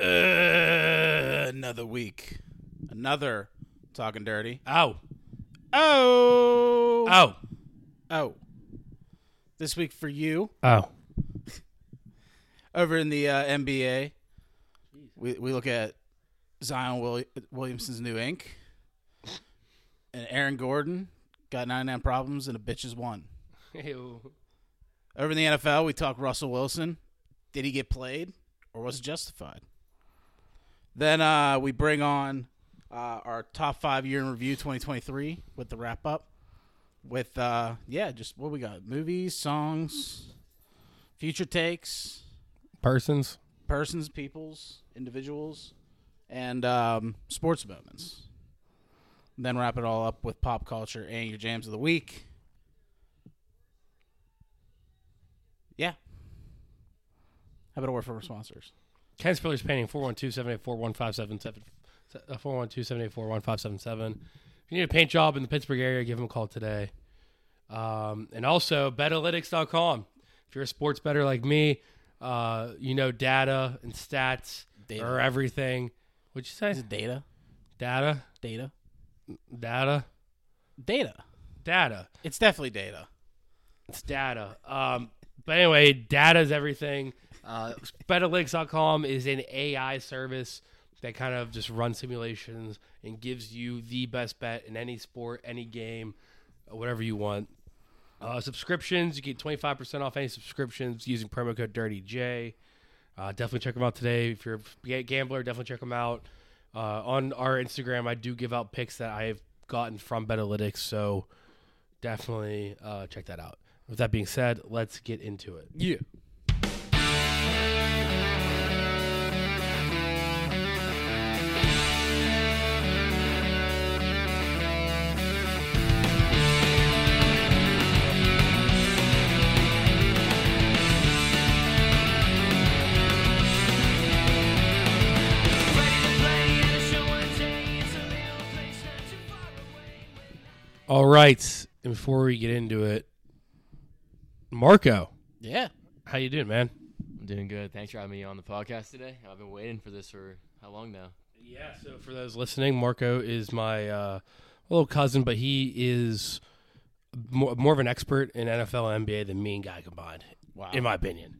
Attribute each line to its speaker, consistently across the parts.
Speaker 1: Uh, Another week. Another talking dirty.
Speaker 2: Oh,
Speaker 1: Oh.
Speaker 2: oh,
Speaker 1: Oh. This week for you
Speaker 2: oh.
Speaker 1: over in the uh, NBA, we we look at Zion Willi- Williamson's new ink, and Aaron Gordon got 99 problems and a bitch is one.
Speaker 3: Ew.
Speaker 1: Over in the NFL, we talk Russell Wilson. Did he get played or was it justified? Then uh, we bring on uh, our top five year in review 2023 with the wrap up. With, uh, yeah, just what we got movies, songs, future takes,
Speaker 3: Persons.
Speaker 1: persons, peoples, individuals, and um, sports moments. Then wrap it all up with pop culture and your jams of the week. Yeah. How about a word from our sponsors?
Speaker 3: Ken Spiller's painting 412 784 1577. 412 784 1577. If you need a paint job in the Pittsburgh area, give him a call today. Um, and also, betalytics.com. If you're a sports better like me, uh, you know data and stats
Speaker 1: Data.
Speaker 3: are everything. What'd you say?
Speaker 1: Is it data?
Speaker 3: Data?
Speaker 1: Data?
Speaker 3: Data?
Speaker 1: Data.
Speaker 3: Data.
Speaker 1: It's definitely data.
Speaker 3: It's data. Um, but anyway, data is everything. Uh, Betalytics.com is an AI service that kind of just runs simulations and gives you the best bet in any sport, any game, whatever you want. Uh, subscriptions, you get 25% off any subscriptions using promo code DirtyJ. Uh, definitely check them out today. If you're a gambler, definitely check them out. Uh, on our Instagram, I do give out picks that I've gotten from Betalytics, so definitely uh, check that out. With that being said, let's get into it.
Speaker 1: Yeah.
Speaker 3: All right, and before we get into it, Marco,
Speaker 1: Yeah.
Speaker 3: how you doing, man?
Speaker 4: I'm doing good. Thanks for having me on the podcast today. I've been waiting for this for how long now?
Speaker 3: Yeah. So for those listening, Marco is my uh, little cousin, but he is more, more of an expert in NFL and NBA than me and Guy combined,
Speaker 1: Wow.
Speaker 3: in my opinion.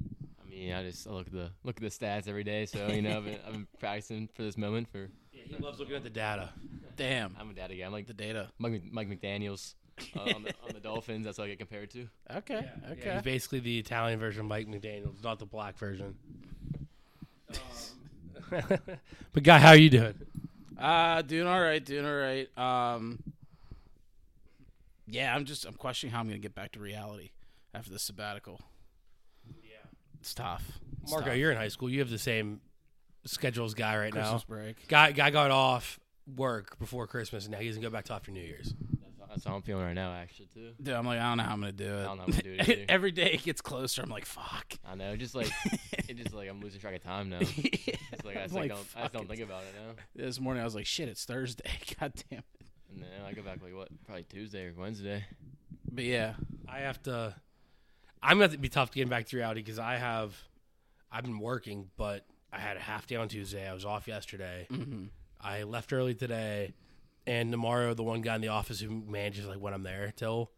Speaker 4: I mean, I just I look at the look at the stats every day, so you know I've been, I've been practicing for this moment. For
Speaker 3: Yeah, he loves looking at the data.
Speaker 1: Damn.
Speaker 4: I'm a dad again. I'm like
Speaker 1: The data.
Speaker 4: Mike, Mc- Mike McDaniel's uh, on, the, on the Dolphins. That's what I get compared to.
Speaker 1: Okay.
Speaker 3: Yeah,
Speaker 1: Okay.
Speaker 3: he's basically the Italian version of Mike McDaniel's, not the black version. Um, but Guy, how you doing?
Speaker 1: Uh, doing all right. Doing all right. Um, yeah, I'm just I'm questioning how I'm going to get back to reality after the sabbatical.
Speaker 3: Yeah.
Speaker 1: It's tough. It's
Speaker 3: Marco,
Speaker 1: tough.
Speaker 3: you're in high school. You have the same schedule as Guy right
Speaker 1: Christmas
Speaker 3: now.
Speaker 1: break.
Speaker 3: Guy, guy got off work before Christmas, and now he doesn't go back till after New Year's.
Speaker 4: That's, that's how I'm feeling right now, actually. Too.
Speaker 1: Dude, I'm like, I don't know how I'm gonna do it.
Speaker 4: I don't know how I'm gonna do it either.
Speaker 1: Every day it gets closer. I'm like, fuck.
Speaker 4: I know. Just like it, just like I'm losing track of time now. It's like I
Speaker 1: I'm like,
Speaker 4: just, like, don't, I just
Speaker 1: fuck
Speaker 4: don't
Speaker 1: it.
Speaker 4: think about it now.
Speaker 1: This morning I was like, shit, it's Thursday. God damn it.
Speaker 4: And then I go back like what? Probably Tuesday or Wednesday.
Speaker 1: But yeah,
Speaker 3: I have to. I'm going to be tough to get back to reality because I have. I've been working, but I had a half day on Tuesday. I was off yesterday.
Speaker 1: Mm-hmm.
Speaker 3: I left early today, and tomorrow the one guy in the office who manages like when I'm there till,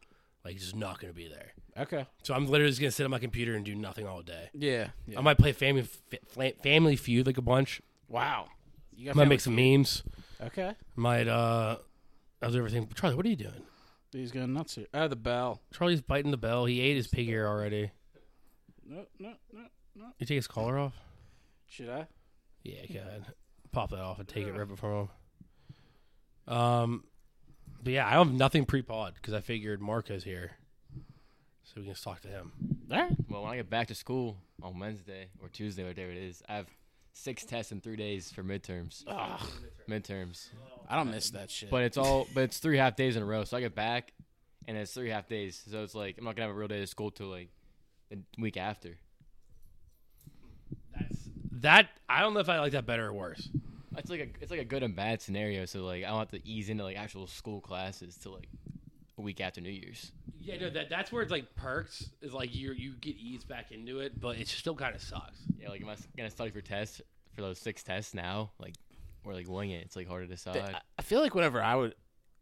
Speaker 3: like, is not going to be there.
Speaker 1: okay,
Speaker 3: So I'm literally just going to sit on my computer and do nothing all day.
Speaker 1: yeah. yeah.
Speaker 3: I might play Family F- Fla- Family Feud like a bunch.
Speaker 1: wow, you
Speaker 3: I
Speaker 1: got
Speaker 3: might
Speaker 1: family-
Speaker 3: make some memes.
Speaker 1: Okay,
Speaker 3: Might uh, I was everything. Charlie, what are you doing?
Speaker 1: Dude, he's going nuts here. Oh, the bell.
Speaker 3: Charlie's biting the bell. He ate his pig ear already.
Speaker 1: No, no, no.
Speaker 3: You take his collar off.
Speaker 1: Should I?
Speaker 3: Yeah, go ahead. Pop that off and take it, rip it from him. Um, but yeah, I have nothing pre-pod because I figured Marco's here, so we can just talk to him.
Speaker 1: All right.
Speaker 4: Well, when I get back to school on Wednesday or Tuesday, whatever it is, I have six tests in three days for midterms.
Speaker 1: Ugh,
Speaker 4: Midterms,
Speaker 1: I don't miss that shit.
Speaker 4: but it's all but it's three half days in a row. So I get back, and it's three half days. So it's like I'm not gonna have a real day of school till like the week after.
Speaker 3: That I don't know if I like that better or worse.
Speaker 4: It's like a it's like a good and bad scenario. So like I don't have to ease into like actual school classes till like a week after New Year's.
Speaker 3: Yeah, no, that that's where it's like perks is like you you get eased back into it, but it still kind of sucks.
Speaker 4: Yeah, like am I s- gonna study for tests for those six tests now? Like or like wing it. It's like hard to decide.
Speaker 1: They- I- I feel like whenever I would,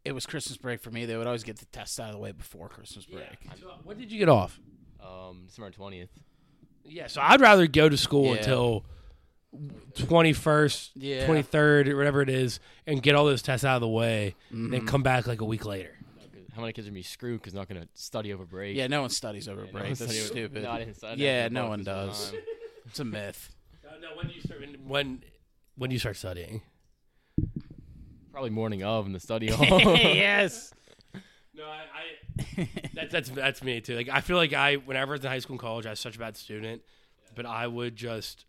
Speaker 1: it was Christmas break for me. They would always get the test out of the way before Christmas break.
Speaker 3: What did you get off?
Speaker 4: um, December twentieth.
Speaker 3: Yeah, so I'd rather go to school
Speaker 1: Yeah.
Speaker 3: until twenty first,
Speaker 1: Yeah.
Speaker 3: twenty third, or whatever it is, and get all those tests out of the way,
Speaker 1: Mm-hmm.
Speaker 3: then come back like a week later.
Speaker 4: How many kids are gonna be screwed? Cause they're not gonna study over break.
Speaker 1: Yeah, no one studies over
Speaker 4: no one
Speaker 1: break. That's
Speaker 4: study over- e-
Speaker 1: stupid.
Speaker 4: No, I didn't study.
Speaker 1: yeah,
Speaker 4: after
Speaker 1: no
Speaker 4: college
Speaker 1: one
Speaker 4: this
Speaker 1: does.
Speaker 4: time.
Speaker 1: It's a myth.
Speaker 3: Uh, no, when do you start? When when do you start studying?
Speaker 4: Probably morning of in the study hall.
Speaker 1: yes.
Speaker 3: No, I, I that's that's that's me too. Like I feel like I whenever I was in high school and college, I was such a bad student, but I would just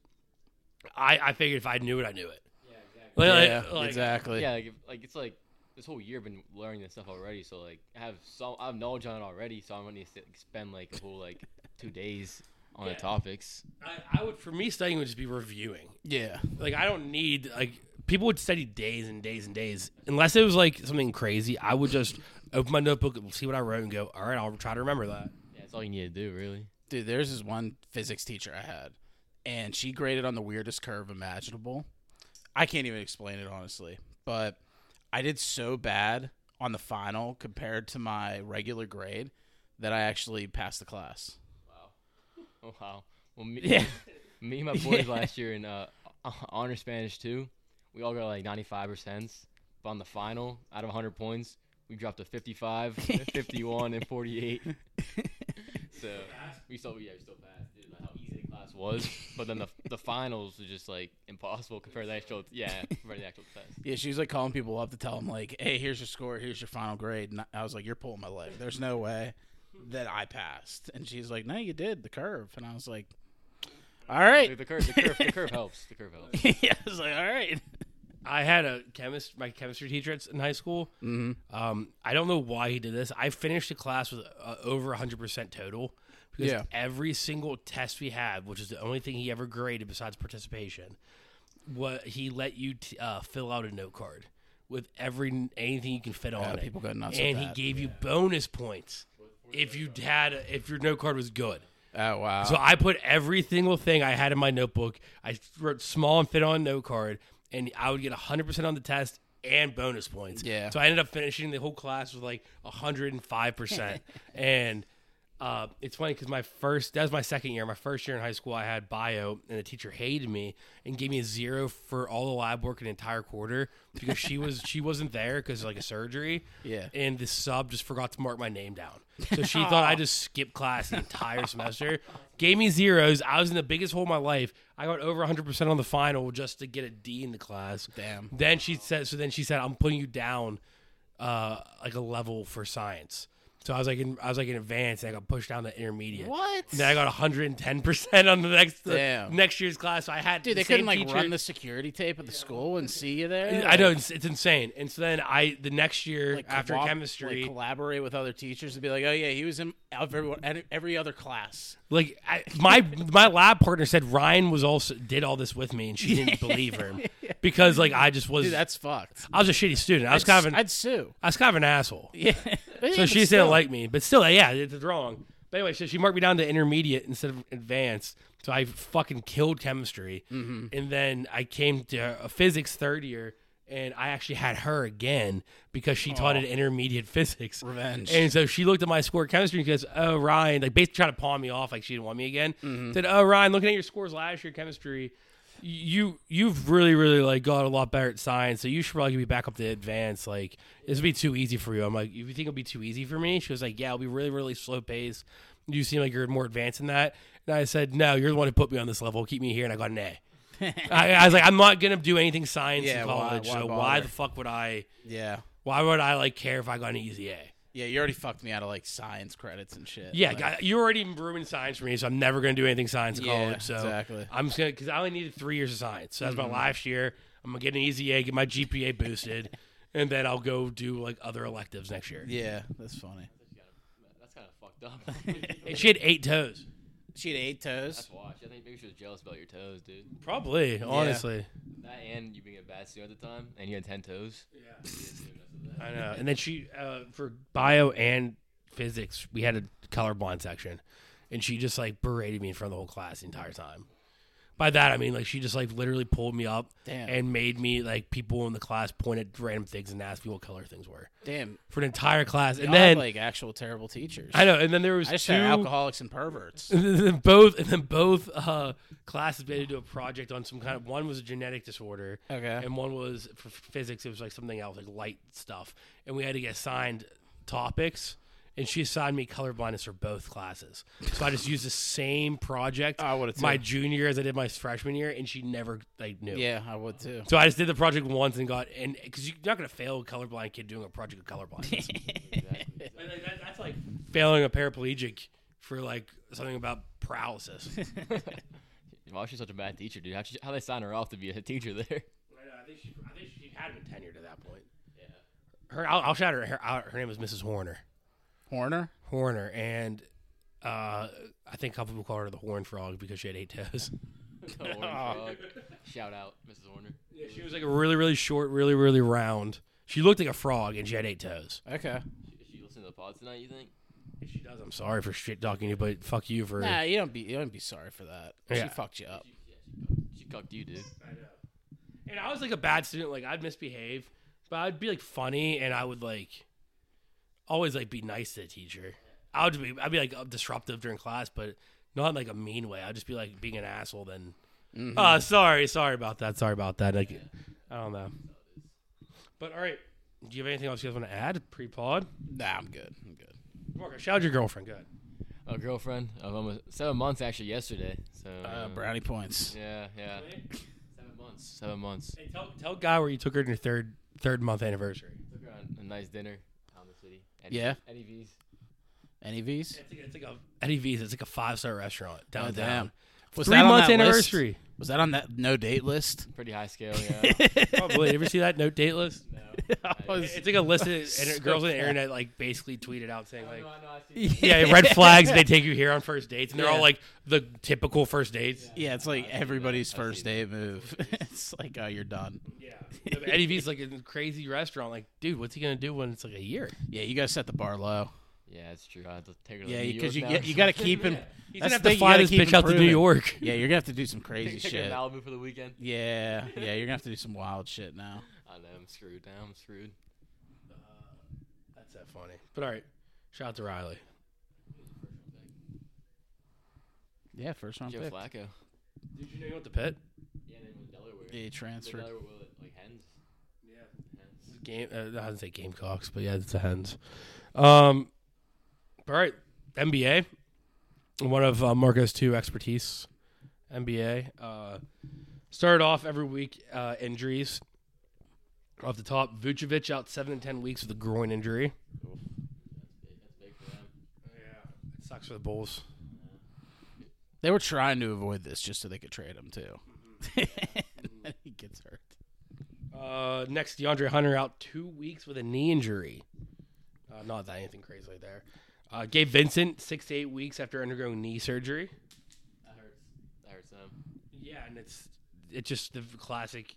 Speaker 3: I I figured if I knew it, I knew it. Yeah, exactly.
Speaker 1: yeah, exactly.
Speaker 4: yeah, like, if- like it's like this whole year I've been learning this stuff already. So like I have some, I have knowledge on it already. So I'm gonna need to spend like a whole like two days on
Speaker 3: Yeah.
Speaker 4: the topics.
Speaker 3: I, I would for me studying would just be reviewing.
Speaker 1: Yeah.
Speaker 3: Like I don't need like people would study days and days and days unless it was like something crazy. I would just open my notebook, see what I wrote, and go, all right, I'll try to remember that.
Speaker 4: Yeah, that's all you need to do, really.
Speaker 1: Dude, there's this one physics teacher I had, and she graded on the weirdest curve imaginable. I can't even explain it, honestly. But I did so bad on the final compared to my regular grade that I actually passed the class.
Speaker 4: Oh wow. Well, me,
Speaker 1: Yeah.
Speaker 4: me and my boys last year in uh, honor Spanish too, we all got like 95 percent. But on the final, out of 100 points, we dropped to 55, 51, and 48. So we still, yeah, we still passed. Didn't know how easy the class was, but then the the finals was just like impossible compared to the actual, yeah, compared to the actual test.
Speaker 1: Yeah, she was like calling people up to tell them like, "Hey, here's your score, here's your final grade." And I was like, "You're pulling my leg. There's no way that I passed." And she's like, "No, you did the curve." And I was like, "All
Speaker 4: Like,
Speaker 1: right."
Speaker 4: the curve, the curve, the curve helps. The curve helps.
Speaker 1: yeah, I was like, "All right."
Speaker 3: I had a chemist, my chemistry teacher at- in high school.
Speaker 1: Mhm.
Speaker 3: Um, I don't know why he did this. I finished the class with uh, over 100% total because
Speaker 1: Yeah.
Speaker 3: every single test we had, which is the only thing he ever graded besides participation, what he let you t- uh, fill out a note card with every anything you can fit on it.
Speaker 1: people go nuts with
Speaker 3: and
Speaker 1: that.
Speaker 3: he gave you bonus points if you had if your note card was good.
Speaker 1: Oh wow.
Speaker 3: So I put every single thing I had in my notebook. I wrote small and fit on note card, and I would get 100% on the test and bonus points.
Speaker 1: Yeah.
Speaker 3: So I ended up finishing the whole class with like 105%. and uh, it's funny because my first, that was my second year. My first year in high school, I had bio, and the teacher hated me and gave me a zero for all the lab work an entire quarter because she was she wasn't there because like a surgery.
Speaker 1: Yeah.
Speaker 3: And the sub just forgot to mark my name down, so she thought I just skipped class the entire semester. Gave me zeros. I was in the biggest hole of my life. I got over 100 percent on the final just to get a D in the class.
Speaker 1: Damn.
Speaker 3: Then she said, so then she said, I'm putting you down, uh, like a level for science. So I was like, in, I was like in advanced. And I got pushed down to intermediate.
Speaker 1: what?
Speaker 3: And then I got 110 percent on the next the
Speaker 1: Damn.
Speaker 3: next year's class. So I had
Speaker 1: Dude,
Speaker 3: the
Speaker 1: they
Speaker 3: same
Speaker 1: couldn't like
Speaker 3: teacher-
Speaker 1: run the security tape at the school and see you there.
Speaker 3: I know it's, it's insane. And so then I the next year
Speaker 1: Like,
Speaker 3: after
Speaker 1: co-
Speaker 3: chemistry,
Speaker 1: like, collaborate with other teachers and be like, "Oh yeah, he was in every every other class."
Speaker 3: like I, my my lab partner said Ryan was also did all this with me, and she didn't believe him because like I just was
Speaker 1: Dude, that's fucked.
Speaker 3: I was a shitty student. I was kind of an, I,
Speaker 1: I'd sue.
Speaker 3: was kind of an asshole.
Speaker 1: Yeah.
Speaker 3: So she didn't like me, but still, yeah, it's wrong. But anyway, so she marked me down to intermediate instead of advanced. So I fucking killed chemistry, and then I came to a physics third year, and I actually had her again because she taught an intermediate physics.
Speaker 1: Revenge.
Speaker 3: And so she looked at my score chemistry and goes, "Oh Ryan," like basically trying to pawn me off, like she didn't want me again. Said, "Oh Ryan, looking at your scores last year chemistry." You you've really really like got a lot better at science, so you should probably be back up to advanced. Like this would be too easy for you. I'm like, you think it'll be too easy for me? She was like, yeah, it'll be really really slow pace. You seem like you're more advanced than that. And I said, no, you're the one who put me on this level. Keep me here, and I got an A. I, I was like, I'm not gonna do anything science
Speaker 1: Yeah,
Speaker 3: in
Speaker 1: why-
Speaker 3: college,
Speaker 1: why
Speaker 3: so why
Speaker 1: bother?
Speaker 3: the fuck would I?
Speaker 1: Yeah.
Speaker 3: Why would I like care if I got an easy A?
Speaker 1: Yeah, you already fucked me out of like science credits and shit.
Speaker 3: Yeah,
Speaker 1: Like,
Speaker 3: guy- you already ruined science for me, so I'm never going to do anything science in
Speaker 1: Yeah,
Speaker 3: college. So
Speaker 1: exactly. Mm-hmm.
Speaker 3: I'm just going to, because I only needed three years of science. So that's my last year. I'm going to get an easy A, get my GPA boosted, and then I'll go do like other electives next year.
Speaker 1: Yeah, that's funny.
Speaker 4: That's kind of fucked up.
Speaker 3: And she had eight toes.
Speaker 1: She had eight toes.
Speaker 4: That's watch. I think maybe she was jealous about your toes, dude.
Speaker 3: Probably, honestly.
Speaker 4: That and you being a bad student at the time, and you had ten toes.
Speaker 3: I know. And then she, uh, for bio and physics, we had a colorblind section, and she just like berated me in front of the whole class the entire time. by that I mean like she just like literally pulled me up
Speaker 1: Damn.
Speaker 3: and made me like people in the class point at random things and ask me what color things were
Speaker 1: Damn.
Speaker 3: for an entire class. And
Speaker 1: Y'all have,
Speaker 3: then
Speaker 1: like actual terrible teachers.
Speaker 3: I know, and then there was
Speaker 1: I just
Speaker 3: two
Speaker 1: had alcoholics and perverts.
Speaker 3: and then both and then both uh, classes made to do a project on some kind of one was a genetic disorder
Speaker 1: Okay.
Speaker 3: and one was for physics it was like something else like light stuff and we had to get assigned topics and she assigned me colorblindness for both classes so i just used the same project
Speaker 1: I would've too.
Speaker 3: my junior year as i did my freshman year and she never like knew
Speaker 1: Yeah, I would too.
Speaker 3: so i just did the project once and got and because you're not going to fail a colorblind kid doing a project of colorblindness like, like, that, that's like failing a paraplegic for like something about paralysis. I,
Speaker 4: Why was she such a bad teacher, dude? How she, how they sign her off to be a teacher there?
Speaker 3: know, I think she, I think she had been tenured at that point. Yeah. Her, I'll, I'll shout her. Her, out- her name was Mrs. Horner.
Speaker 1: Horner.
Speaker 3: Horner, and uh, I think a couple people called her the Horn Frog because she had eight toes.
Speaker 4: Horner frog. Shout out, Mrs. Horner.
Speaker 3: Yeah, she was like really, really short, really, really round. She looked like a frog, and she had eight toes.
Speaker 1: Okay.
Speaker 4: Is she listening to the pod tonight? You think?
Speaker 3: If she does, I'm sorry for shit talking you, but fuck you for.
Speaker 1: Nah, you don't be you don't be sorry for that. She
Speaker 3: Yeah.
Speaker 1: fucked you up.
Speaker 4: She cucked you, dude.
Speaker 3: I know. And I was like a bad student. Like I'd misbehave, but I'd be like funny, and I would like always like be nice to the teacher. I would be I'd be like disruptive during class, but not in, like a mean way. I'd just be like being an asshole. Then,
Speaker 1: Mm-hmm.
Speaker 3: uh, sorry, sorry about that. Sorry about that. Like, I don't know. But all right, do you have anything else you guys want to add pre pod?
Speaker 1: Nah, I'm good. I'm good.
Speaker 3: Marco, shout out your girlfriend. Good.
Speaker 4: A girlfriend of almost seven months actually yesterday. So
Speaker 1: Uh, brownie points.
Speaker 4: Yeah, yeah. Seven months. Seven months.
Speaker 3: Hey, tell tell guy where you took her to your third third month anniversary.
Speaker 4: Took her on a nice dinner out in the city. Eddie,
Speaker 1: Yeah.
Speaker 4: Eddie V's.
Speaker 1: Any V's?
Speaker 3: It's like, it's like a Eddie V's. It's like a five star restaurant
Speaker 1: Oh,
Speaker 3: downtown.
Speaker 1: damn. Was
Speaker 3: Three
Speaker 1: that on
Speaker 3: months
Speaker 1: that list?
Speaker 3: anniversary.
Speaker 1: Was that on that no date list?
Speaker 4: Pretty high scale. Yeah.
Speaker 3: Probably. You ever see that note date list?
Speaker 4: no.
Speaker 3: It's like a list of
Speaker 1: So
Speaker 3: inter- girls on the
Speaker 1: bad.
Speaker 3: internet like basically tweeted out saying like,
Speaker 4: no, I know, I see.
Speaker 3: yeah, red flags. They take you here on first dates, and they're
Speaker 1: Yeah.
Speaker 3: all like the typical first dates.
Speaker 1: Yeah, it's like everybody's
Speaker 4: I've
Speaker 1: first
Speaker 4: seen
Speaker 1: date move. it's like, oh, you're done.
Speaker 3: Yeah. Eddie V's like a crazy restaurant. Like, dude, what's he gonna do when it's like a year?
Speaker 1: Yeah, you gotta set the bar low.
Speaker 4: Yeah, it's true. I have to take her to
Speaker 1: Yeah,
Speaker 4: New
Speaker 1: because you
Speaker 4: York
Speaker 1: you,
Speaker 4: now.
Speaker 1: you gotta keep him.
Speaker 3: He's
Speaker 1: That's
Speaker 3: gonna
Speaker 1: the
Speaker 3: have to
Speaker 1: thing, you
Speaker 3: fly
Speaker 1: gotta
Speaker 3: this
Speaker 1: keep
Speaker 3: bitch out to New
Speaker 1: improving.
Speaker 3: York.
Speaker 1: Yeah, you're gonna have to do some crazy
Speaker 4: Take her to
Speaker 1: shit.
Speaker 4: Malibu for the weekend.
Speaker 1: Yeah, yeah, you're gonna have to do some wild shit now.
Speaker 4: I know. I'm screwed. Now I'm screwed.
Speaker 3: That's that funny. But all right, shout out to Riley.
Speaker 1: Yeah, first round
Speaker 4: Joe
Speaker 1: pick.
Speaker 4: Flacco.
Speaker 3: Did you know you went to Pitt?
Speaker 4: Yeah, and then with Delaware.
Speaker 1: Yeah, he transferred.
Speaker 4: Delaware with like hens.
Speaker 3: Game, uh, I didn't say Gamecocks, but yeah, it's the Hens. Um, all right, NBA. One of uh, Marco's two expertise, NBA. Uh, started off every week uh, injuries. Off the top, Vucevic out seven to ten weeks with a groin injury.
Speaker 4: That's big for them.
Speaker 3: Yeah, sucks for the Bulls.
Speaker 1: They were trying to avoid this just so they could trade him too.
Speaker 4: Mm-hmm.
Speaker 1: and then he gets hurt.
Speaker 3: Uh, next, DeAndre Hunter out two weeks with a knee injury. Uh, not that anything crazy like there. Uh, Gabe Vincent six to eight weeks after undergoing knee surgery.
Speaker 4: That hurts. That hurts them.
Speaker 3: Yeah, and it's it's just the classic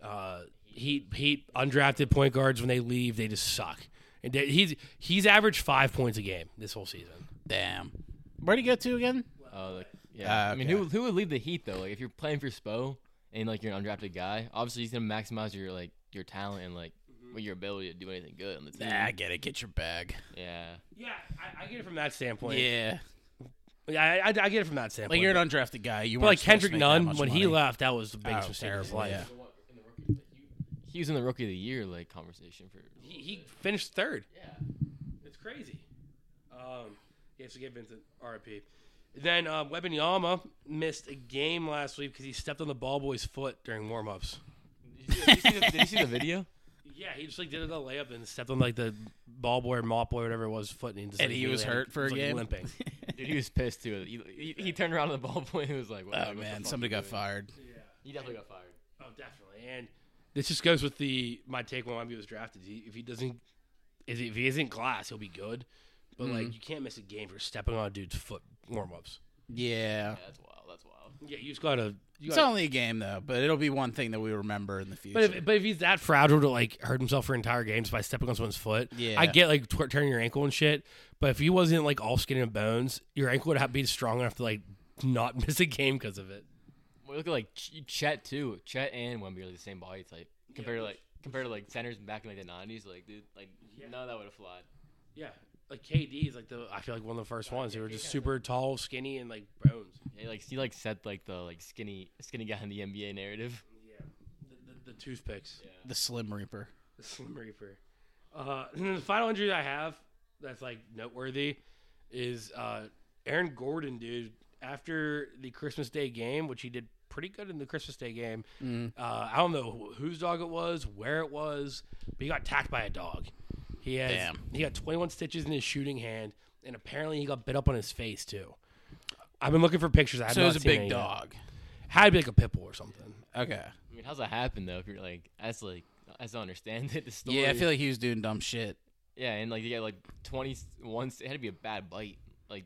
Speaker 3: uh, Heat Heat undrafted point guards when they leave they just suck. And they- he's he's averaged five points a game this whole season.
Speaker 1: Damn. Where'd he go to again?
Speaker 4: Oh, like, yeah.
Speaker 1: Ah,
Speaker 4: I mean,
Speaker 1: okay.
Speaker 4: who who would lead the Heat though? Like, if you're playing for Spo and like you're an undrafted guy, obviously he's gonna maximize your like your talent and like well, your ability to do anything good on the team.
Speaker 1: Nah, I get it. Get your bag.
Speaker 4: Yeah,
Speaker 3: Yeah, I, I get it from that standpoint. Yeah,
Speaker 1: Yeah.
Speaker 3: I, I, I get it from that standpoint.
Speaker 1: Like you're an undrafted guy. You
Speaker 3: but
Speaker 1: weren't
Speaker 3: like
Speaker 1: supposed to
Speaker 3: Kendrick
Speaker 1: make that
Speaker 3: Nunn
Speaker 1: much
Speaker 3: when he
Speaker 1: money.
Speaker 3: left, that was the biggest
Speaker 1: Oh,
Speaker 3: mistake of his
Speaker 1: terrible,
Speaker 3: life.
Speaker 1: yeah.
Speaker 4: he was in the Rookie of the Year like conversation for.
Speaker 3: He, he finished third.
Speaker 4: Yeah,
Speaker 3: It's crazy. Um, yeah, so get Vincent RIP. Then uh, Webinyama missed a game last week because he stepped on the ball boy's foot during warm ups.
Speaker 4: did you, see the, did you see the video?
Speaker 3: Yeah, he just like did a little layup and stepped on like the ball boy or mop boy, whatever it was, foot, and he, just,
Speaker 1: And
Speaker 3: like,
Speaker 1: he was
Speaker 3: had-
Speaker 1: hurt for a
Speaker 3: was, like,
Speaker 1: game?
Speaker 3: limping.
Speaker 4: Dude, he was pissed too. He, he, he turned around to the ball boy and was like, "What-
Speaker 1: Oh
Speaker 4: what the
Speaker 1: man,
Speaker 4: fuck
Speaker 1: somebody
Speaker 4: you
Speaker 1: got
Speaker 4: doing?"
Speaker 1: fired.
Speaker 4: He definitely got fired.
Speaker 3: oh, definitely. And this just goes with the my take when Wemby was drafted. He, if he doesn't, is if he isn't class, he'll be good. But
Speaker 1: Mm-hmm.
Speaker 3: like, you can't miss a game for stepping on a dude's foot warm ups.
Speaker 1: Yeah.
Speaker 4: Yeah, that's wild. That's wild.
Speaker 3: Yeah, you just gotta. You
Speaker 1: It's
Speaker 3: gotta
Speaker 1: only a game though, but it'll be one thing that we remember in the future.
Speaker 3: but if, but if he's that fragile to like hurt himself for entire games by stepping on someone's foot,
Speaker 1: Yeah.
Speaker 3: I get like tw- turning your ankle and shit. But if he wasn't like all skin and bones, your ankle would have to be strong enough to like not miss a game because of it.
Speaker 4: Well, look at like Ch- Chet too. Chet and Wemby are the same body type compared to like compared to like centers back in like the nineties. Like dude, like none of that would have flied.
Speaker 3: Yeah, like KD is like the I feel like one of the first ones. They were just super tall, skinny, and like bones.
Speaker 4: Yeah, like he like set like the like skinny skinny guy in the NBA narrative.
Speaker 3: Yeah, the, the, the toothpicks,
Speaker 1: The Slim Reaper.
Speaker 3: the Slim Reaper. Uh, and then the final injury I have that's like noteworthy is uh, Aaron Gordon, dude. After the Christmas Day game, which he did pretty good in the Christmas Day game,
Speaker 1: Mm-hmm.
Speaker 3: uh, I don't know wh- whose dog it was, where it was, but he got attacked by a dog. He has
Speaker 1: Damn.
Speaker 3: he got 21 stitches in his shooting hand, and apparently he got bit up on his face too. I've been looking for pictures. I have
Speaker 1: So it was
Speaker 3: not
Speaker 1: a
Speaker 3: seen
Speaker 1: big
Speaker 3: any yet.
Speaker 1: dog.
Speaker 3: Had to be like a pit bull or something.
Speaker 1: Okay.
Speaker 4: I mean, how's that happen though? If you're like that's like as I understand it, the story.
Speaker 1: Yeah, I feel like he was doing dumb shit.
Speaker 4: yeah, and like you got like twenty one. It had to be a bad bite. Like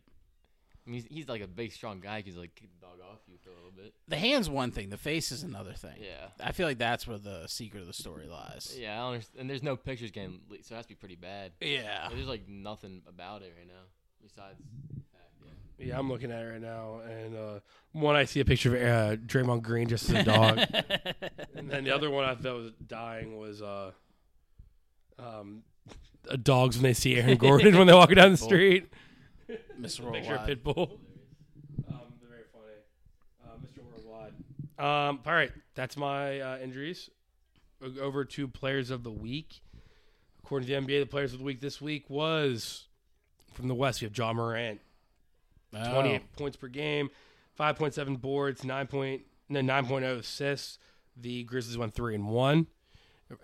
Speaker 4: I mean, he's, he's like a big strong guy. He's like kick the dog off you for a little bit.
Speaker 1: The hand's one thing, the face is another thing.
Speaker 4: Yeah.
Speaker 1: I feel like that's where the secret of the story lies.
Speaker 4: Yeah, I don't understand. and there's no pictures getting leaked, so it has to be pretty bad.
Speaker 1: Yeah.
Speaker 4: There's like nothing about it right now besides. that, yeah.
Speaker 3: Yeah, I'm looking at it right now, and uh, one I see a picture of uh, Draymond Green just as a dog, and then the other one I thought was dying was uh, um, uh, dogs when they see Aaron Gordon when they walk down the street.
Speaker 1: Miss
Speaker 3: Picture of
Speaker 1: Worldwide.
Speaker 3: Pitbull. Um, they're very funny, uh, Mr. Worldwide. Um, all right, that's my uh, injuries. O- Over to players of the week. According to the NBA, the players of the week this week was from the West. We have John Morant.
Speaker 1: Oh.
Speaker 3: 28 points per game, 5.7 boards, 9 point, no, 9.0 assists. The Grizzlies won 3 and 1.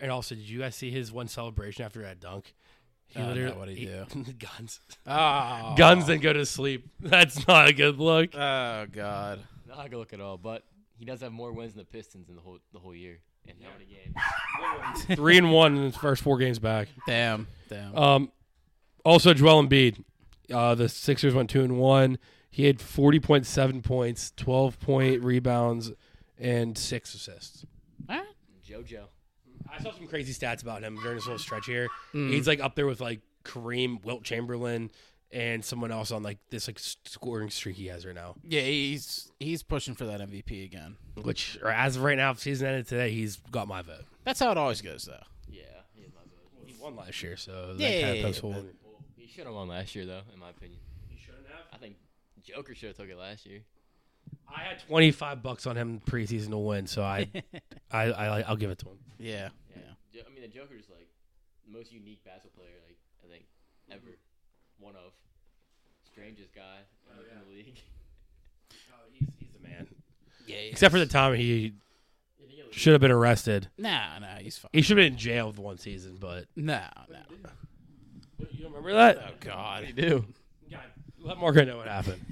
Speaker 3: And also, did you guys see his one celebration after that dunk? He
Speaker 1: Uh, no, what'd he
Speaker 3: guns.
Speaker 1: Oh.
Speaker 3: Guns and go to sleep. That's not a good look.
Speaker 1: Oh, God.
Speaker 4: Not a good look at all, but he does have more wins than the Pistons in the whole the whole year. And how many games?
Speaker 3: 3 and 1 in his first four games back.
Speaker 1: Damn. Damn.
Speaker 3: Um, also, Joel Embiid. Uh, the Sixers went 2 and 1. He had 40.7 points, 12 point rebounds, and 6 assists.
Speaker 1: Alright.
Speaker 4: JoJo.
Speaker 3: I saw some crazy stats about him during this little stretch here. He's like up there with like Kareem, Wilt Chamberlain, and someone else on like this like scoring streak he has right now.
Speaker 1: Yeah, he's he's pushing for that MVP again.
Speaker 3: Which, or as of right now, if season ended today, he's got my vote.
Speaker 1: That's how it always goes, though.
Speaker 4: Yeah, he has my vote.
Speaker 3: He won last year, so
Speaker 1: Yeah,
Speaker 3: that kind
Speaker 1: yeah,
Speaker 3: of plays
Speaker 1: yeah,
Speaker 3: forward.
Speaker 4: Well, he should have won last year though, in my opinion.
Speaker 3: He shouldn't have.
Speaker 4: I think Joker should have took it last year.
Speaker 3: I had twenty five bucks on him preseason to win, so I, I, I, I'll give it to him.
Speaker 1: Yeah.
Speaker 4: Yeah. Jo- I mean, the Joker's like the most unique basketball player, like I think ever, one of strangest guy in, the- in the league.
Speaker 3: Oh, he's, he's the man.
Speaker 1: Yeah.
Speaker 3: Except for the time he
Speaker 4: You think it was-
Speaker 3: should have been arrested.
Speaker 1: Nah, nah, he's fine.
Speaker 3: He should have been in jail for one season, but
Speaker 1: No, no.
Speaker 3: you don't remember that?
Speaker 1: Oh God.
Speaker 4: do?
Speaker 3: God, let Marco know what happened.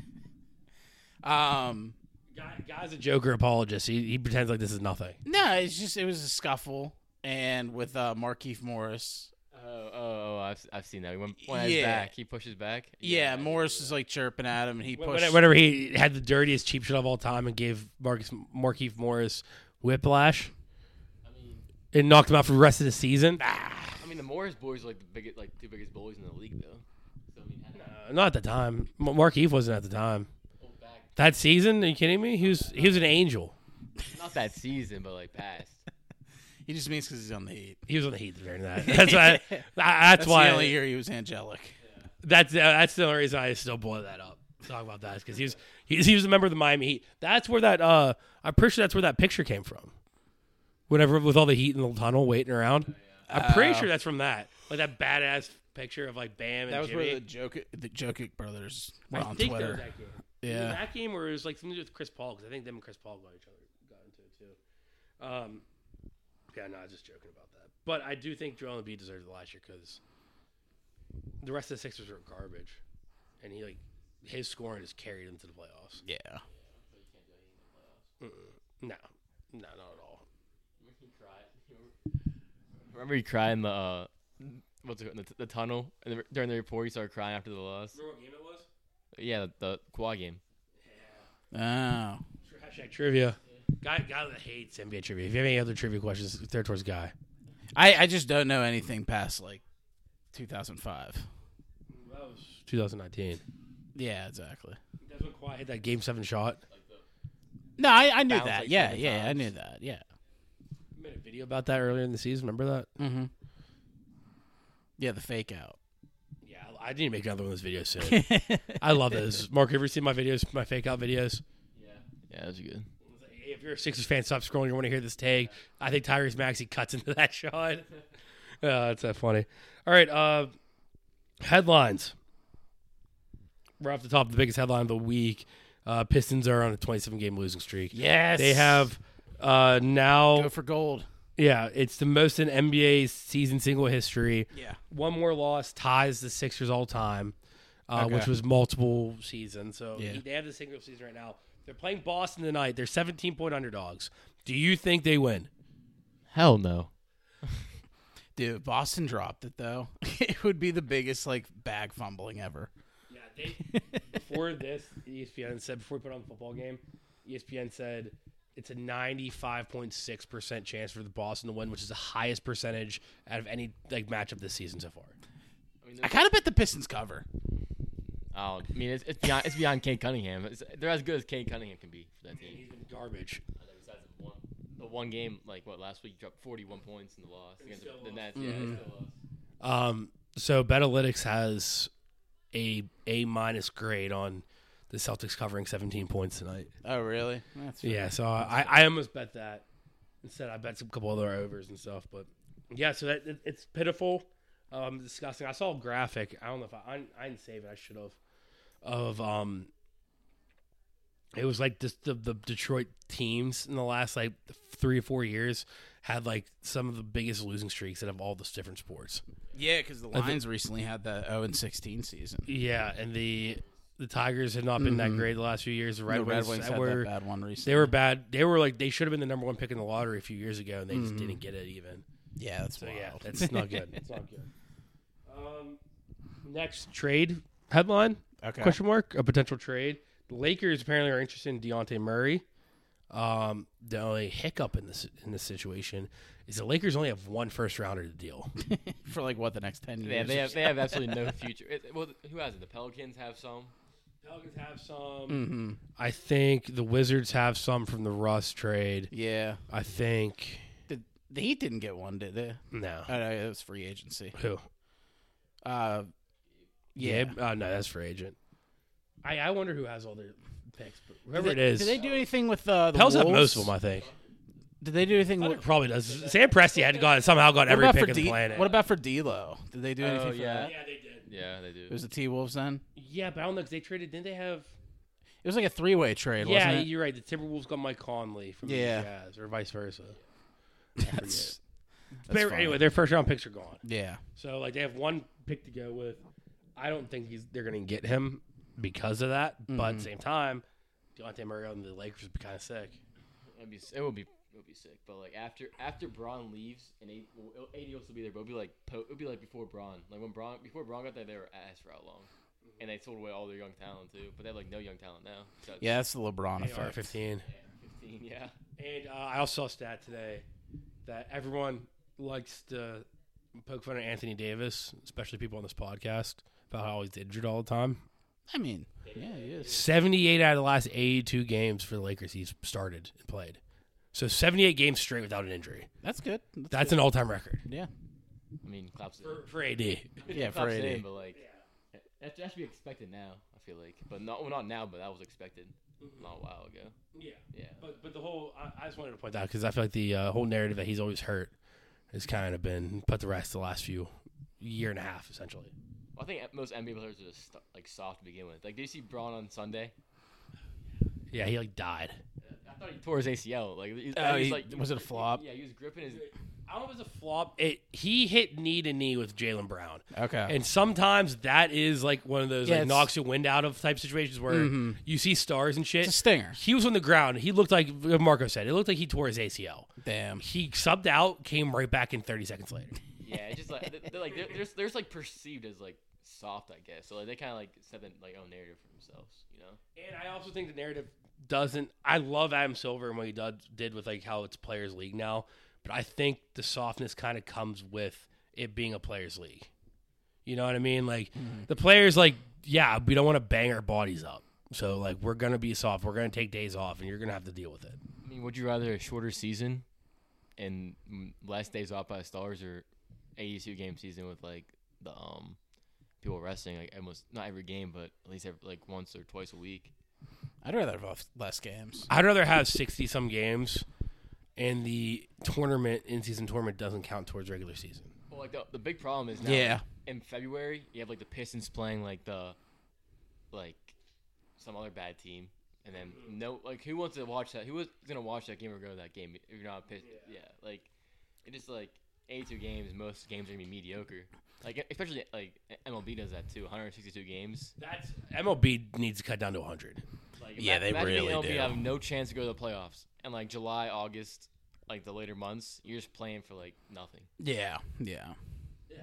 Speaker 1: Um.
Speaker 3: Guy, guy's a Joker apologist. He, he pretends like this is nothing.
Speaker 1: No, it's just it was a scuffle, and with uh, Markeith Morris.
Speaker 4: Oh, oh, oh, I've I've seen that. When, when
Speaker 1: Yeah.
Speaker 4: yeah. back, he pushes back.
Speaker 1: Yeah,
Speaker 4: I remember
Speaker 1: Morris
Speaker 4: that.
Speaker 1: is like chirping at him, and he
Speaker 3: When-
Speaker 1: pushed.
Speaker 3: Whenever he had the dirtiest cheap shot of all time and gave Marcus Markeith Morris whiplash
Speaker 4: I mean,
Speaker 3: and knocked him out for the rest of the season.
Speaker 4: I mean, the Morris boys are like the biggest, like two biggest bullies in the league though. So I mean, had that
Speaker 3: Uh, not at the time. M- Markeith wasn't at the time.
Speaker 4: pulled back
Speaker 3: That season? Are you kidding me? He was he was an angel.
Speaker 4: not that season, but like past.
Speaker 1: he just means because he's on the Heat.
Speaker 3: He was on the Heat during that. That's why. I- that's,
Speaker 1: That's
Speaker 3: why.
Speaker 1: the only year he was angelic.
Speaker 3: That's uh, that's the only reason I still boil that up. Talk about that because he was he, he was a member of the Miami Heat. That's where that uh I'm pretty sure that's where that picture came from. Whatever with all the heat in the tunnel waiting around, I'm pretty
Speaker 1: Uh,
Speaker 3: sure that's from that. Like that badass picture of like Bam and
Speaker 1: That was
Speaker 3: Jimmy.
Speaker 1: where the joke the Jokic brothers were
Speaker 3: I
Speaker 1: on
Speaker 3: think that was
Speaker 1: Twitter.
Speaker 3: that game.
Speaker 1: Yeah.
Speaker 3: Was it that game where it was like something to do with Chris Paul because I think them and Chris Paul got each other got into it too. Um, yeah, no, I was just joking about that. But I do think Joel Embiid deserved it last year because the rest of the Sixers were garbage, and he like his scoring just carried him to the playoffs.
Speaker 1: yeah.
Speaker 3: No, no, not at all.
Speaker 4: Remember he cried. Remember he cried in the uh, what's it called, in the, the tunnel And the- during the report. He started crying after the loss.
Speaker 3: Remember what game it was?
Speaker 4: Yeah, the, the Kawhi game.
Speaker 1: Oh.
Speaker 3: Hashtag trivia. Guy, guy that hates NBA trivia. If you have any other trivia questions, they're towards guy.
Speaker 1: I I just don't know anything past like 2005.
Speaker 3: 2019.
Speaker 1: Yeah, exactly.
Speaker 3: That's when Kawhi hit that game seven shot.
Speaker 1: No, I, I knew
Speaker 4: Bounce,
Speaker 1: that.
Speaker 4: like,
Speaker 1: yeah,
Speaker 4: seven
Speaker 1: yeah, I
Speaker 4: times.
Speaker 1: knew that. Yeah.
Speaker 3: I made a video about that earlier in the season. Remember that?
Speaker 1: Mm-hmm. Yeah, the fake out.
Speaker 3: Yeah, I I need to make another one of those videos soon. I love this. Mark, have you ever seen my videos, my fake out videos?
Speaker 4: Yeah, that was good.
Speaker 3: If you're a Sixers fan, stop scrolling. You want to hear this tag. I think Tyrese Maxey cuts into that shot. Uh, that's that funny. All right, uh, headlines. We're off the top of the biggest headline of the week. Uh, Pistons are on a 27 game losing streak.
Speaker 1: yes,
Speaker 3: They have uh, now,
Speaker 1: go for gold.
Speaker 3: yeah, it's the most in NBA season single history.
Speaker 1: Yeah.
Speaker 3: One more loss ties the Sixers all time, uh,
Speaker 1: Okay.
Speaker 3: which was multiple seasons. So
Speaker 1: Yeah.
Speaker 3: they have the single season right now. They're playing Boston tonight. They're 17 point underdogs. Do you think they win?
Speaker 4: Hell no.
Speaker 1: Dude, Boston dropped it though. it would be the biggest like bag fumbling ever.
Speaker 3: Yeah, they. before this, E ESPN said before we put on the football game, E ESPN said it's a 95.6 percent chance for the Boston to win, which is the highest percentage out of any like matchup this season so far.
Speaker 4: I mean,
Speaker 1: I kind of bet the Pistons cover.
Speaker 4: oh, I mean it's, it's beyond it's beyond Kane Cunningham. It's, they're as good as Kane Cunningham can be for that team.
Speaker 3: He's been garbage.
Speaker 4: Uh, Besides the one, the one game like what last week dropped 41 points in the loss against the,
Speaker 3: still
Speaker 4: the
Speaker 3: lost.
Speaker 4: Nets. Yeah, it's still lost.
Speaker 3: Um, so Betalytics has a A minus grade on the Celtics covering 17 points tonight.
Speaker 1: Oh, really? That's
Speaker 3: Yeah, so I, I almost bet that. Instead, I bet some couple other overs and stuff. But yeah, so that, it, it's pitiful, um, disgusting. I saw a graphic. I don't know if I I, I didn't save it. I should have. Of um, it was like just the the Detroit teams in the last like three or four years had like some of the biggest losing streaks out of all the different sports.
Speaker 1: yeah, because the Lions recently had that 0 and 16 season.
Speaker 3: Yeah, and the the Tigers had not been that great the last few years. The Mm-hmm. Red
Speaker 1: the Red
Speaker 3: Wings,
Speaker 1: Wings
Speaker 3: that
Speaker 1: had
Speaker 3: were
Speaker 1: that bad one recently.
Speaker 3: they were bad. They were like they should have been the number one pick in the lottery a few years ago, and they just didn't get it even.
Speaker 1: yeah, that's
Speaker 3: Mm-hmm. So
Speaker 1: wild.
Speaker 3: yeah, that's not good. It's not good. Um, next trade headline
Speaker 1: okay.
Speaker 3: question mark a potential trade. The Lakers apparently are interested in Deontay Murray. Um, the only hiccup in this in this situation is the Lakers only have one first rounder to deal.
Speaker 1: For like what the next 10 years?
Speaker 4: They have, they have they have absolutely no future. It, well, who has it? The Pelicans have some.
Speaker 3: Pelicans have some.
Speaker 1: mm-hmm.
Speaker 3: I think the Wizards have some from the Russ trade.
Speaker 1: Yeah,
Speaker 3: I think
Speaker 1: the, the Heat didn't get one, did they?
Speaker 3: no.
Speaker 1: Oh, no, it was free agency.
Speaker 3: Who?
Speaker 1: Uh, yeah.
Speaker 3: Yeah. Oh no, that's for agent. I, I wonder who has all their picks, but whoever
Speaker 1: Did
Speaker 3: it
Speaker 1: they-
Speaker 3: is,
Speaker 1: Did they do anything with uh, the
Speaker 3: Pels have
Speaker 1: Wolves?
Speaker 3: most of them. I think
Speaker 1: Did they do anything
Speaker 3: Thunder
Speaker 1: with
Speaker 3: probably does. Sam Presti had got somehow got every
Speaker 1: what about
Speaker 3: pick
Speaker 1: for
Speaker 3: in the
Speaker 1: D-
Speaker 3: planet.
Speaker 1: What about for D'Lo? Did they do
Speaker 4: Oh,
Speaker 1: anything for
Speaker 4: yeah.
Speaker 1: that?
Speaker 3: they did.
Speaker 4: Yeah, they do.
Speaker 1: It was the T Wolves then.
Speaker 3: Yeah, but I don't know because they traded. Didn't they have?
Speaker 1: It was like a three-way trade,
Speaker 3: yeah,
Speaker 1: wasn't it?
Speaker 3: you're right. The Timberwolves got Mike Conley from
Speaker 1: Yeah.
Speaker 3: the Jazz, or vice versa.
Speaker 1: That's, that's
Speaker 3: But
Speaker 1: fine.
Speaker 3: anyway, their first round picks are gone.
Speaker 1: yeah.
Speaker 3: So like they have one pick to go with. I don't think he's they're going to get him because of that. But at the same time, Deontay Murray on the Lakers would be kind of sick.
Speaker 4: It'd be, it would be it would be sick. But like after after Braun leaves and AD, well, AD will still be there, but it'll be like po- it'll be like before Braun. Like when Braun before Braun got there, they were ass for how long, and they sold away all their young talent too. But they have like no young talent now. So it's
Speaker 1: Yeah, that's the LeBron
Speaker 3: AR
Speaker 1: effect.
Speaker 3: fifteen.
Speaker 4: 15, yeah.
Speaker 3: And uh, I also saw a stat today that everyone likes to poke fun at Anthony Davis, especially people on this podcast, about how he's injured all the time.
Speaker 1: I mean, yeah, he is.
Speaker 3: 78 out of the last 82 games for the Lakers he's started and played. So 78 games straight without an injury.
Speaker 1: That's good.
Speaker 3: That's an all time record
Speaker 1: good. yeah,
Speaker 4: I mean, claps.
Speaker 3: for, for AD.
Speaker 1: yeah, for
Speaker 4: claps it in,
Speaker 1: AD.
Speaker 4: but like that, that should be expected now. I feel like, but not well, not now, but that was expected not a while ago.
Speaker 3: Yeah.
Speaker 4: Yeah.
Speaker 3: But, but the whole, I, I just wanted to point that because I feel like the uh, whole narrative that he's always hurt has kind of been put to rest the last few year and a half, essentially.
Speaker 4: Well, I think most NBA players are just st- like soft to begin with. Like, did you see Braun on Sunday?
Speaker 3: Yeah, he like died.
Speaker 4: I thought he tore his ACL. Like, he,
Speaker 1: Oh,
Speaker 4: he was
Speaker 1: he-
Speaker 4: like,
Speaker 1: was it a flop?
Speaker 4: Yeah, he was gripping his.
Speaker 3: I don't know if it's a flop. It, he hit knee to knee with Jalen Brown.
Speaker 1: Okay.
Speaker 3: And sometimes that is like one of those
Speaker 1: Yeah,
Speaker 3: like
Speaker 1: it's-
Speaker 3: knocks your wind out of type situations where you see stars and shit.
Speaker 1: It's a stinger.
Speaker 3: He was on the ground. He looked like like Marco said. It looked like he tore his ACL.
Speaker 1: Damn.
Speaker 3: He subbed out, came right back in 30 seconds later.
Speaker 4: Yeah, it's just like they're, they're like they're, they're, they're just, like perceived as like soft, I guess. So like they kind of like set their like own narrative for themselves, you know.
Speaker 3: And I also think the narrative doesn't. I love Adam Silver and what he did, did with like how it's players league now, but I think the softness kind of comes with it being a players league. You know what I mean? Like the players, like yeah, we don't want to bang our bodies up. So like we're gonna be soft. We're gonna take days off, and you're gonna have to deal with it.
Speaker 4: I mean, would you rather a shorter season and mm, less days off by stars or 82 game season with like the um people resting like almost not every game but at least every, like once or twice a week?
Speaker 1: I'd rather have off- less games.
Speaker 3: I'd rather have sixty some games, and the tournament in season tournament doesn't count towards regular season.
Speaker 4: Well, like the, the big problem is now
Speaker 1: Yeah.
Speaker 4: in February you have like the Pistons playing like the like some other bad team. And then no, like who wants to watch that? Who was gonna watch that game or go to that game if you're not pissed? Yeah, like it is like 82 games. Most games are gonna be mediocre. Like e, especially like MLB does that too. 162 games.
Speaker 3: That's MLB needs to cut down to hundred.
Speaker 4: Like,
Speaker 1: Yeah,
Speaker 4: ima-
Speaker 1: they
Speaker 4: imagine being
Speaker 1: really
Speaker 4: MLB
Speaker 1: do.
Speaker 4: have no chance to go to the playoffs. And like July, August, like the later months, you're just playing for like nothing.
Speaker 1: Yeah, yeah.
Speaker 3: Yeah,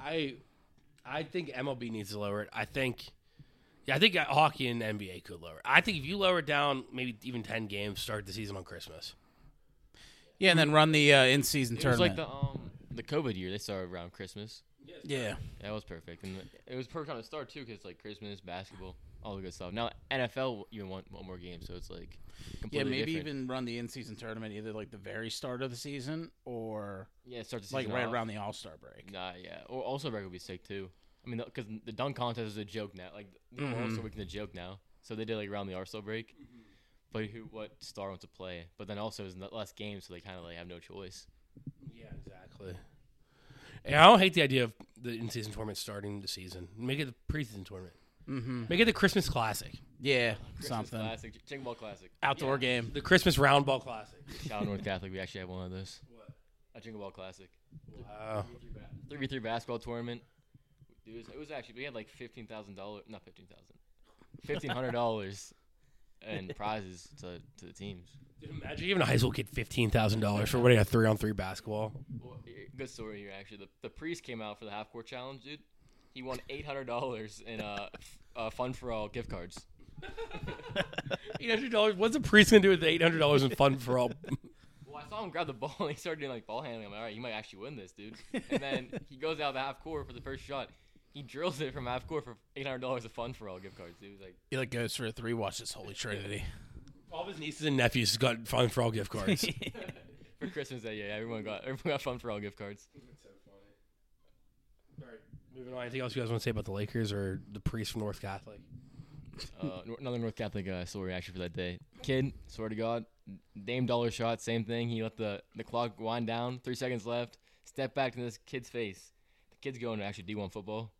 Speaker 3: I, I I think MLB needs to lower it. I think, yeah, I think hockey and NBA could lower. it. I think if you lower it down, maybe even ten games, start the season on Christmas.
Speaker 1: Yeah, and
Speaker 3: Mm.
Speaker 1: then run the uh, in season
Speaker 4: It was like
Speaker 1: tournament.
Speaker 4: the um the COVID year. They started around Christmas.
Speaker 1: yeah.
Speaker 4: That was perfect, and it was perfect time to start too, because like Christmas, basketball, all the good stuff. Now NFL, you want one more game, so it's like
Speaker 1: Yeah,
Speaker 4: completely
Speaker 1: maybe
Speaker 4: different.
Speaker 1: even run the in season tournament either like the very start of the season or
Speaker 4: yeah, start the
Speaker 1: like
Speaker 4: season
Speaker 1: right
Speaker 4: off.
Speaker 1: around the All Star break.
Speaker 4: Nah, yeah, or also reg would be sick too. I mean, because the dunk contest is a joke now. Like the
Speaker 1: Mhm.
Speaker 4: All Star week's a joke now, so they did like around the Arsenal break.
Speaker 1: Mm-hmm.
Speaker 4: But who, what star wants to play? But then also is less games, so they kind of like have no choice.
Speaker 3: Yeah, exactly. And I don't hate the idea of the in-season tournament starting the season. Make it the preseason tournament.
Speaker 1: Mm-hmm.
Speaker 3: Make it the Christmas Classic,
Speaker 1: Yeah,
Speaker 4: Christmas
Speaker 1: something
Speaker 4: classic, chicken ball classic.
Speaker 1: outdoor game.
Speaker 3: the Christmas Round Ball Classic.
Speaker 4: Shout out North Catholic, we actually have one of those. A jingle ball classic.
Speaker 3: Wow.
Speaker 4: three v three basketball tournament. It was, it was actually we had like fifteen thousand dollars, not fifteen thousand, fifteen hundred dollars, and prizes to to the teams.
Speaker 3: Dude, imagine even a high school kid fifteen thousand dollars for winning a three-on-three basketball.
Speaker 4: Well, eh, Good story here actually. The, the priest came out for the half court challenge, dude. He won eight hundred dollars in uh, f- uh fun for all gift cards.
Speaker 3: Eight hundred dollars. What's a priest gonna do with eight hundred dollars in fun for all?
Speaker 4: Well, I saw him grab the ball and he started doing like ball handling. I'm like, all right, you might actually win this, dude. And then he goes out of the half court for the first shot. He drills it from half court for eight hundred dollars of fun for all gift cards. Dude, It was like.
Speaker 1: He like goes for a three. Watch this Holy Trinity.
Speaker 3: All of his nieces and nephews got fun for all gift cards.
Speaker 4: For Christmas Day, yeah, yeah, everyone got everyone got fun for all gift cards.
Speaker 3: Moving on, anything else you guys want to say about the Lakers or the priest from North Catholic?
Speaker 4: Uh, nor- another North Catholic uh, story actually for that day. Kid, swear to God, Dame Dollar shot, same thing. He let the the clock wind down, three seconds left. Step back to this kid's face. The kid's going to actually D1 football.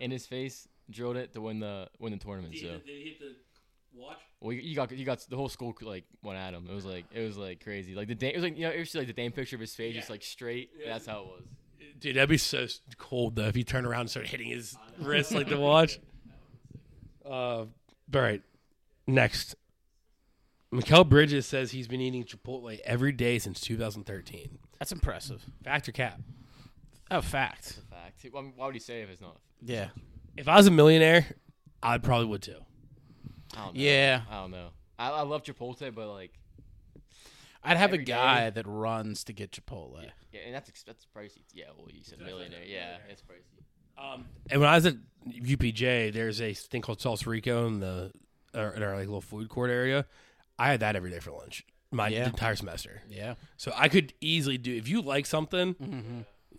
Speaker 4: In his face, drilled it to win the win the tournament. So,
Speaker 3: he hit the watch?
Speaker 4: well, you, you got you got the whole school like went at him. It was like it was like crazy. Like the Dame, it was like you know, it was like the Dame picture of his face, just like straight. That's how it was.
Speaker 3: Dude, that'd be so s- cold though if he turned around and started hitting his wrist like the watch. Uh, all right, next. Mikel Bridges says he's been eating Chipotle every day since 2013.
Speaker 1: That's impressive.
Speaker 3: Factor cap.
Speaker 1: Oh, fact.
Speaker 4: It's a fact. Why why would he say if it's not?
Speaker 1: Yeah,
Speaker 3: If I was a millionaire, I probably would too.
Speaker 4: I don't know.
Speaker 1: yeah.
Speaker 4: I don't know. I, I love Chipotle, but like
Speaker 1: I'd have a
Speaker 4: Every
Speaker 1: guy that runs to get Chipotle.
Speaker 4: Yeah, and that's ex- that's pricey. Yeah, well, you said millionaire. Yeah, it's pricey.
Speaker 3: Um, and when I was at UPJ, there's a thing called Salsa Rico in the or in our like little food court area. I had that every day for lunch my
Speaker 1: Yeah.
Speaker 3: entire semester.
Speaker 1: Yeah,
Speaker 3: So I could easily do if you like something,
Speaker 1: Mm-hmm.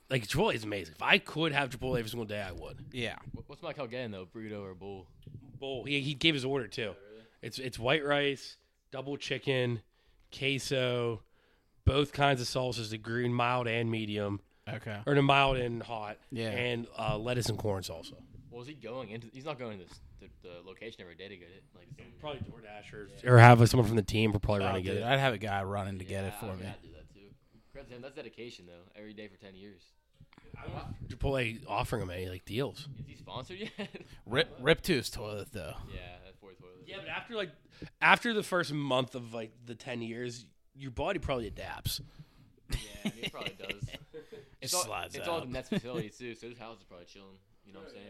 Speaker 3: like Chipotle is amazing. If I could have Chipotle every single day, I would.
Speaker 1: yeah.
Speaker 4: Wh- What's Michael getting though? Burrito or bull?
Speaker 3: Bowl. He, he gave his order too.
Speaker 1: Oh,
Speaker 3: It's it's white rice, double chicken, queso, both kinds of sauces: the green, mild, and medium,
Speaker 1: Okay.
Speaker 3: or the mild and hot.
Speaker 1: Yeah.
Speaker 3: and uh, lettuce and corn salsa.
Speaker 4: Well, is he going into? He's not going to this, the, the location every day to get it. Like some-
Speaker 3: Probably DoorDash or, or have someone from the team. We're probably
Speaker 1: Oh,
Speaker 3: running
Speaker 1: dude,
Speaker 3: it.
Speaker 1: I'd have a guy running to get it
Speaker 4: Yeah, I
Speaker 1: for
Speaker 4: mean,
Speaker 1: me.
Speaker 4: I'd do that too. Congrats to him. That's dedication though. Every day for ten years.
Speaker 3: Chipotle offering them any like deals.
Speaker 4: Is he sponsored yet? yeah,
Speaker 1: Rip, rip to his toilet though.
Speaker 4: that's fourth toilet.
Speaker 3: Yeah, but after like after the first month of like the ten years, your body probably adapts.
Speaker 4: yeah, he probably does. It's
Speaker 1: Just
Speaker 4: all,
Speaker 1: slides
Speaker 4: it's all
Speaker 1: out.
Speaker 4: the Nets facility too, so his house is probably chilling. You know what I'm saying?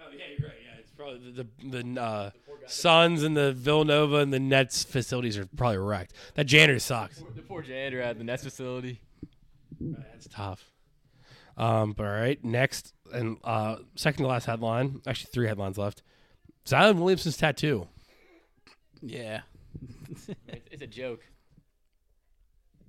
Speaker 3: Oh yeah, you're right. Yeah, it's probably the the, the uh, Suns and the Villanova and the Nets facilities are probably wrecked. That janitor sucks.
Speaker 4: The poor janitor at the Nets facility.
Speaker 3: That's tough. Um, but all right, next and uh, second to last headline. Actually, three headlines left. Zion Williamson's tattoo.
Speaker 1: Yeah.
Speaker 4: It's, it's a joke.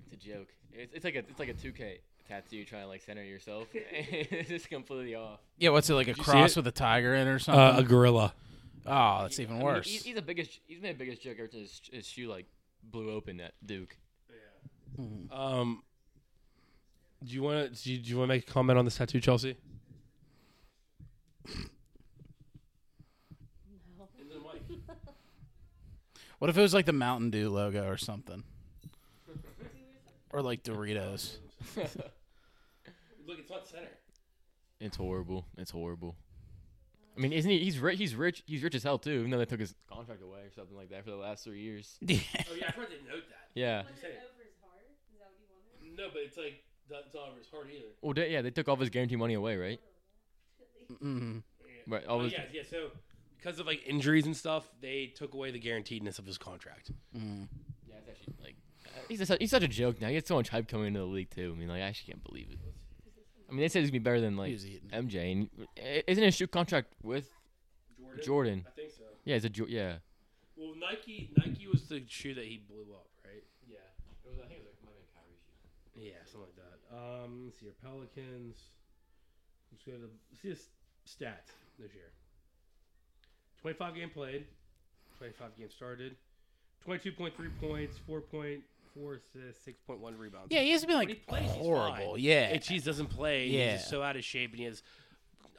Speaker 4: It's a joke. It's, it's like a it's like a 2K tattoo trying to like center yourself. it's just completely off.
Speaker 1: Yeah, what's it like a
Speaker 3: you see
Speaker 1: cross
Speaker 3: it?
Speaker 1: with a tiger in it or
Speaker 3: Uh, a
Speaker 1: something?
Speaker 3: gorilla.
Speaker 1: oh, that's even
Speaker 4: I mean, e-,
Speaker 1: worse.
Speaker 4: he- he's the biggest. He's been the biggest joke ever since his, his shoe like blew open at Duke.
Speaker 3: Um, do you want to? Do you, do you want to make a comment on this tattoo, Chelsea?
Speaker 1: what if it was like the Mountain Dew logo or something? or like Doritos.
Speaker 3: Look, it's not center.
Speaker 4: It's horrible. It's horrible. I mean, isn't he? He's rich. He's rich. He's rich as hell too. Even though they took his contract away or something like that for the last three years.
Speaker 1: Yeah.
Speaker 3: Oh yeah, I forgot to note that.
Speaker 4: Yeah.
Speaker 2: Want
Speaker 3: Say
Speaker 2: it
Speaker 3: it.
Speaker 2: over his heart? Is that what you wanted?
Speaker 3: No, but it's like that's not over his heart either.
Speaker 4: Well, they, yeah, they took all of his guarantee money away, right?
Speaker 1: Mm.
Speaker 4: Right. All
Speaker 3: Oh,
Speaker 4: his,
Speaker 3: yeah, yeah. So because of like injuries and stuff, they took away the guaranteedness of his contract.
Speaker 4: Yeah, it's actually like uh, he's just, he's such a joke now. He gets so much hype coming into the league too. I mean, like I actually can't believe it. I mean, they said he's gonna be better than
Speaker 1: He
Speaker 4: like
Speaker 1: was eating.
Speaker 4: MJ. And uh, i- isn't his shoe contract with
Speaker 3: Jordan.
Speaker 4: Jordan?
Speaker 3: I think so.
Speaker 4: Yeah, it's a jo- yeah.
Speaker 3: Well, Nike Nike was the shoe that he blew up, right? Yeah.
Speaker 4: It was, I think it was like, might have been Kyrie's shoe.
Speaker 3: Yeah, something like that. Um, let's see your Pelicans. Let's go to the, let's see his stats this year. Twenty-five game played, twenty-five games started, twenty-two point three points, four point four assists, six point one rebounds.
Speaker 1: Yeah, he has to be
Speaker 3: he
Speaker 1: like
Speaker 3: plays, he's
Speaker 1: horrible.
Speaker 3: fine.
Speaker 1: Yeah.
Speaker 3: and Cheese doesn't play. Yeah.
Speaker 1: Yeah.
Speaker 3: He's just so out of shape, and he has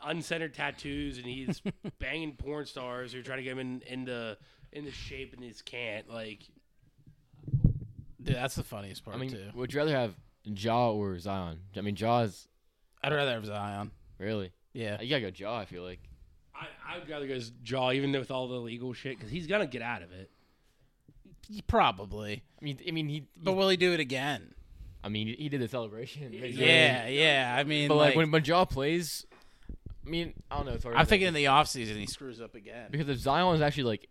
Speaker 3: uncentered tattoos, and he's banging porn stars who are trying to get him in, into into shape, and he just can't. Like,
Speaker 1: Dude, that's the funniest part
Speaker 4: I mean,
Speaker 1: too.
Speaker 4: would you rather have Jaw or Zion? I mean, Jaw's
Speaker 1: I'd rather have Zion.
Speaker 4: really. Uh,
Speaker 1: Yeah.
Speaker 4: You gotta go Jaw. I feel like.
Speaker 3: I, I'd rather go Jaw, even though with all the legal shit, because he's gonna get out of it.
Speaker 1: Probably.
Speaker 4: I mean, I mean he.
Speaker 1: But will he do it again?
Speaker 4: I mean, he did the celebration.
Speaker 1: Yeah, yeah. I mean,
Speaker 4: But like,
Speaker 1: like,
Speaker 4: when when Jaw plays, I mean, I don't know. It's hard to
Speaker 1: I'm
Speaker 4: say.
Speaker 1: thinking in the offseason he screws up again.
Speaker 4: Because if Zion was actually like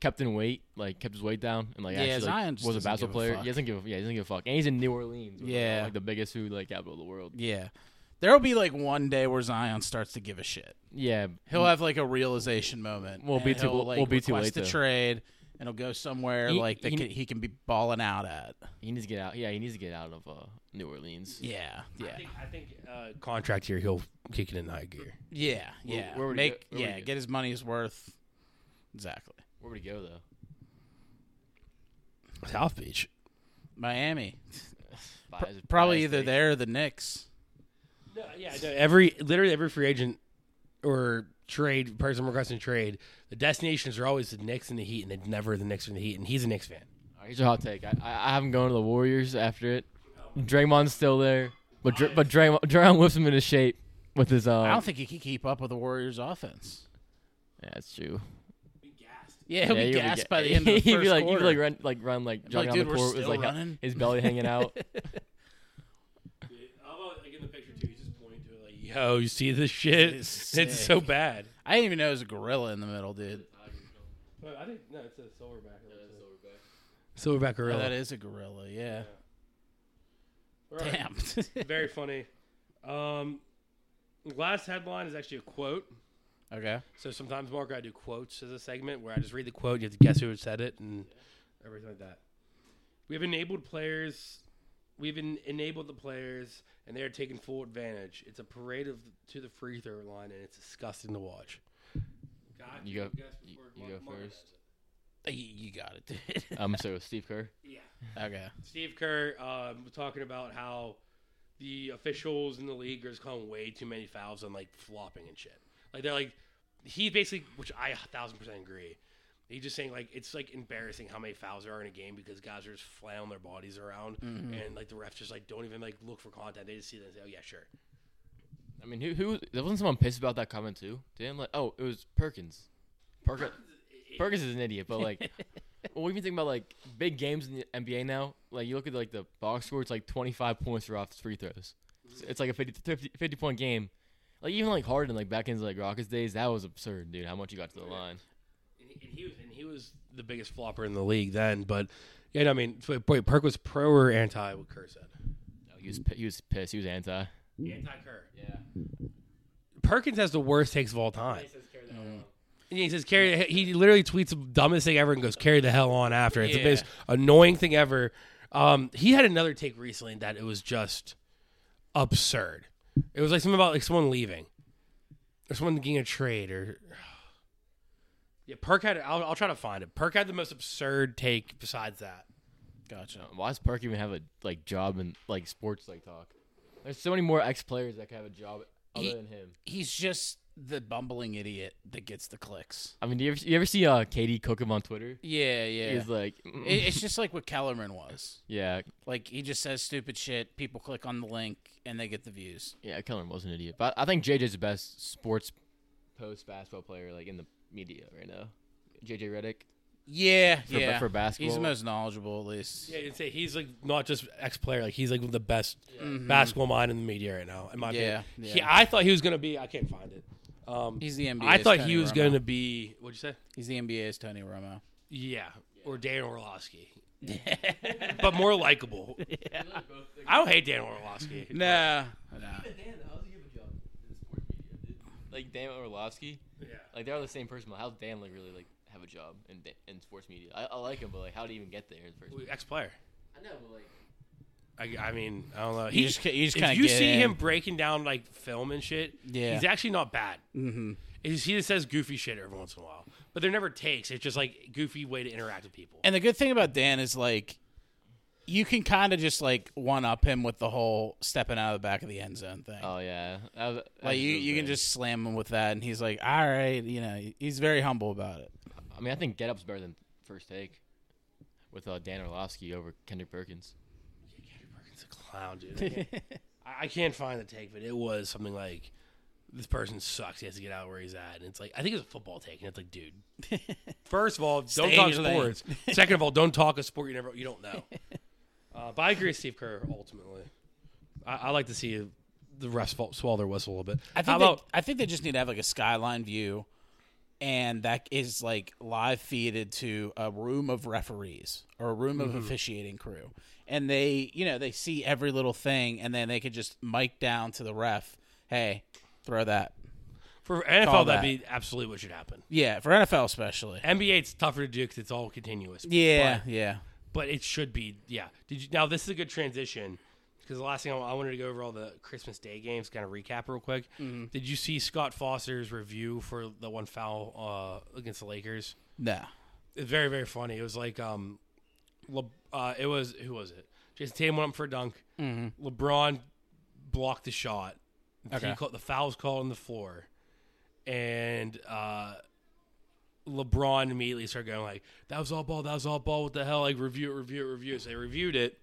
Speaker 4: kept in weight, like kept his weight down, and like
Speaker 1: Yeah,
Speaker 4: actually like,
Speaker 1: Zion just
Speaker 4: was a
Speaker 1: doesn't
Speaker 4: basketball
Speaker 1: give a
Speaker 4: player,
Speaker 1: fuck.
Speaker 4: he doesn't give a, yeah, he doesn't give a fuck, and he's in New Orleans, which is,
Speaker 1: Yeah.
Speaker 4: like the biggest food like capital of the world.
Speaker 1: Yeah. There'll be like one day where Zion starts to give a shit.
Speaker 4: Yeah,
Speaker 1: He'll have like a realization moment.
Speaker 4: Mm. We'll
Speaker 1: and
Speaker 4: be too-
Speaker 1: he'll,
Speaker 4: we'll-
Speaker 1: like,
Speaker 4: we'll be too
Speaker 1: request
Speaker 4: late,
Speaker 1: the
Speaker 4: though.
Speaker 1: trade, and he'll go somewhere
Speaker 4: He-
Speaker 1: like that
Speaker 4: he-
Speaker 1: can, he can be balling out at.
Speaker 4: he needs to get out. Yeah, he needs to get out of uh, New Orleans.
Speaker 1: Yeah,
Speaker 3: I
Speaker 1: yeah,
Speaker 3: think, I think uh, contract here, he'll kick it in high gear.
Speaker 1: yeah, yeah.
Speaker 4: where would he
Speaker 1: Make
Speaker 4: go- where would
Speaker 1: yeah,
Speaker 4: he go?
Speaker 1: get his money's worth. Exactly.
Speaker 4: Where would he go though?
Speaker 3: South Beach.
Speaker 1: Miami,
Speaker 4: Buy his- buy
Speaker 1: probably
Speaker 4: his
Speaker 1: either
Speaker 4: thing.
Speaker 1: there or the Knicks.
Speaker 3: No, yeah, no, every literally every free agent or trade person requesting trade, the destinations are always the Knicks and the Heat, and it's never the Knicks and the Heat, and he's a Knicks fan.
Speaker 4: All right, here's a hot take. I, I I haven't gone to the Warriors after it. Draymond's still there, but Dr- but Draymond Draymond whips him into shape with his. Uh,
Speaker 1: I don't think he can keep up with the Warriors' offense.
Speaker 4: yeah, that's true.
Speaker 1: Yeah, he'll
Speaker 4: Yeah,
Speaker 1: be
Speaker 4: you'll
Speaker 1: gassed
Speaker 4: ga-
Speaker 1: by the end of the
Speaker 4: he'd
Speaker 1: first
Speaker 4: be like,
Speaker 1: quarter.
Speaker 4: He'd be like run, like run, like jogging
Speaker 1: "Dude,
Speaker 4: on
Speaker 1: we're
Speaker 4: the court with
Speaker 1: still
Speaker 4: like
Speaker 1: running."
Speaker 4: his belly hanging out.
Speaker 3: How about like in the picture too? He's just pointing to it like, "Yo, you see this shit?
Speaker 1: It's
Speaker 3: It's,
Speaker 1: sick.
Speaker 3: so bad."
Speaker 1: I didn't even know it was a gorilla in the middle, dude.
Speaker 3: I think no, it's a silverback. silverback. Silverback
Speaker 1: Oh,
Speaker 3: gorilla.
Speaker 1: that is a gorilla. Yeah. Damn.
Speaker 3: Very funny. Um, last headline is actually a quote.
Speaker 1: okay.
Speaker 3: So sometimes, Mark, I do quotes as a segment where I just read the quote. You have to guess who said it and everything like that. We have enabled players. We've en- enabled the players, and they are taking full advantage. It's a parade of to the free throw line, and it's disgusting to watch.
Speaker 4: You go- you- you go first.
Speaker 1: You, you got it, dude.
Speaker 4: Um, so Steve Kerr.
Speaker 3: Yeah.
Speaker 1: okay.
Speaker 3: Steve Kerr um, was talking about how the officials in the league are just calling way too many fouls and like flopping and shit. Like they're like he basically, which I a thousand percent agree. He's just saying like it's like embarrassing how many fouls there are in a game because guys are just flailing their bodies around and like the refs just like don't even like look for contact. They just see that and say, oh yeah, sure.
Speaker 4: I mean, who who there wasn't someone pissed about that comment too? Damn, like oh, it was Perkins. Perkins Perkins is an idiot, but like, well, we even think about like big games in the NBA now. Like you look at like the box score, it's like 25 points for off free throws. It's, it's like a 50, 50 50 point game. Like even like Harden, like back in like Rockets days, that was absurd, dude. How much you got to the line?
Speaker 3: And he, and he was and he was the biggest flopper in the league then. But yeah, no, I mean, so, boy, Perk was pro or anti what Kerr said.
Speaker 4: No, he was pi- he was pissed. He was anti.
Speaker 3: Anti Kerr.
Speaker 4: Yeah.
Speaker 3: Perkins has the worst takes of all time. And he says, "Carry." He literally tweets the dumbest thing ever and goes, "Carry the hell on." After it's
Speaker 1: Yeah.
Speaker 3: the most annoying thing ever. Um, he had another take recently that it was just absurd. It was like something about like someone leaving or someone getting a trade or. Yeah, Perk had. I'll, I'll try to find it. Perk had the most absurd take besides that.
Speaker 1: Gotcha.
Speaker 4: Why does Perk even have a like job in like sports like talk? There's so many more ex players that could have a job other
Speaker 1: He-
Speaker 4: than him.
Speaker 1: He's just the bumbling idiot that gets the clicks.
Speaker 4: I mean, do you ever, you ever see uh, Katie cook him on Twitter?
Speaker 1: Yeah, yeah.
Speaker 4: He's like,
Speaker 1: It- it's just like what Kellerman was.
Speaker 4: yeah,
Speaker 1: Like he just says stupid shit. People click on the link and they get the views.
Speaker 4: yeah. Kellen was an idiot, but I think JJ's the best sports post basketball player like in the media right now. JJ Reddick.
Speaker 1: Yeah,
Speaker 4: For-
Speaker 1: yeah.
Speaker 4: for basketball?
Speaker 1: he's the most knowledgeable, at least.
Speaker 3: Yeah, you'd say he's like not just ex player, like he's like the best
Speaker 1: Mhm.
Speaker 3: basketball mind in the media right now. In my
Speaker 1: Yeah,
Speaker 3: opinion, He,
Speaker 1: yeah.
Speaker 3: I thought he was gonna be. I can't find it. Um,
Speaker 1: He's the NBA.
Speaker 3: I thought he was gonna be. What'd you say?
Speaker 1: He's the NBA's Tony Romo.
Speaker 3: Yeah, or Dan Orlovsky, but more likable. I don't hate Dan Orlovsky.
Speaker 1: Nah, nah.
Speaker 4: Dan, how's he give a job in sports media, dude? Like Dan Orlovsky,
Speaker 3: Yeah.
Speaker 4: like they're all the same person. but How's Dan like really like have a job in da- in sports media? I, I like him, but like how did he even get there in the first place?
Speaker 3: ex player.
Speaker 4: I know, but like
Speaker 3: I, I mean, I don't know.
Speaker 1: You just ca- you just
Speaker 3: if
Speaker 1: kinda
Speaker 3: you
Speaker 1: get
Speaker 3: see
Speaker 1: in.
Speaker 3: him breaking down like film and shit,
Speaker 1: Yeah.
Speaker 3: he's actually not bad.
Speaker 1: Mm-hmm.
Speaker 3: It's just, he just says goofy shit every once in a while, but they're never takes. It's just like goofy way to interact with people.
Speaker 1: And the good thing about Dan is like, you can kind of just like one up him with the whole stepping out of the back of the end zone thing.
Speaker 4: oh yeah, that was- that
Speaker 1: like
Speaker 4: was
Speaker 1: you,
Speaker 4: really
Speaker 1: you can
Speaker 4: bad.
Speaker 1: just slam him with that, and he's like, all right, you know, he's very humble about it.
Speaker 4: I mean, I think Get Up's better than First Take with uh, Dan Orlovsky over Kendrick Perkins.
Speaker 3: It's a clown, dude. I can't, I I can't find the take, but it was something like this person sucks. He has to get out where he's at, and it's like I think it's a football take, and it's like, dude. First of all, don't
Speaker 1: Stay in
Speaker 3: talk
Speaker 1: your lane.
Speaker 3: sports. Second of all, don't talk a sport you never you don't know. Uh, but I agree with Steve Kerr ultimately. I, I like to see the refs fall, swallow their whistle a little bit.
Speaker 1: I
Speaker 3: How
Speaker 1: think they,
Speaker 3: about
Speaker 1: I think they just need to have like a skyline view, and that is like live feeded to a room of referees or a room
Speaker 3: Mm-hmm.
Speaker 1: of officiating crew, and they you know they see every little thing, and then they could just mic down to the ref, hey, throw that.
Speaker 3: for NFL
Speaker 1: call
Speaker 3: that'd
Speaker 1: that.
Speaker 3: be absolutely what should happen.
Speaker 1: Yeah, for NFL especially.
Speaker 3: NBA it's tougher to do because it's all continuous.
Speaker 1: Yeah,
Speaker 3: but-
Speaker 1: yeah.
Speaker 3: but it should be yeah did you now this is a good transition because the last thing I, I wanted to go over all the christmas day games kind of recap real quick did you see scott foster's review for the one foul uh, against the lakers
Speaker 1: No.
Speaker 3: it's very very funny it was like um Le, uh, it was who was it jason tatum went up for a dunk lebron blocked the shot
Speaker 1: Mm-hmm. Okay.
Speaker 3: he called, the foul's called on the floor and uh LeBron immediately started going like, "That was all ball. That was all ball. What the hell? Like review it, review it, review it." So they reviewed it,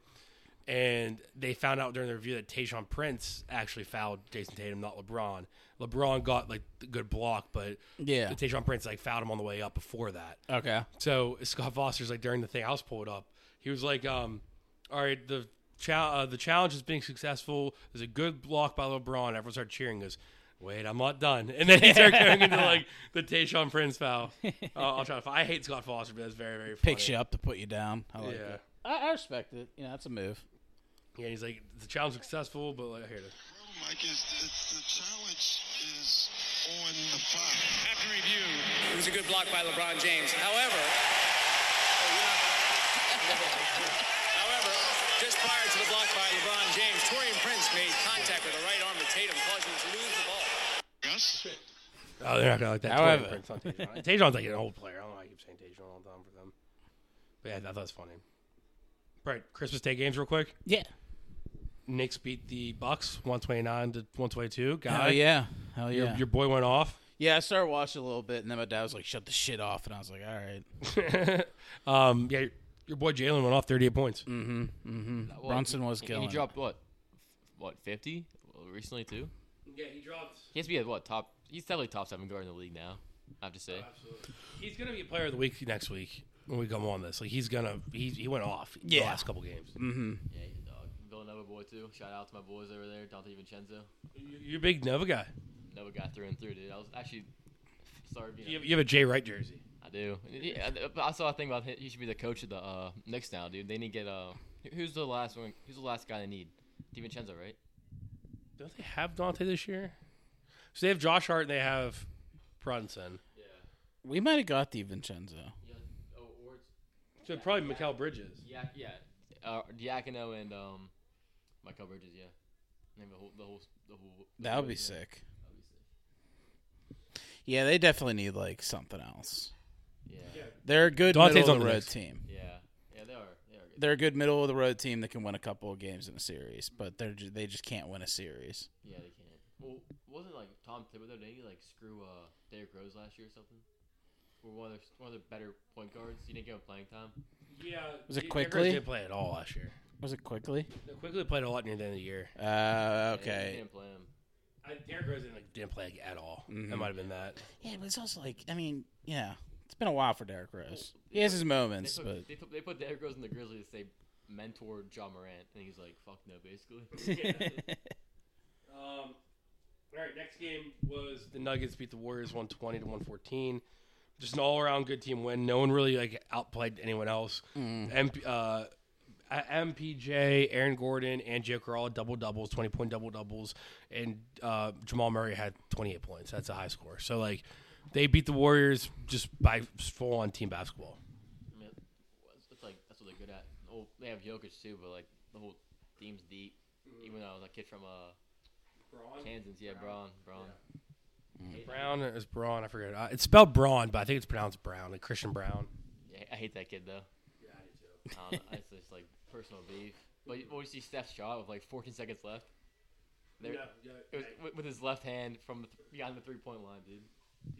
Speaker 3: and they found out during the review that Tayshawn Prince actually fouled Jason Tatum, not LeBron. LeBron got like the good block, but
Speaker 1: Yeah.
Speaker 3: Tayshawn Prince like fouled him on the way up before that.
Speaker 1: Okay.
Speaker 3: So Scott Foster's like during the thing I was pulled up, he was like, um, "All right, the chal uh, the challenge is being successful. There's a good block by LeBron." Everyone started cheering. He Goes, "Wait, I'm not done." And then he started going into like the Tayshawn Prince foul. Uh, I'll try to. Find, I hate Scott Foster, but that's very very funny.
Speaker 1: Picks you up to put you down. I like
Speaker 3: Yeah.
Speaker 1: it. I, I respect it. You know, that's a move.
Speaker 3: Yeah, and he's like, "The challenge is successful, but like, here it is."
Speaker 5: Mike, is the, the challenge is on the five. After review,
Speaker 6: It was a good block by LeBron James. However, however, just prior to the block by LeBron James, Torian Prince made contact with the right arm of Tatum, causing him to lose the ball.
Speaker 5: Gus.
Speaker 3: Oh, they're not gonna like that.
Speaker 1: However-
Speaker 3: However, Prince, not Tayshaun. Tayshawn's like an old player. I don't know why I keep saying Tayshawn all the time for them. But yeah, I thought that was funny. Right, Christmas Day games real quick.
Speaker 1: Yeah.
Speaker 3: Knicks beat the Bucks 129 to 122. Guy,
Speaker 1: Hell Oh, yeah. Hell
Speaker 3: Your,
Speaker 1: yeah.
Speaker 3: your boy went off.
Speaker 1: Yeah, I started watching a little bit, and then my dad was like, "Shut the shit off," and I was like, "All right."
Speaker 3: Um, yeah, your, your boy Jalen went off 38 points.
Speaker 1: Mm.
Speaker 4: Uh, Well,
Speaker 1: Brunson was
Speaker 4: and
Speaker 1: killing.
Speaker 4: He
Speaker 1: it.
Speaker 4: dropped what, what fifty recently too.
Speaker 3: Yeah, he dropped.
Speaker 4: He has to be at what top? He's definitely top seven guard in the league now. I have to say.
Speaker 3: He's gonna be a player of the week next week when we come on this. Like he's gonna he he went off the
Speaker 1: Yeah. Mm.
Speaker 3: last couple games.
Speaker 4: Yeah, he's a dog. Villanova boy too. Shout out to my boys over there, Dante Vincenzo.
Speaker 3: You- You're a big Nova guy.
Speaker 4: Nova got through and through, dude. I was actually started. You know,
Speaker 3: You have, you have a Jay Wright jersey.
Speaker 4: I do. Yeah, but I saw a thing about him. he should be the coach of the uh, Knicks now, dude. They need to get uh, who's the last one? Who's the last guy they need? DiVincenzo, right?
Speaker 3: Don't they have Dante this year? So they have Josh Hart and they have Brunson.
Speaker 1: We might have got DiVincenzo.
Speaker 4: Oh, or it's,
Speaker 3: So probably Mikel Bridges.
Speaker 4: yeah, yeah. Uh, Diacono and um, Michael Bridges, yeah. Name the whole, the whole, the whole.
Speaker 1: That would be sick. Yeah, they definitely need like something else.
Speaker 4: Yeah,
Speaker 1: They're a good
Speaker 3: Dante's
Speaker 1: middle
Speaker 3: on
Speaker 1: of
Speaker 3: the
Speaker 1: the road
Speaker 3: Knicks.
Speaker 1: team.
Speaker 4: yeah, yeah. They are, they are good.
Speaker 1: They're a good middle of the road team that can win a couple of games in a series, but they're ju- they just can't win a series.
Speaker 4: Yeah, they can't. Well, wasn't like Tom Thibodeau? Didn't he like screw uh, Derrick Rose last year or something? Or one of their one of their better point guards. You didn't give him playing time.
Speaker 3: Yeah.
Speaker 1: Was it
Speaker 3: Derrick
Speaker 1: Quickly?
Speaker 3: Rose Didn't play at all last year.
Speaker 1: Was it quickly?
Speaker 3: No, quickly played a lot near the end of the year.
Speaker 1: Uh,
Speaker 4: Yeah, you
Speaker 1: okay.
Speaker 4: didn't play him.
Speaker 3: I, Derrick Rose didn't, like, didn't play like, at all. That
Speaker 1: Mhm.
Speaker 3: might have been that.
Speaker 1: Yeah, but it's also like I mean, yeah, it's been a while for Derrick Rose. He has his
Speaker 4: They
Speaker 1: moments,
Speaker 4: put,
Speaker 1: but
Speaker 4: they, put, they put Derrick Rose in the Grizzlies. They mentored John Morant, and he's like, "Fuck no," basically.
Speaker 3: Um, all right, next game was the Nuggets beat the Warriors 120 to 114. Just an all-around good team win. No one really like outplayed anyone else. MP, uh, uh, MPJ, Aaron Gordon, and Joker all double doubles, 20 point double doubles, and uh, Jamal Murray had 28 points. That's a high score. So like, they beat the Warriors just by full on team basketball.
Speaker 4: I mean, it's, it's like that's what they're good at. Well, they have Jokic too, but like the whole team's deep. Even though that kid from uh, Kansas, yeah, Braun, Braun.
Speaker 3: Brown is Braun. I forget. Uh, it's spelled Braun, but I think it's pronounced Brown, like Christian Brown.
Speaker 4: Yeah, I hate that kid though. Yeah, I do too. it's just like personal beef. But you always see Steph's shot with like 14 seconds left. There, it was with- with his left hand from the th- behind the three point line, dude.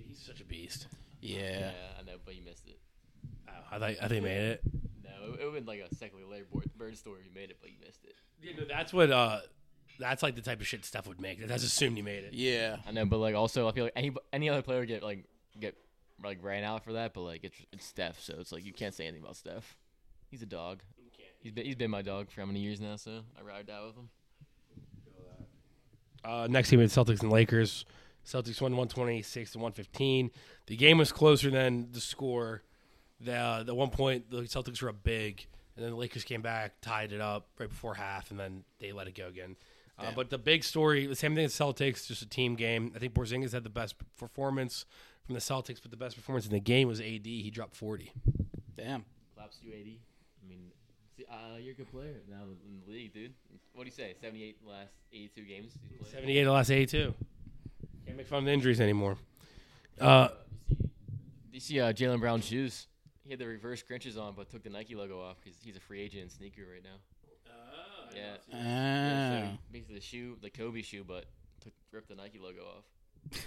Speaker 3: He's such a beast.
Speaker 1: yeah,
Speaker 4: I know, but you missed it.
Speaker 3: Oh, I thought I think he made it.
Speaker 4: No, it, it would been like a second later board, bird story. You made it, but you missed it.
Speaker 3: Yeah, no, that's what. uh That's like the type of shit Steph would make. That's assumed he made it.
Speaker 1: yeah.
Speaker 4: I know, but like also, I feel like any any other player would get like get like ran out for that, but like it's it's Steph, so it's like you can't say anything about Steph. He's a dog. He's been he's been my dog for how many years now? So I ride or die with him.
Speaker 3: Uh, next game, we had Celtics and Lakers. Celtics won one twenty six to one fifteen. The game was closer than the score. The uh, the one point the Celtics were up big, and then the Lakers came back, tied it up right before half, and then they let it go again. Uh, but the big story, the same thing as Celtics, just a team game. I think Porzingis had the best performance from the Celtics, but the best performance in the game was AD. He dropped forty.
Speaker 1: Damn.
Speaker 4: Claps you eighty. I mean, see, uh, you're a good player now in the league, dude. What do you say? Seventy eight last eighty two games. He's played.
Speaker 3: 78 to last 82. Can't make fun of the injuries anymore. Uh,
Speaker 4: Do you see uh, Jalen Brown's shoes? He had the reverse Grinches on, but took the Nike logo off because he's a free agent in sneaker right now. yeah.
Speaker 1: Uh,
Speaker 4: yeah so
Speaker 1: Ah.
Speaker 4: basically, the shoe, the Kobe shoe, but took, ripped the Nike logo off.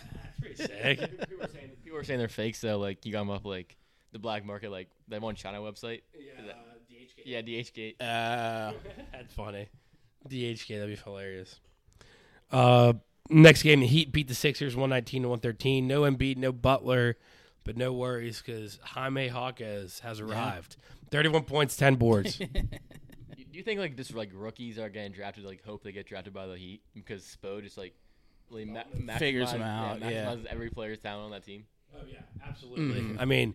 Speaker 3: sick.
Speaker 4: people were saying people were saying they're fakes though. Like you got them off like the black market, like that one China website. Yeah, Yeah, DHgate.
Speaker 1: Uh,
Speaker 3: That's funny. DHK, that'd be hilarious. Uh, next game, the Heat beat the Sixers 119 to 113. No Embiid, no Butler, but no worries because Jaime Hawkes has arrived. 31 points, 10 boards.
Speaker 4: Do do you think like this like rookies are getting drafted? Like hope they get drafted by the Heat because Spo just like really ma-
Speaker 1: Figures them
Speaker 4: maximize-
Speaker 1: out, yeah.
Speaker 4: maximizes every player's talent on that team.
Speaker 3: oh, yeah, absolutely. Mm-hmm. I mean,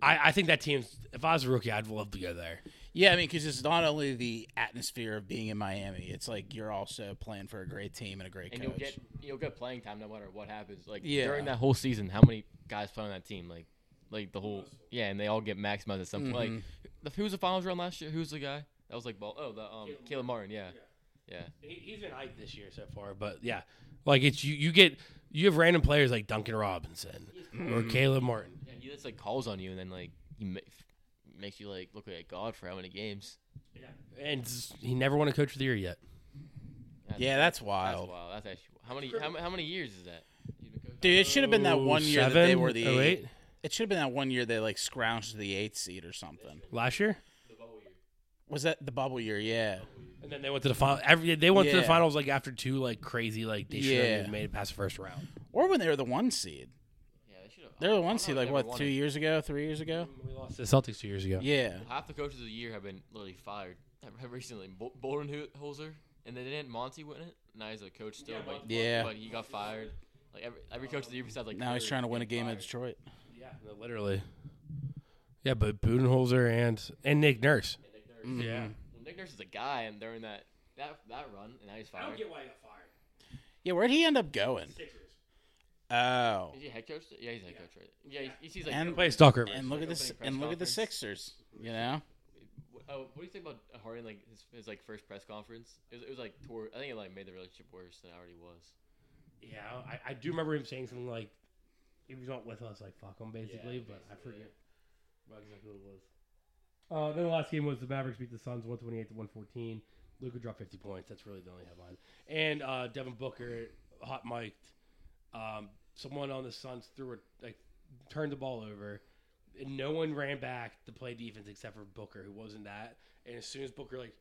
Speaker 3: I, I think that team's, if I was a rookie, I'd love to go there.
Speaker 1: yeah, I mean, because it's not only the atmosphere of being in Miami; it's like you're also playing for a great team and a great
Speaker 4: And
Speaker 1: coach.
Speaker 4: you'll get you'll get playing time no matter what happens. Like
Speaker 1: Yeah.
Speaker 4: during that whole season, how many guys play on that team? Like like the whole yeah, and they all get maximized at some point. Like
Speaker 1: Mm-hmm.
Speaker 4: the, who was the finals run last year? Who's the guy that was like ball? Oh, the um Caleb, Martin. yeah. yeah.
Speaker 3: He- He's been hyped this year so far, but yeah, like it's you. You get you have random players like Duncan Robinson or Caleb Martin.
Speaker 4: Yeah, he just like calls on you, and then like he ma- f- makes you like look like God for how many games.
Speaker 3: and s- he never won a coach of the year yet.
Speaker 4: That's,
Speaker 1: yeah, that's
Speaker 4: that's
Speaker 1: wild,
Speaker 4: wow. That's actually how many how, how many years is that? He's been coaching?
Speaker 1: dude. It should have been that one year that they were the
Speaker 3: oh,
Speaker 1: eight. It should have been that one year they like scrounged the eighth seed or something.
Speaker 3: last year,
Speaker 1: Was that the bubble year? Yeah,
Speaker 3: and then they went to the final. Every they went to the
Speaker 1: Yeah.
Speaker 3: finals like after two like crazy like they should
Speaker 1: Yeah.
Speaker 3: have made it past the first round.
Speaker 1: or when they were the one seed.
Speaker 4: Yeah, they should have.
Speaker 1: They're the
Speaker 4: I
Speaker 1: one
Speaker 4: don't
Speaker 1: seed
Speaker 4: know
Speaker 1: like
Speaker 4: if they ever
Speaker 1: what
Speaker 4: won
Speaker 1: two
Speaker 4: it.
Speaker 1: years ago, three years ago.
Speaker 3: We lost to the Celtics two years ago.
Speaker 1: Yeah,
Speaker 4: Half the coaches of the year have been literally fired recently. Bo- Boldenholzer, and then didn't Monty win it? Now he's a coach still, but
Speaker 1: Yeah.
Speaker 4: but he got fired. Like every every coach of the year besides like
Speaker 1: now he's
Speaker 4: Kerr
Speaker 1: trying to win a
Speaker 4: getting
Speaker 1: game at Detroit.
Speaker 4: fired.
Speaker 3: yeah, no, literally. Yeah, but Budenholzer and and Nick Nurse.
Speaker 1: Mm-hmm.
Speaker 4: Nick Nurse.
Speaker 3: Yeah.
Speaker 4: Well, Nick Nurse is a guy, and during that that that run, and now he's fired.
Speaker 3: why he got fired.
Speaker 1: Yeah, where'd he end up going?
Speaker 3: Sixers.
Speaker 1: Oh,
Speaker 4: Is he head coach? Yeah, he's head coach, right? Yeah, he's, he's, he's like.
Speaker 1: And-
Speaker 3: Play Stalker.
Speaker 1: and look at this, and look at the Sixers. You know,
Speaker 4: Oh, what do you think about Harden? Like his, his like first press conference, it was, it was like tore. I think it like made the relationship worse than it already was.
Speaker 3: Yeah, I, I do remember him saying something like, "If he's not with us, like fuck him," basically. but I
Speaker 4: basically,
Speaker 3: forget what exactly what it was. Uh, then the last game was the Mavericks beat the Suns one twenty eight to one fourteen. Luka dropped fifty points. That's really the only headline. And uh, Devin Booker hot mic'd. Um, someone on the Suns threw it like turned the ball over. And no one ran back to play defense except for Booker, who wasn't that. And as soon as Booker like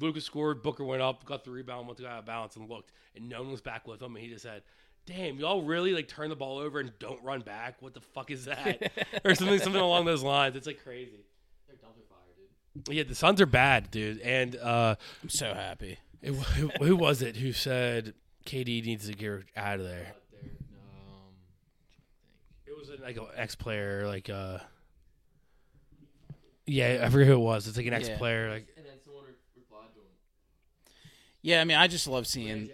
Speaker 3: Luka scored, Booker went up, got the rebound, went to go out of balance, and looked, and no one was back with him. And he just said, "Damn, y'all really like turn the ball over and don't run back. What the fuck is that?" or something, something along those lines. It's like crazy.
Speaker 4: They're dumpster fire, dude.
Speaker 3: Yeah, the Suns are bad, dude. And uh,
Speaker 1: I'm so happy.
Speaker 3: it, who, who was it who said KD needs to get out of there?
Speaker 4: Out there, um,
Speaker 3: It was like an ex player, like uh, yeah, I forget who it was. It's like an
Speaker 1: Yeah.
Speaker 3: ex player, like
Speaker 4: and then someone re- replied to him.
Speaker 1: Yeah, I mean, I just love seeing.
Speaker 4: Jennings.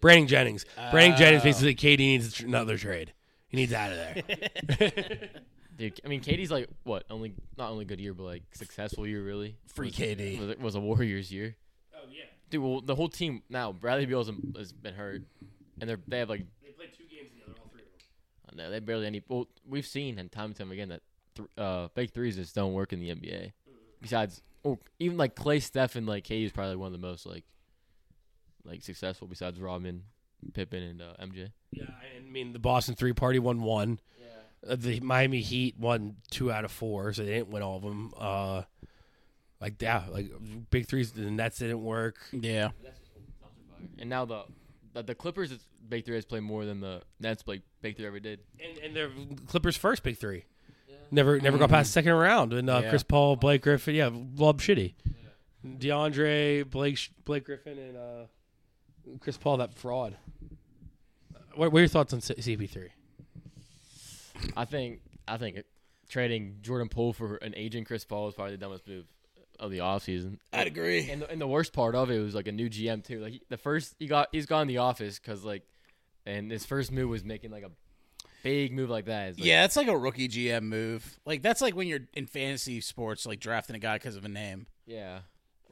Speaker 3: Brandon Jennings. Brandon Jennings
Speaker 1: Oh.
Speaker 3: basically KD needs tr- another trade. He needs out of there.
Speaker 4: Dude, I mean, Katie's like what? Only not only good year, but like successful year, really.
Speaker 1: Free
Speaker 4: was,
Speaker 1: KD.
Speaker 4: was, was a Warriors year.
Speaker 3: oh yeah,
Speaker 4: Dude, well, the whole team now. Bradley Beal hasn't- has been hurt, and they're they have like
Speaker 3: they played two games together, all three of them.
Speaker 4: I don't know, they barely any. Well, we've seen and time and time again that th- uh, fake threes just don't work in the NBA. Besides, oh, even like Clay, Steph, and like KD is probably one of the most like like successful besides Robin, Pippen, and uh, MJ.
Speaker 3: Yeah, I- I mean the Boston three party won one. Uh, the Miami Heat won two out of four, so they didn't win all of them. Uh, like yeah, like big threes. The Nets didn't work.
Speaker 1: Yeah,
Speaker 4: And now the the, the Clippers is- big three has played more than the Nets like big three ever did.
Speaker 3: And and the Clippers first big three. Never never got past the second round. And uh,
Speaker 1: Yeah.
Speaker 3: Chris Paul, Blake Griffin, yeah, Lob Shitty, DeAndre, Blake Sh- Blake Griffin, and uh, Chris Paul, that fraud. What, what are your thoughts on C- CP3?
Speaker 4: I think I think it, trading Jordan Poole for an aging Chris Paul is probably the dumbest move of the offseason.
Speaker 1: I'd agree.
Speaker 4: And the, and the worst part of it was like a new GM too. Like he- the first he got he's gone in the office because like, and his first move was making like a big move like that. It's like,
Speaker 1: Yeah, that's like a rookie GM move. Like that's like when you're in fantasy sports, like drafting a guy because of a name.
Speaker 4: yeah.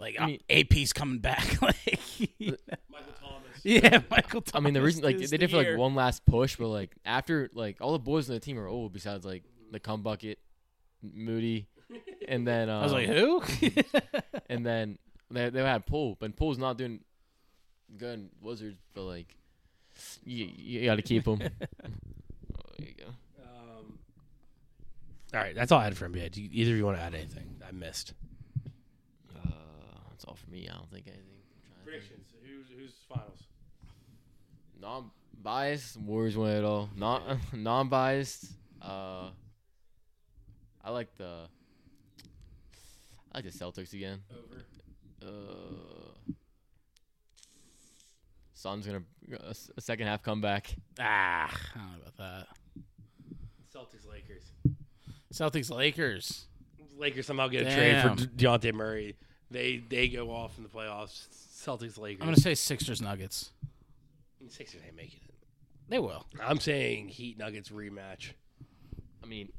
Speaker 1: Like uh,
Speaker 4: I mean-
Speaker 1: AP's coming back. like
Speaker 3: Michael Thomas.
Speaker 1: yeah, Michael. Thomas
Speaker 4: I mean the reason like
Speaker 1: is
Speaker 4: they
Speaker 1: the
Speaker 4: did for like
Speaker 1: year.
Speaker 4: one last push, but like after like all the boys on the team are old besides like the cum bucket, Moody, and then um,
Speaker 1: I was like, who?
Speaker 4: and then they they had Poole, but Poole's not doing good in Wizards, but like you you got to keep him. Oh, there you go.
Speaker 3: Um, all right, that's all I had for NBA. Do you, either of you want to add anything? I missed.
Speaker 4: Uh, that's all for me. I don't think anything. I'm trying to think.
Speaker 3: Who's, who's finals?
Speaker 4: Non biased Warriors win it all. Non non biased. Uh, I like the. I like the Celtics again.
Speaker 3: Over.
Speaker 4: Uh, Suns gonna a, s- a second half comeback.
Speaker 1: ah, I don't know about that.
Speaker 3: Celtics Lakers.
Speaker 1: Celtics Lakers.
Speaker 3: Lakers somehow get a trade for
Speaker 1: Damn.
Speaker 3: De- Deontay Murray. They they go off in the playoffs. Celtics Lakers.
Speaker 1: I'm gonna say Sixers Nuggets.
Speaker 3: Sixers ain't making it.
Speaker 1: They will.
Speaker 3: I'm saying Heat Nuggets rematch.
Speaker 4: I mean,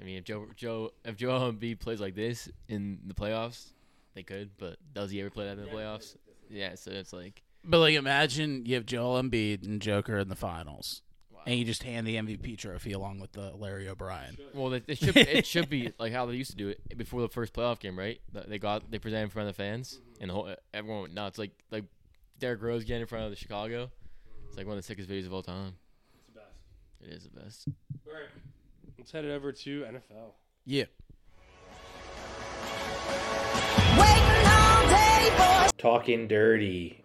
Speaker 4: I mean if Joe Joe if Joe Embiid plays like this in the playoffs, they could. But does he ever play that in the playoffs? Yeah. So it's like
Speaker 1: But like, imagine you have Joel Embiid and Joker in the finals, and you just hand the MVP trophy along with the Larry O'Brien.
Speaker 4: Well, it, it should it should be like how they used to do it before the first playoff game, right? Th- They got they presented in front of the fans,
Speaker 3: Mm-hmm.
Speaker 4: and the whole, everyone went nuts. Like like Derrick Rose getting in front of the Chicago. It's like one of the sickest videos of all time.
Speaker 3: It's the best.
Speaker 4: It is the best.
Speaker 3: All right. Let's head it over to NFL.
Speaker 1: Yeah.
Speaker 7: Waiting all day for
Speaker 3: Talking dirty.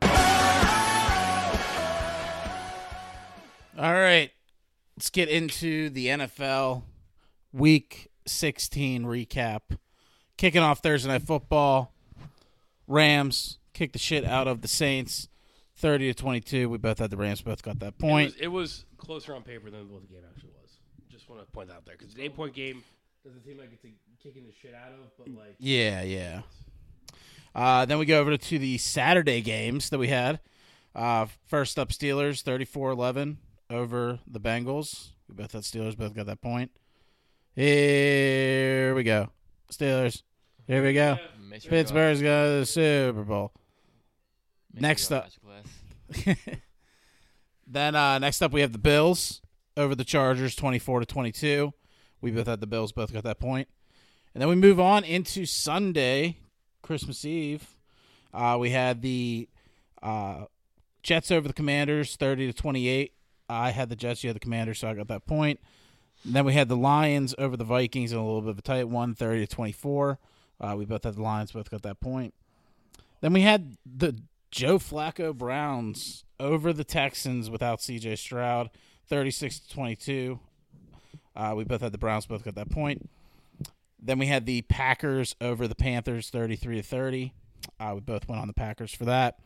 Speaker 1: All right, let's get into the NFL Week 16 recap. Kicking off Thursday Night Football, Rams kicked the shit out of the Saints, 30 to 22. We both had the Rams, both got that
Speaker 3: It was,
Speaker 1: point.
Speaker 3: it was closer on paper than what the game actually was. Just want to point that out there because the eight point game doesn't seem like it's a kicking the shit out of, but like
Speaker 1: Yeah, yeah. Uh, then we go over to the Saturday games that we had. Uh, first up, Steelers 34 11 over the Bengals. We both had Steelers. Both got that point. Here we go. Steelers. Here we go.
Speaker 4: Mitch
Speaker 1: Pittsburgh's going to the Super Bowl.
Speaker 4: Mitch
Speaker 1: next
Speaker 4: Trubisky
Speaker 1: up.
Speaker 4: master class.
Speaker 1: Then uh, next up we have the Bills over the Chargers, twenty-four to twenty-two. We both had the Bills, both got that point. And then we move on into Sunday, Christmas Eve. Uh, we had the uh, Jets over the Commanders, thirty to twenty-eight. I had the Jets, you had the Commanders, so I got that point. And then we had the Lions over the Vikings in a little bit of a tight one, thirty to twenty-four. Uh, we both had the Lions, both got that point. Then we had the Joe Flacco Browns over the Texans without CJ Stroud, 36 to 22. Uh, we both had the Browns, both got that point. Then we had the Packers over the Panthers, 33 to 30. Uh, we both went on the Packers for that.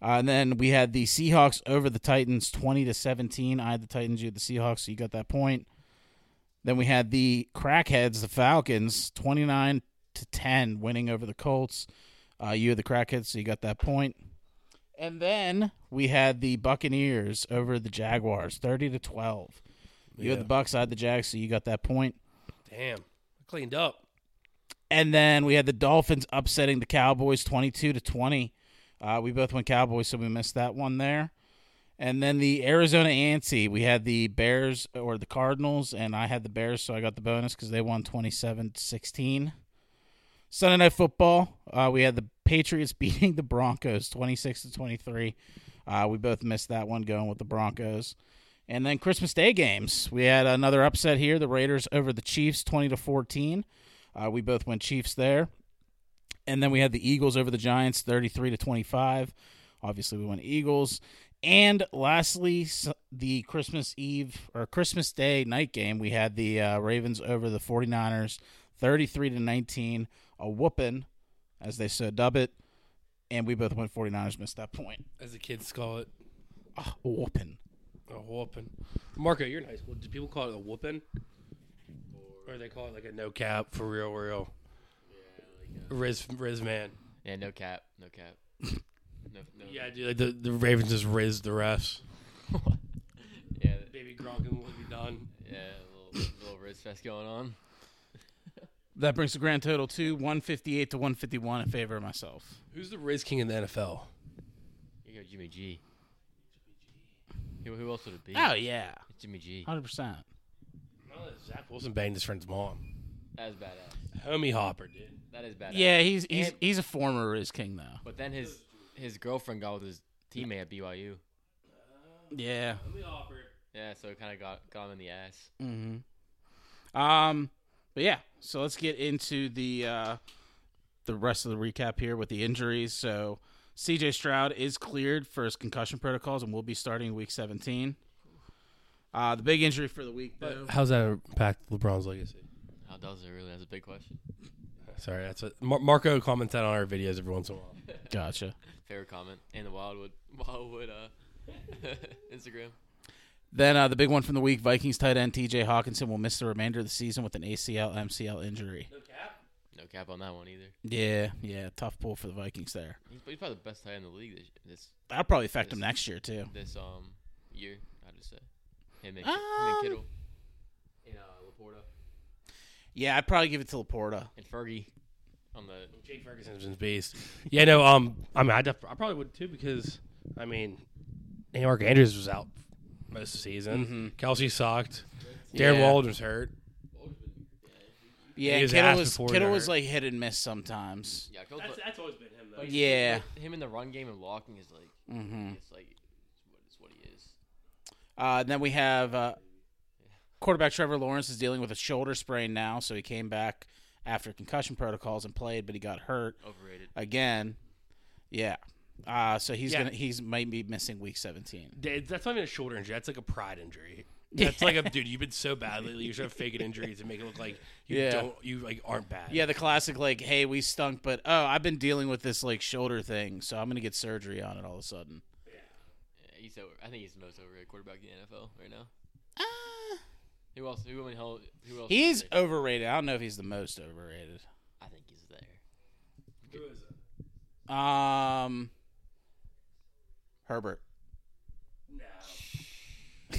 Speaker 1: Uh, and then we had the Seahawks over the Titans, 20 to 17. I had the Titans, you had the Seahawks, so you got that point. Then we had the Crackheads, the Falcons, 29 to 10, winning over the Colts. Uh, you had the Crackheads, so you got that point. And then we had the Buccaneers over the Jaguars, thirty to twelve. You had the Bucks, I had the Jags, so you got that point.
Speaker 3: Damn, I cleaned up.
Speaker 1: And then we had the Dolphins upsetting the Cowboys, twenty-two to twenty. Uh, we both went Cowboys, so we missed that one there. And then the Arizona Ante, we had the Bears or the Cardinals, and I had the Bears, so I got the bonus because they won 27 to 16. Sunday Night Football, uh, we had the Patriots beating the Broncos 26 to 23. Uh, we both missed that one going with the Broncos. And then Christmas Day games, we had another upset here the Raiders over the Chiefs 20 to 14. Uh, we both went Chiefs there. And then we had the Eagles over the Giants 33 to 25. Obviously, we went Eagles. And lastly, s- the Christmas Eve or Christmas Day night game, we had the uh, Ravens over the 49ers 33 to 19, a whooping, as they said, dub it. And we both went 49ers, missed that point.
Speaker 3: As the kids call it,
Speaker 1: Ah, a whooping.
Speaker 3: a whooping. Marco, you're in high school. Do people call it a whooping? Or they call it like a no cap for real, real? Riz, Riz man.
Speaker 4: Yeah, no cap, no cap. No, no.
Speaker 3: Yeah, dude, like the, the Ravens just rizzed the refs.
Speaker 4: yeah,
Speaker 3: Baby Gronkin will be done.
Speaker 4: yeah. A little, little wrist fest going on.
Speaker 1: That brings the grand total to 158 to 151 in favor of myself.
Speaker 3: Who's the Riz king in the NFL?
Speaker 4: You go Jimmy G. Who, who else would it be?
Speaker 1: Oh, yeah.
Speaker 4: It's Jimmy G.
Speaker 1: 100%.
Speaker 3: Zach Wilson banged his friend's mom.
Speaker 4: That is badass.
Speaker 3: Homie Hopper, dude.
Speaker 4: That is badass.
Speaker 1: Yeah, he's he's
Speaker 4: And-
Speaker 1: he's a former Riz King though.
Speaker 4: But then his his girlfriend got with his teammate at BYU.
Speaker 1: Yeah.
Speaker 3: Homie Hopper.
Speaker 4: Yeah, so it kind of got got him in the ass.
Speaker 1: Mm. Um. But yeah, so let's get into the uh, the rest of the recap here with the injuries. So C.J. Stroud is cleared for his concussion protocols and will be starting Week 17. Uh, the big injury for the week though.
Speaker 3: How's that impact LeBron's legacy?
Speaker 4: How does it really? That's a big question.
Speaker 3: Sorry, that's what Mar- Marco comments out on our videos every once in a while.
Speaker 1: Gotcha.
Speaker 4: Fair comment. And the Wildwood Wildwood uh Instagram.
Speaker 1: Then uh, the big one from the week: Vikings tight end T.J. Hawkinson will miss the remainder of the season with an ACL MCL injury.
Speaker 4: No cap on that one either.
Speaker 1: Yeah, yeah, tough pull for the Vikings there.
Speaker 4: He's, he's probably the best tight end in the league this this
Speaker 1: That'll probably affect him next year too.
Speaker 4: this um year. I'd just say him and, him
Speaker 1: Um,
Speaker 4: and Kittle and uh, Laporta
Speaker 1: Yeah, I'd probably give it to Laporta.
Speaker 4: and Fergie on the
Speaker 3: Jake Ferguson's been beast. Yeah, no, um, I mean, I, def- I probably would too because, I mean, Mark Andrews was out most of the season. Kelsey sucked. Darren
Speaker 1: Yeah.
Speaker 3: Waldron's hurt.
Speaker 1: Yeah,
Speaker 3: He was
Speaker 1: Kittle
Speaker 3: asked
Speaker 1: was
Speaker 3: before
Speaker 1: Kittle
Speaker 3: to
Speaker 1: was
Speaker 3: hurt.
Speaker 1: like hit and miss sometimes.
Speaker 4: yeah. Kittle,
Speaker 3: that's always been him, though.
Speaker 1: Yeah. Mm-hmm.
Speaker 4: him in the run game and blocking is like it's like it's what, it's what he is.
Speaker 1: Uh, and then we have uh, quarterback Trevor Lawrence is dealing with a shoulder sprain now, so he came back after concussion protocols and played, but he got hurt
Speaker 4: Overrated.
Speaker 1: again. Yeah. Uh, so he's
Speaker 3: Yeah.
Speaker 1: gonna he's might be missing week seventeen.
Speaker 3: Dude, That's not even a shoulder injury. That's like a pride injury. That's like a dude. You've been so bad lately. You're trying to fake an injury to make it look like you
Speaker 1: Yeah.
Speaker 3: don't. You like aren't bad.
Speaker 1: Yeah, the classic like, hey, we stunk, but oh, I've been dealing with this like shoulder thing, so I'm gonna get surgery on it all of a sudden.
Speaker 4: Yeah, he's over, I think he's the most overrated quarterback in the NFL right now.
Speaker 1: Uh,
Speaker 4: Who else? Who in hell? Who else?
Speaker 1: He's
Speaker 4: Is there?
Speaker 1: overrated. I don't know if he's the most overrated.
Speaker 4: I think he's there.
Speaker 1: Um, Herbert.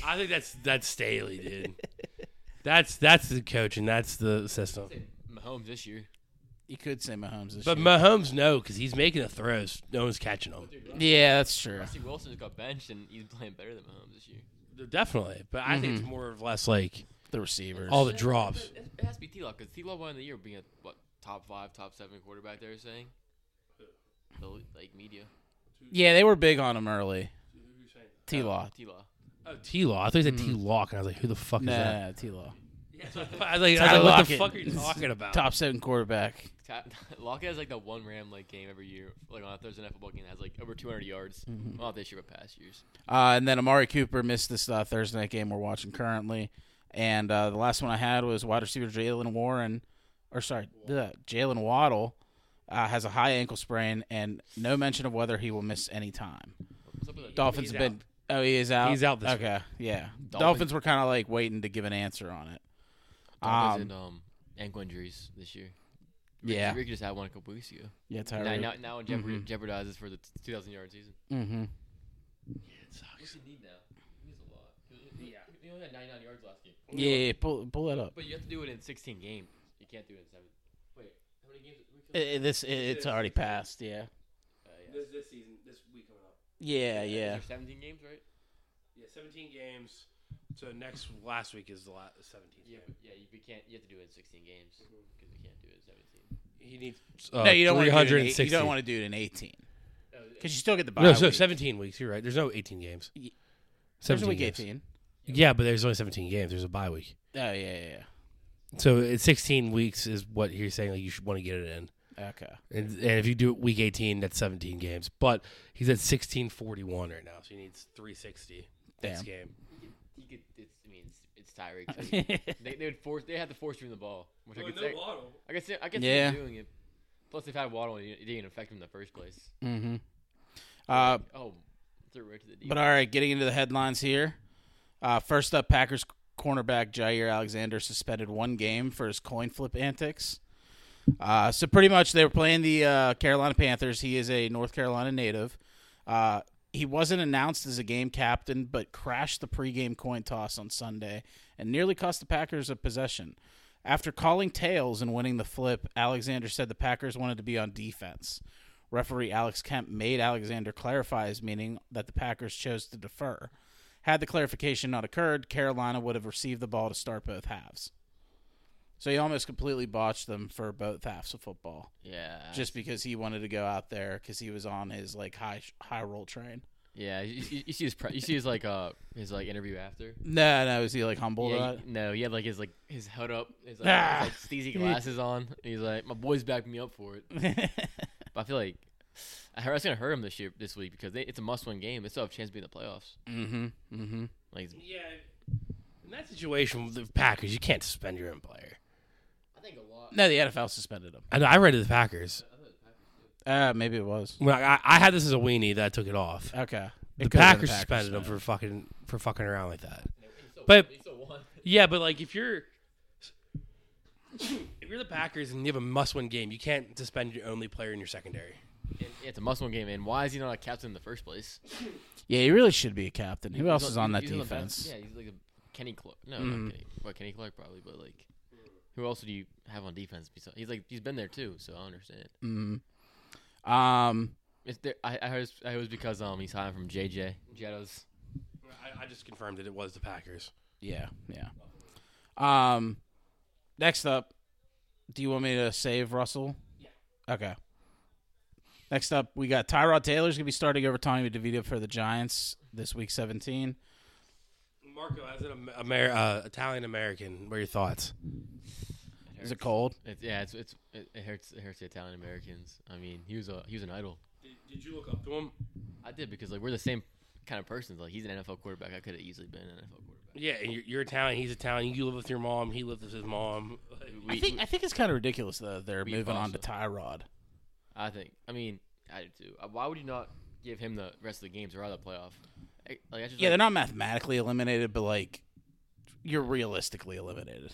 Speaker 3: I think that's that's Staley, dude. That's that's the coach and that's the system.
Speaker 4: Mahomes this year.
Speaker 1: You could say Mahomes this
Speaker 3: But
Speaker 1: year.
Speaker 3: Mahomes, no, because he's making the throws. No one's catching him.
Speaker 1: yeah, that's true.
Speaker 4: See, Wilson just got benched and he's playing better than Mahomes this year.
Speaker 3: Definitely. But I
Speaker 1: Mm-hmm.
Speaker 3: think it's more or less like
Speaker 1: The receivers.
Speaker 3: all the drops.
Speaker 4: It it has to be T Law because T Law won the year being a what top five, top seven quarterback. They're saying, the like media.
Speaker 1: yeah, they were big on him early. T Law.
Speaker 4: Uh, T Law.
Speaker 3: Oh, T Law. I thought he said T Lock, and I was like, who the fuck is that?
Speaker 1: Mm-hmm. Nah, T Law.
Speaker 3: I was like,
Speaker 1: Tyler
Speaker 3: I was like, what the
Speaker 1: Lockett.
Speaker 3: fuck are you talking about?
Speaker 1: Top seven quarterback.
Speaker 4: Lockett has like that one Ram like game every year, like on a Thursday night football game that has like over 200 yards.
Speaker 1: Mm-hmm.
Speaker 4: Well, not this year, but past years.
Speaker 1: Uh, and then Amari Cooper missed this uh, Thursday night game we're watching currently. And uh, the last one I had was wide receiver Jalen Warren, or sorry, uh, Jalen Waddle uh, has a high ankle sprain and no mention of whether he will miss any time.
Speaker 4: What's up with that?
Speaker 1: Dolphins
Speaker 3: he's
Speaker 1: have been. Oh, he is out.
Speaker 3: He's out this
Speaker 1: Okay, yeah. Dolphins were kind of like waiting to give an answer on it.
Speaker 4: Dolphins
Speaker 1: Um,
Speaker 4: and, um, ankle injuries this year. Ricky-
Speaker 1: yeah, Mm-hmm.
Speaker 4: Ricky just had one a couple weeks ago.
Speaker 1: yeah.
Speaker 4: Now,
Speaker 1: Tyree.
Speaker 4: now, now it jeopard- jeopardizes for the 2,000 yard season.
Speaker 1: mm-hmm.
Speaker 4: What's he need now? He needs a lot. Yeah. He only had 99 yards last game.
Speaker 1: Yeah, yeah, yeah, pull pull that up.
Speaker 4: But you have to do it in 16 games. You can't do it in seven. Wait, how many games?
Speaker 1: It, it- this it, it's already passed. Yeah,
Speaker 8: This, this season, this week coming up.
Speaker 1: yeah, yeah.
Speaker 4: 17 games, right?
Speaker 8: Yeah, 17 games. So next last week is the last 17.
Speaker 4: Yeah, but yeah, you, we can't. You have to do it in 16 games because we can't do it in 17.
Speaker 3: He needs uh,
Speaker 1: no, you don't want to do it. In, eight-
Speaker 3: 360.
Speaker 1: you don't want to do it in eighteen because you still get the bye.
Speaker 3: No, so
Speaker 1: week.
Speaker 3: 17 weeks. You're right. There's no 18 games.
Speaker 1: Y-
Speaker 3: 17
Speaker 1: week
Speaker 3: games.
Speaker 1: eighteen.
Speaker 3: Yeah, but there's only 17 games. There's a bye week.
Speaker 1: Oh yeah, yeah,
Speaker 3: So it's 16 weeks is what you're saying. Like you should want to get it in.
Speaker 1: yeah. Okay.
Speaker 3: And, and if you do it week 18, that's 17 games. But he's at 1641 right now, so he needs 360 this
Speaker 1: Damn.
Speaker 3: game.
Speaker 4: You could. It's. I mean, it's, it's Tyreek. so they, they would force. They had to force you in the ball, which I could say. I could see. I could see
Speaker 1: Yeah.
Speaker 4: them doing it. Plus, they've had Waddle, and it didn't even affect him in the first place.
Speaker 1: Mm-hmm. Uh,
Speaker 4: Oh, threw it right to the D.
Speaker 1: but all right, getting into the headlines here. Uh, first up, Packers cornerback Jair Alexander suspended one game for his coin flip antics. Uh, so pretty much they were playing the uh, Carolina Panthers. He is a North Carolina native. Uh, he wasn't announced as a game captain, but crashed the pregame coin toss on Sunday and nearly cost the Packers a possession. After calling tails and winning the flip, Alexander said the Packers wanted to be on defense. Referee Alex Kemp made Alexander clarify his meaning that the Packers chose to defer. Had the clarification not occurred, Carolina would have received the ball to start both halves. So he almost completely botched them for both halves of football,
Speaker 4: yeah.
Speaker 1: just because he wanted to go out there because he was on his like high high roll train.
Speaker 4: Yeah. You, you- you see his. Pre- you see his like. Uh. His like interview after.
Speaker 1: No, no, is he like humbled?
Speaker 4: Yeah,
Speaker 1: about it?
Speaker 4: he- no, he had like his like his held up, his like,
Speaker 1: Ah.
Speaker 4: his, like, steezy glasses on. And he's like, my boys backed me up for it. but I feel like I heard that's gonna hurt him this year, this week because they, it's a must-win game. They still have a chance to be in the playoffs.
Speaker 1: mm-hmm. Mm-hmm.
Speaker 4: Like,
Speaker 3: Yeah. In that situation with the Packers, you can't suspend your own player.
Speaker 4: I think a lot.
Speaker 1: No, the NFL suspended him.
Speaker 3: I know, I read it to the Packers.
Speaker 1: Uh, maybe it was.
Speaker 3: Well, I, I had this as a weenie that I took it off.
Speaker 1: Okay.
Speaker 3: the Packers, suspended him for fucking for fucking around like that. But yeah, but like if you're if you're the Packers and you have a must-win game, you can't suspend your only player in your secondary.
Speaker 4: it's a must-win game, and why is he not a captain in the first place?
Speaker 1: Yeah, he really should be a captain. Who else
Speaker 4: He's
Speaker 1: is
Speaker 4: on-
Speaker 1: on that
Speaker 4: he's the bench.
Speaker 1: defense? Mm-hmm.
Speaker 4: yeah, he's like a Kenny Clark. No, not Kenny. Well, Kenny Clark probably, but like, who else do you have on defense? Besides, he's like he's been there too, so I understand.
Speaker 1: Um,
Speaker 4: It's there, I, I heard it's- I heard it was because um he's hiring from JJ Jettos.
Speaker 3: I, I just confirmed that it was the Packers.
Speaker 1: yeah, yeah. Um, next up, do you want me to save Russell? Yeah. Okay. Next up, we got Tyrod Taylor's gonna be starting over Tommy DeVito for the Giants this week, seventeen.
Speaker 3: Marco, as an Amer- uh, Italian American, what are your thoughts?
Speaker 1: Is it cold?
Speaker 4: It's, yeah, it's it's it, it hurts it hurts the Italian Americans. I mean, he was a he was an idol.
Speaker 3: Did, did you look up to him?
Speaker 4: I did because like we're the same kind of persons. Like he's an NFL quarterback. I could have easily been an NFL quarterback.
Speaker 3: Yeah, and you're, you're Italian. He's Italian. You live with your mom. He lived with his mom.
Speaker 1: I think I think it's kind of ridiculous though. They're
Speaker 4: we
Speaker 1: moving on to
Speaker 4: also-
Speaker 1: Tyrod.
Speaker 4: I think. I mean, I do too. Uh, Why would you not give him the rest of the games or out of the playoff? I- Like I just
Speaker 1: Yeah, they're
Speaker 4: like,
Speaker 1: not mathematically eliminated, but like you're realistically eliminated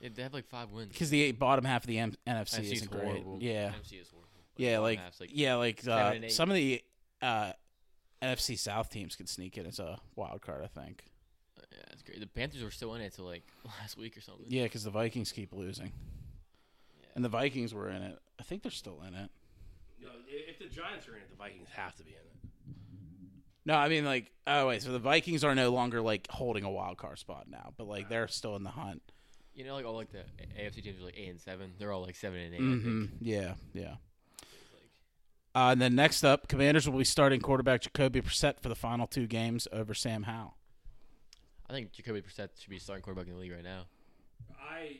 Speaker 4: yeah, they have like five wins.
Speaker 1: because the bottom half of the M- NFC
Speaker 4: NFC is
Speaker 1: isn't great.
Speaker 4: horrible.
Speaker 1: Yeah.
Speaker 4: MC is horrible.
Speaker 1: Yeah,
Speaker 4: bottom
Speaker 1: like,
Speaker 4: half's,
Speaker 1: yeah, like uh,
Speaker 4: seven and eight.
Speaker 1: some of the uh, NFC South teams could sneak in as a wild card, I think.
Speaker 4: Yeah, it's great. The Panthers were still in it till like last week or something.
Speaker 1: Yeah, because the Vikings keep losing, and the Vikings were in it. I think they're still in it.
Speaker 8: No, i- if the Giants are in it, the Vikings have to be in it.
Speaker 1: No, I mean like oh wait, so the Vikings are no longer like holding a wild card spot now, but like they're still in the hunt.
Speaker 4: You know, like all like the A- AFC teams are like eight and seven. They're all like seven and 8 I
Speaker 1: hmm
Speaker 4: think.
Speaker 1: Yeah, yeah. Uh, and then next up, Commanders will be starting quarterback Jacoby Brissett for the final two games over Sam Howell.
Speaker 4: I think Jacoby Brissett should be starting quarterback in the league right now.
Speaker 8: I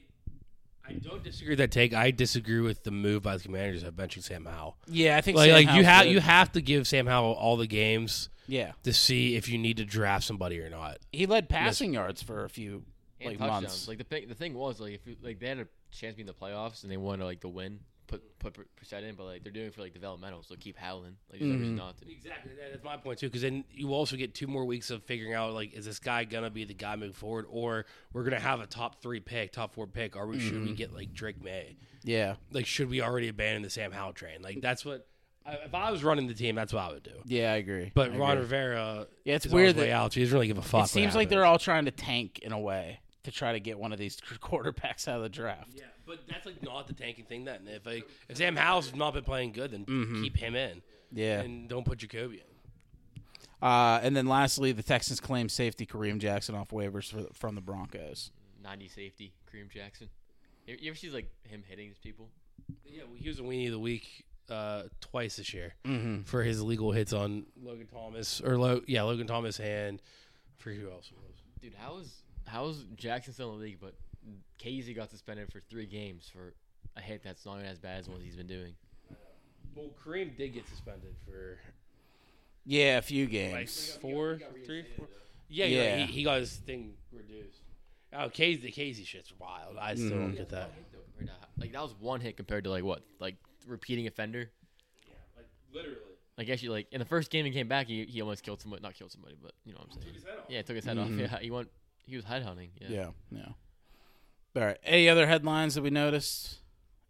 Speaker 3: I don't disagree with that take. I disagree with the move by the Commanders of benching Sam Howell.
Speaker 1: Yeah, I think
Speaker 3: Like, like you have you have to give Sam Howell all the games
Speaker 1: yeah
Speaker 3: to see if you need to draft somebody or not.
Speaker 1: he led passing yards for a few
Speaker 4: And
Speaker 1: like
Speaker 4: touchdowns.
Speaker 1: months.
Speaker 4: Like the thing, the thing was like if you- like they had a chance to be in the playoffs and they wanted like the win, put put Br- Brissett in, but like they're doing it for like developmental, so keep howling. Like there's no
Speaker 1: Mm-hmm.
Speaker 4: reason not to.
Speaker 3: Exactly, that- that's my point too. Because then you also get two more weeks of figuring out like, is this guy gonna be the guy moving forward, or we're gonna have a top three pick, top four pick? Or we should
Speaker 1: Mm-hmm.
Speaker 3: we get like Drake May?
Speaker 1: yeah,
Speaker 3: Like, should we already abandon the Sam Howell train? Like, that's what I- if I was running the team, that's what I would do.
Speaker 1: yeah, I agree.
Speaker 3: But
Speaker 1: I
Speaker 3: Ron
Speaker 1: agree.
Speaker 3: Rivera,
Speaker 1: Yeah, it's
Speaker 3: is on his
Speaker 1: weird
Speaker 3: way
Speaker 1: that-
Speaker 3: out. He doesn't really give a fuck.
Speaker 1: it seems like they're all trying to tank in a way to try to get one of these quarterbacks out of the draft.
Speaker 3: Yeah, but that's like not the tanking thing. Then if like if Sam Howell's not been playing good, then keep him in
Speaker 1: Mm-hmm. Yeah.
Speaker 3: and don't put Jacoby in.
Speaker 1: Uh, and then lastly, the Texans claim safety Kareem Jackson off waivers for, from the Broncos.
Speaker 4: Ninety safety, Kareem Jackson. You you ever see like him hitting these people?
Speaker 3: Yeah, well, he was a weenie of the week uh, twice this year
Speaker 1: Mm-hmm.
Speaker 3: for his illegal hits on Logan Thomas or Lo- yeah Logan Thomas and I forget who else it was.
Speaker 4: Dude, how is how is Jackson still in the league? But Casey got suspended for three games for a hit that's not even as bad as the ones he's been doing.
Speaker 3: Well, Kareem did get suspended for
Speaker 1: Yeah, a few games.
Speaker 3: four, three, four. Yeah, you're right.
Speaker 1: Yeah.
Speaker 3: He, he got his thing reduced. Oh, Casey, the Casey shit's wild. I still
Speaker 1: Mm-hmm.
Speaker 3: don't get that.
Speaker 4: Compared to- Like that was one hit compared to like what like repeating offender.
Speaker 8: like literally.
Speaker 4: Like actually, like in the first game he came back, he, he almost killed somebody. Not killed somebody, but you know what I'm saying.
Speaker 8: his head off.
Speaker 4: Yeah, took his head off. Yeah, he went. He was headhunting. Yeah.
Speaker 1: yeah, yeah. All right. Any other headlines that we noticed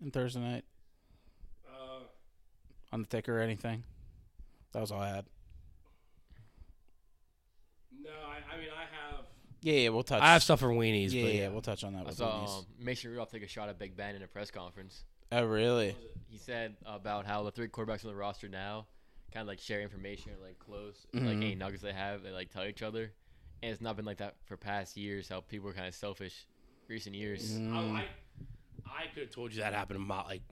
Speaker 1: in Thursday night
Speaker 8: Uh,
Speaker 1: on the ticker or anything? That was all I had.
Speaker 8: no, I, I mean I have.
Speaker 1: Yeah, yeah, we'll touch.
Speaker 3: I have stuff for weenies,
Speaker 1: yeah,
Speaker 3: but
Speaker 1: yeah, we'll touch on that.
Speaker 4: I
Speaker 1: With
Speaker 4: saw
Speaker 1: Whitney's.
Speaker 4: um, Mason Rudolph take a shot at Big Ben in a press conference.
Speaker 1: oh, really?
Speaker 4: He said about how the three quarterbacks on the roster now kind of like share information or like close like any nuggets they have. They like tell each other, and it's not been like that for past years. How people were kind of selfish recent years.
Speaker 1: Mm-hmm. Mm,
Speaker 3: Oh, I, I could have told you that happened a mo- like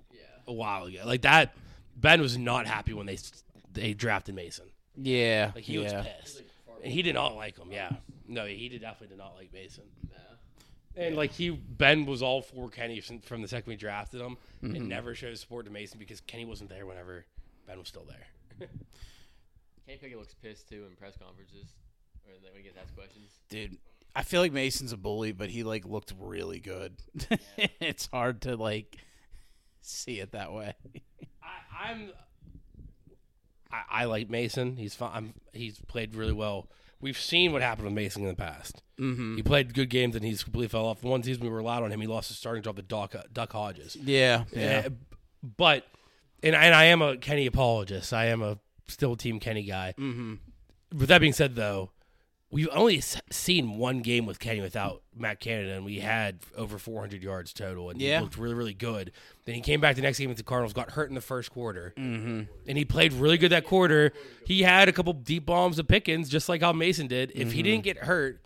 Speaker 3: a while ago. Like that, Ben was not happy when they s- they drafted Mason.
Speaker 1: Yeah,
Speaker 3: Like he
Speaker 1: yeah.
Speaker 3: was pissed. And he did not like him. Yeah, no, he did definitely did not like Mason. And like he, Ben was all for Kenny sin- from the second we drafted him, and never showed support to Mason because Kenny wasn't there whenever Ben was still there.
Speaker 4: Kenny Pickett looks pissed too in press conferences, or like when he gets asked questions.
Speaker 1: dude. I feel like Mason's a bully, but he like looked really good. it's hard to like see it that way.
Speaker 3: I, I'm. I, I like Mason. He's fine. I'm, he's played really well. We've seen what happened with Mason in the past. Mm-hmm. He played good games, and he's completely fell off. One season we relied on him. He lost his starting job to Doc, Duck Hodges.
Speaker 1: Yeah, yeah.
Speaker 3: Uh, but and and I am a Kenny apologist. I am a still team Kenny guy. Mm-hmm. With that being said, though, we've only s- seen one game with Kenny without Matt Canada, and we had over 400 yards total, and
Speaker 1: Yeah.
Speaker 3: he looked really, really good. Then he came back the next game with the Cardinals, got hurt in the first quarter,
Speaker 1: Mm-hmm.
Speaker 3: and he played really good that quarter. He had a couple deep bombs of Pickens, just like how Mason did. If
Speaker 1: Mm-hmm.
Speaker 3: he didn't get hurt.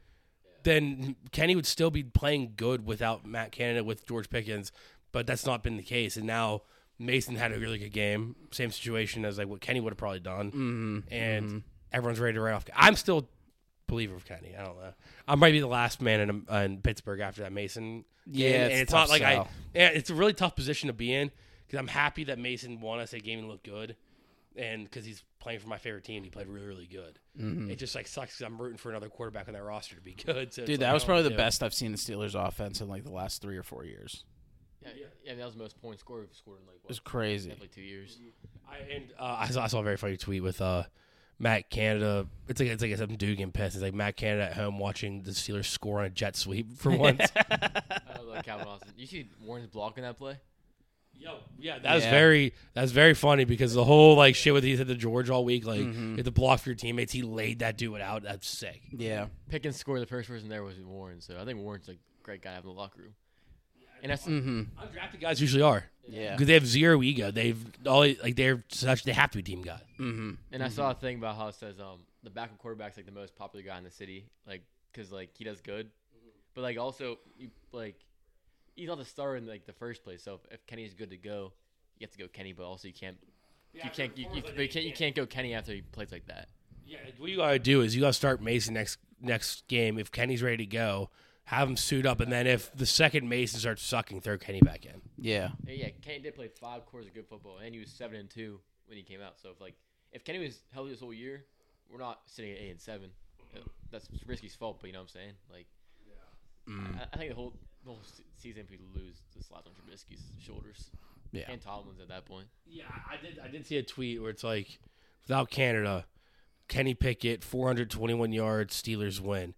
Speaker 3: Then Kenny would still be playing good without Matt Canada with George Pickens, but that's not been the case. And now Mason had a really good game, same situation as like what Kenny would have probably done, mm-hmm. and everyone's ready to write off. I'm still believer of Kenny. I don't know. I might be the last man in, in Pittsburgh after that Mason.
Speaker 1: Yeah,
Speaker 3: game,
Speaker 1: it's
Speaker 3: and it's
Speaker 1: tough
Speaker 3: not like I.
Speaker 1: sell.
Speaker 3: yeah, It's a really tough position to be in because I'm happy that Mason won us a game and looked good, and because he's playing for my favorite team, he played really, really good.
Speaker 1: Mm-hmm.
Speaker 3: It just like sucks because I'm rooting for another quarterback on that roster to be good. So it's
Speaker 1: Dude,
Speaker 3: like,
Speaker 1: that was
Speaker 3: I don't
Speaker 1: probably the
Speaker 3: do it.
Speaker 1: best I've seen the Steelers offense in like the last three or four years.
Speaker 4: Yeah, yeah, that was the most points scored we've scored in like
Speaker 1: It was
Speaker 4: what,
Speaker 1: crazy.
Speaker 4: like two years.
Speaker 3: I, and uh, I, saw, I saw a very funny tweet with uh, Matt Canada. It's like it's like some dude getting pissed. It's like Matt Canada at home watching the Steelers score on a jet sweep for once.
Speaker 4: I love Calvin Austin. You see Warren's blocking that play?
Speaker 3: Yo, yeah, that's
Speaker 4: Yeah.
Speaker 3: very that's very funny because the whole like shit with he said to George all week, like
Speaker 1: Mm-hmm.
Speaker 3: you have to block for your teammates. He laid that dude out. That's sick.
Speaker 1: Yeah.
Speaker 4: Pickens scored the first person there was Warren, so I think Warren's a great guy to have in the locker room. And that's
Speaker 1: Mm-hmm.
Speaker 3: Undrafted guys usually are
Speaker 1: Yeah.
Speaker 3: because they have zero ego. They've all like they're such they have to be team guy.
Speaker 1: Mm-hmm.
Speaker 4: and I saw a thing about how it says um the backup quarterback's like the most popular guy in the city, like because like he does good, but like also you like he's not the star in like the first place. So if, if Kenny's good to go, you have to go Kenny, but also you can't you can't you, you, but you can't you can't go Kenny after he plays like that.
Speaker 3: Yeah, what you gotta do is you gotta start Mason next next game. If Kenny's ready to go, have him suit up, and then if the second Mason starts sucking, throw Kenny back in.
Speaker 1: Yeah.
Speaker 4: And yeah, Kenny did play five quarters of good football, and he was seven and two when he came out. So if like if Kenny was healthy this whole year, we're not sitting at eight and seven. Uh, That's Risky's fault, but you know what I'm saying? Like, I, I think the whole the whole se- season we lose the slot on Trubisky's shoulders.
Speaker 1: Yeah.
Speaker 4: and Tomlin's at that point.
Speaker 3: Yeah, I did. I did see a tweet where it's like, without Canada, Kenny Pickett, 421 yards, Steelers win.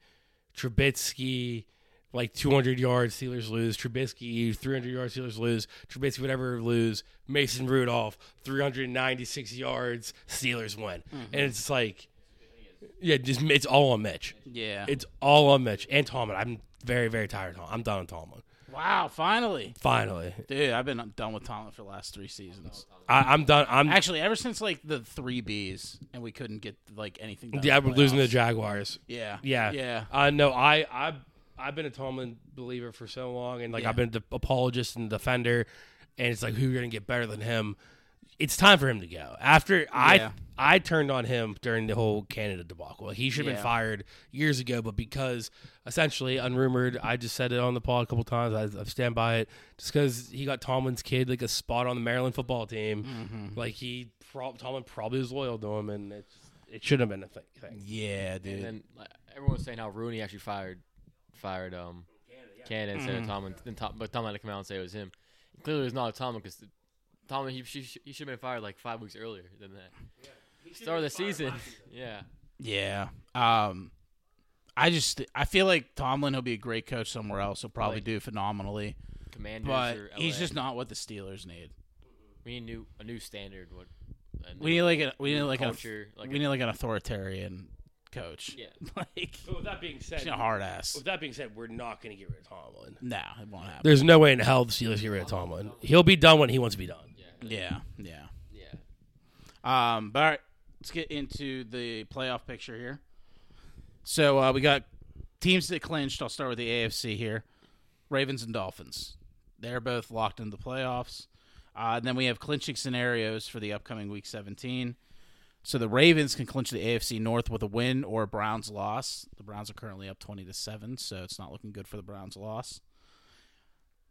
Speaker 3: Trubisky, like 200 yards, Steelers lose. Trubisky, 300 yards, Steelers lose. Trubisky, whatever, lose. Mason Rudolph, 396 yards, Steelers win. And it's like, yeah, just it's all on Mitch.
Speaker 1: Yeah.
Speaker 3: It's all on Mitch and Tomlin. I'm very, very tired of Tomlin. I'm done with Tomlin.
Speaker 1: wow, finally.
Speaker 3: Finally,
Speaker 1: Dude, I've been done with Tomlin for the last three seasons.
Speaker 3: I, I'm done. I'm
Speaker 1: Actually, ever since like the three Bs, and we couldn't get like anything. Done
Speaker 3: yeah,
Speaker 1: in the
Speaker 3: we're losing to the
Speaker 1: playoffs.
Speaker 3: Jaguars.
Speaker 1: Yeah,
Speaker 3: Yeah.
Speaker 1: yeah.
Speaker 3: Uh, no, I, I, I've been a Tomlin believer for so long, and like
Speaker 1: Yeah.
Speaker 3: I've been the apologist and defender, and it's like who are gonna get better than him? It's time for him to go. After I,
Speaker 1: Yeah.
Speaker 3: I turned on him during the whole Canada debacle. He should have
Speaker 1: Yeah.
Speaker 3: been fired years ago, but because essentially unrumored, I just said it on the pod a couple times. I, I stand by it. Just because he got Tomlin's kid like a spot on the Maryland football team,
Speaker 1: Mm-hmm.
Speaker 3: like he, prob Tomlin probably was loyal to him, and it's. It should have been a thi- thing.
Speaker 1: yeah, dude.
Speaker 4: And then like, everyone was saying how Rooney actually fired fired um Canada instead
Speaker 1: Mm-hmm.
Speaker 4: of Tomlin. Then Tom, but Tomlin had to come out and say it was him. Clearly, it's not Tomlin because Tomlin he, he, he should have been fired like five weeks earlier than that. Start of the season. yeah.
Speaker 1: yeah. Um, I just I feel like Tomlin will be a great coach somewhere else. He'll probably
Speaker 4: Like-
Speaker 1: do phenomenally,
Speaker 4: Commanders
Speaker 1: but
Speaker 4: or LA.
Speaker 1: he's just not what the Steelers need.
Speaker 4: We need new, a new standard. What? a
Speaker 1: We
Speaker 4: new-
Speaker 1: need like a we need like
Speaker 4: Culture,
Speaker 1: a
Speaker 4: like
Speaker 1: we
Speaker 4: a-
Speaker 1: need like an authoritarian coach.
Speaker 4: Yeah.
Speaker 1: like
Speaker 3: But with that being said,
Speaker 1: he's a hard ass.
Speaker 3: With that being said, we're not going to get rid of Tomlin.
Speaker 1: No, it won't happen.
Speaker 3: There's no way in hell the Steelers get rid of Tomlin. He'll be done when he wants to be done.
Speaker 1: Yeah, yeah.
Speaker 4: yeah.
Speaker 1: Um, but all right, let's get into the playoff picture here. So uh, we got teams that clinched. I'll start with the AFC here: Ravens and Dolphins. They're both locked into the playoffs. Uh, and then we have clinching scenarios for the upcoming Week 17. So the Ravens can clinch the AFC North with a win or a Browns loss. The Browns are currently up 20 to seven, so it's not looking good for the Browns' loss.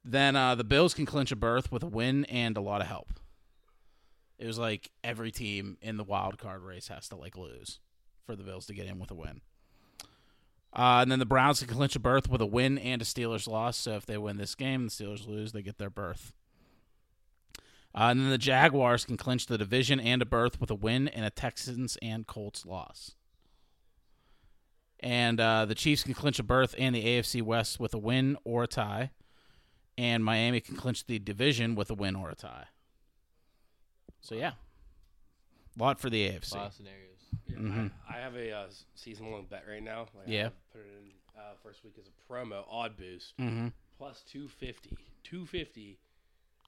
Speaker 1: Then uh, the Bills can clinch a berth with a win and a lot of help. It was like every team in the wild card race has to like lose for the Bills to get in with a win. Uh, and then the Browns can clinch a berth with a win and a Steelers loss. So if they win this game, the Steelers lose, they get their berth. Uh, and then the Jaguars can clinch the division and a berth with a win and a Texans and Colts loss. And uh, the Chiefs can clinch a berth and the AFC West with a win or a tie. And Miami can clinch the division with a win or a tie. So yeah, lot for the AFC.
Speaker 4: A lot of scenarios.
Speaker 8: I, I have a uh, season long bet right now. Like, I
Speaker 1: Mm-hmm. Yeah.
Speaker 8: put it in uh, first week as a promo, odd boost,
Speaker 1: Mm-hmm.
Speaker 8: plus 250. 250,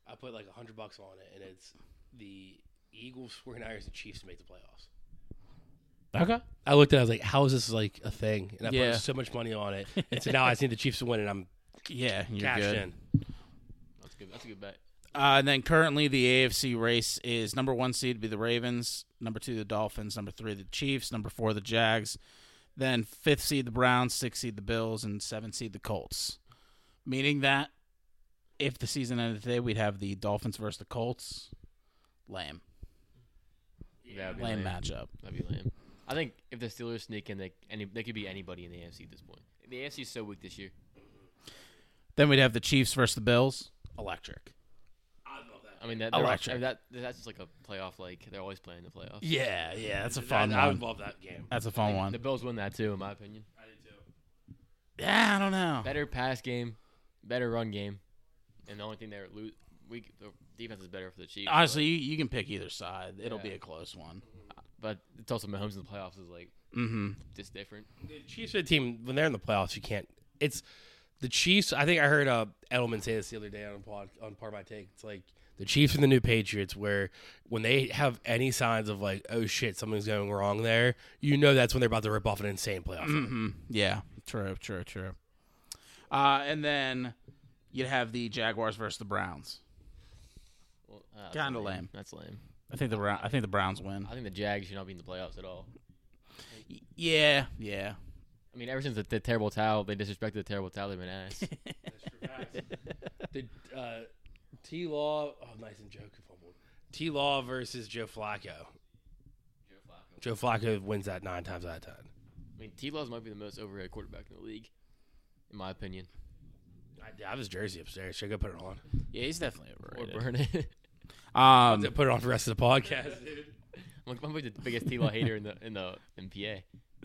Speaker 8: I put like 100 bucks on it, and it's the Eagles, 49ers, and Chiefs to make the playoffs.
Speaker 1: Okay.
Speaker 3: I looked at it, I was like, how is this like a thing? And I
Speaker 1: Yeah.
Speaker 3: put so much money on it. And so now I just need the Chiefs to win, and I'm
Speaker 1: Yeah, you're
Speaker 3: cashed
Speaker 1: good.
Speaker 3: in.
Speaker 4: That's good. That's a good bet.
Speaker 1: Uh, and then currently the AFC race is number one seed to be the Ravens, number two the Dolphins, number three the Chiefs, number four the Jags, then fifth seed the Browns, sixth seed the Bills, and seventh seed the Colts. Meaning that if the season ended today, we'd have the Dolphins versus the Colts. Lame,
Speaker 4: That'd be
Speaker 1: lame matchup.
Speaker 4: That'd be lame. I think if the Steelers sneak in, they any they could be anybody in the AFC at this point. The AFC is so weak this year.
Speaker 1: Then we'd have the Chiefs versus the Bills. Electric.
Speaker 4: I mean that
Speaker 1: I
Speaker 4: they're-
Speaker 1: like
Speaker 4: I
Speaker 1: it.
Speaker 4: mean, that that's just like a playoff. Like they're always playing the playoffs.
Speaker 1: Yeah, yeah, that's a
Speaker 8: I,
Speaker 1: fun
Speaker 8: I
Speaker 1: one.
Speaker 8: would love that game.
Speaker 1: that's a fun
Speaker 4: The
Speaker 1: one.
Speaker 4: Bills win that too, in my opinion.
Speaker 8: I do too.
Speaker 1: Yeah, I don't know.
Speaker 4: Better pass game, better run game, and the only thing they're lo- weak the defense is better for the Chiefs.
Speaker 1: Honestly, you, you can pick either side. It'll be
Speaker 4: Yeah.
Speaker 1: a close one.
Speaker 4: but, but it's also Mahomes in the playoffs is like
Speaker 1: Mm-hmm.
Speaker 4: just different.
Speaker 3: The Chiefs are a team when they're in the playoffs. You can't. It's the Chiefs. I think I heard uh, Edelman say this the other day on a pod on part of my take. It's like the Chiefs and the new Patriots, where when they have any signs of like, oh shit, something's going wrong there, you know that's when they're about to rip off an insane playoff. run.
Speaker 1: Mm-hmm. Yeah, true, true, true. Uh, and then you'd have the Jaguars versus the Browns.
Speaker 4: Well, uh, that's
Speaker 1: Kinda lame.
Speaker 4: That's lame.
Speaker 1: I think the Brown- I think the Browns win.
Speaker 4: I think the Jags should not be in the playoffs at all.
Speaker 1: Yeah, yeah.
Speaker 4: I mean, ever since the, the terrible towel, they disrespected the terrible towel. They've been ass.
Speaker 8: The uh, T Law, oh, nice and joke.
Speaker 3: T Law versus Joe Flacco. Joe Flacco wins that nine times out of ten.
Speaker 4: I mean, T. Laws might be the most overrated quarterback in the league, in my opinion.
Speaker 3: I, I have his jersey upstairs. Should I go put it on?
Speaker 1: Yeah, he's definitely
Speaker 4: Or
Speaker 1: overrated.
Speaker 4: burn it.
Speaker 1: Um,
Speaker 3: Put it on for the rest of the podcast.
Speaker 4: I'm, like, I'm like the biggest T. Law hater in the in the NPA.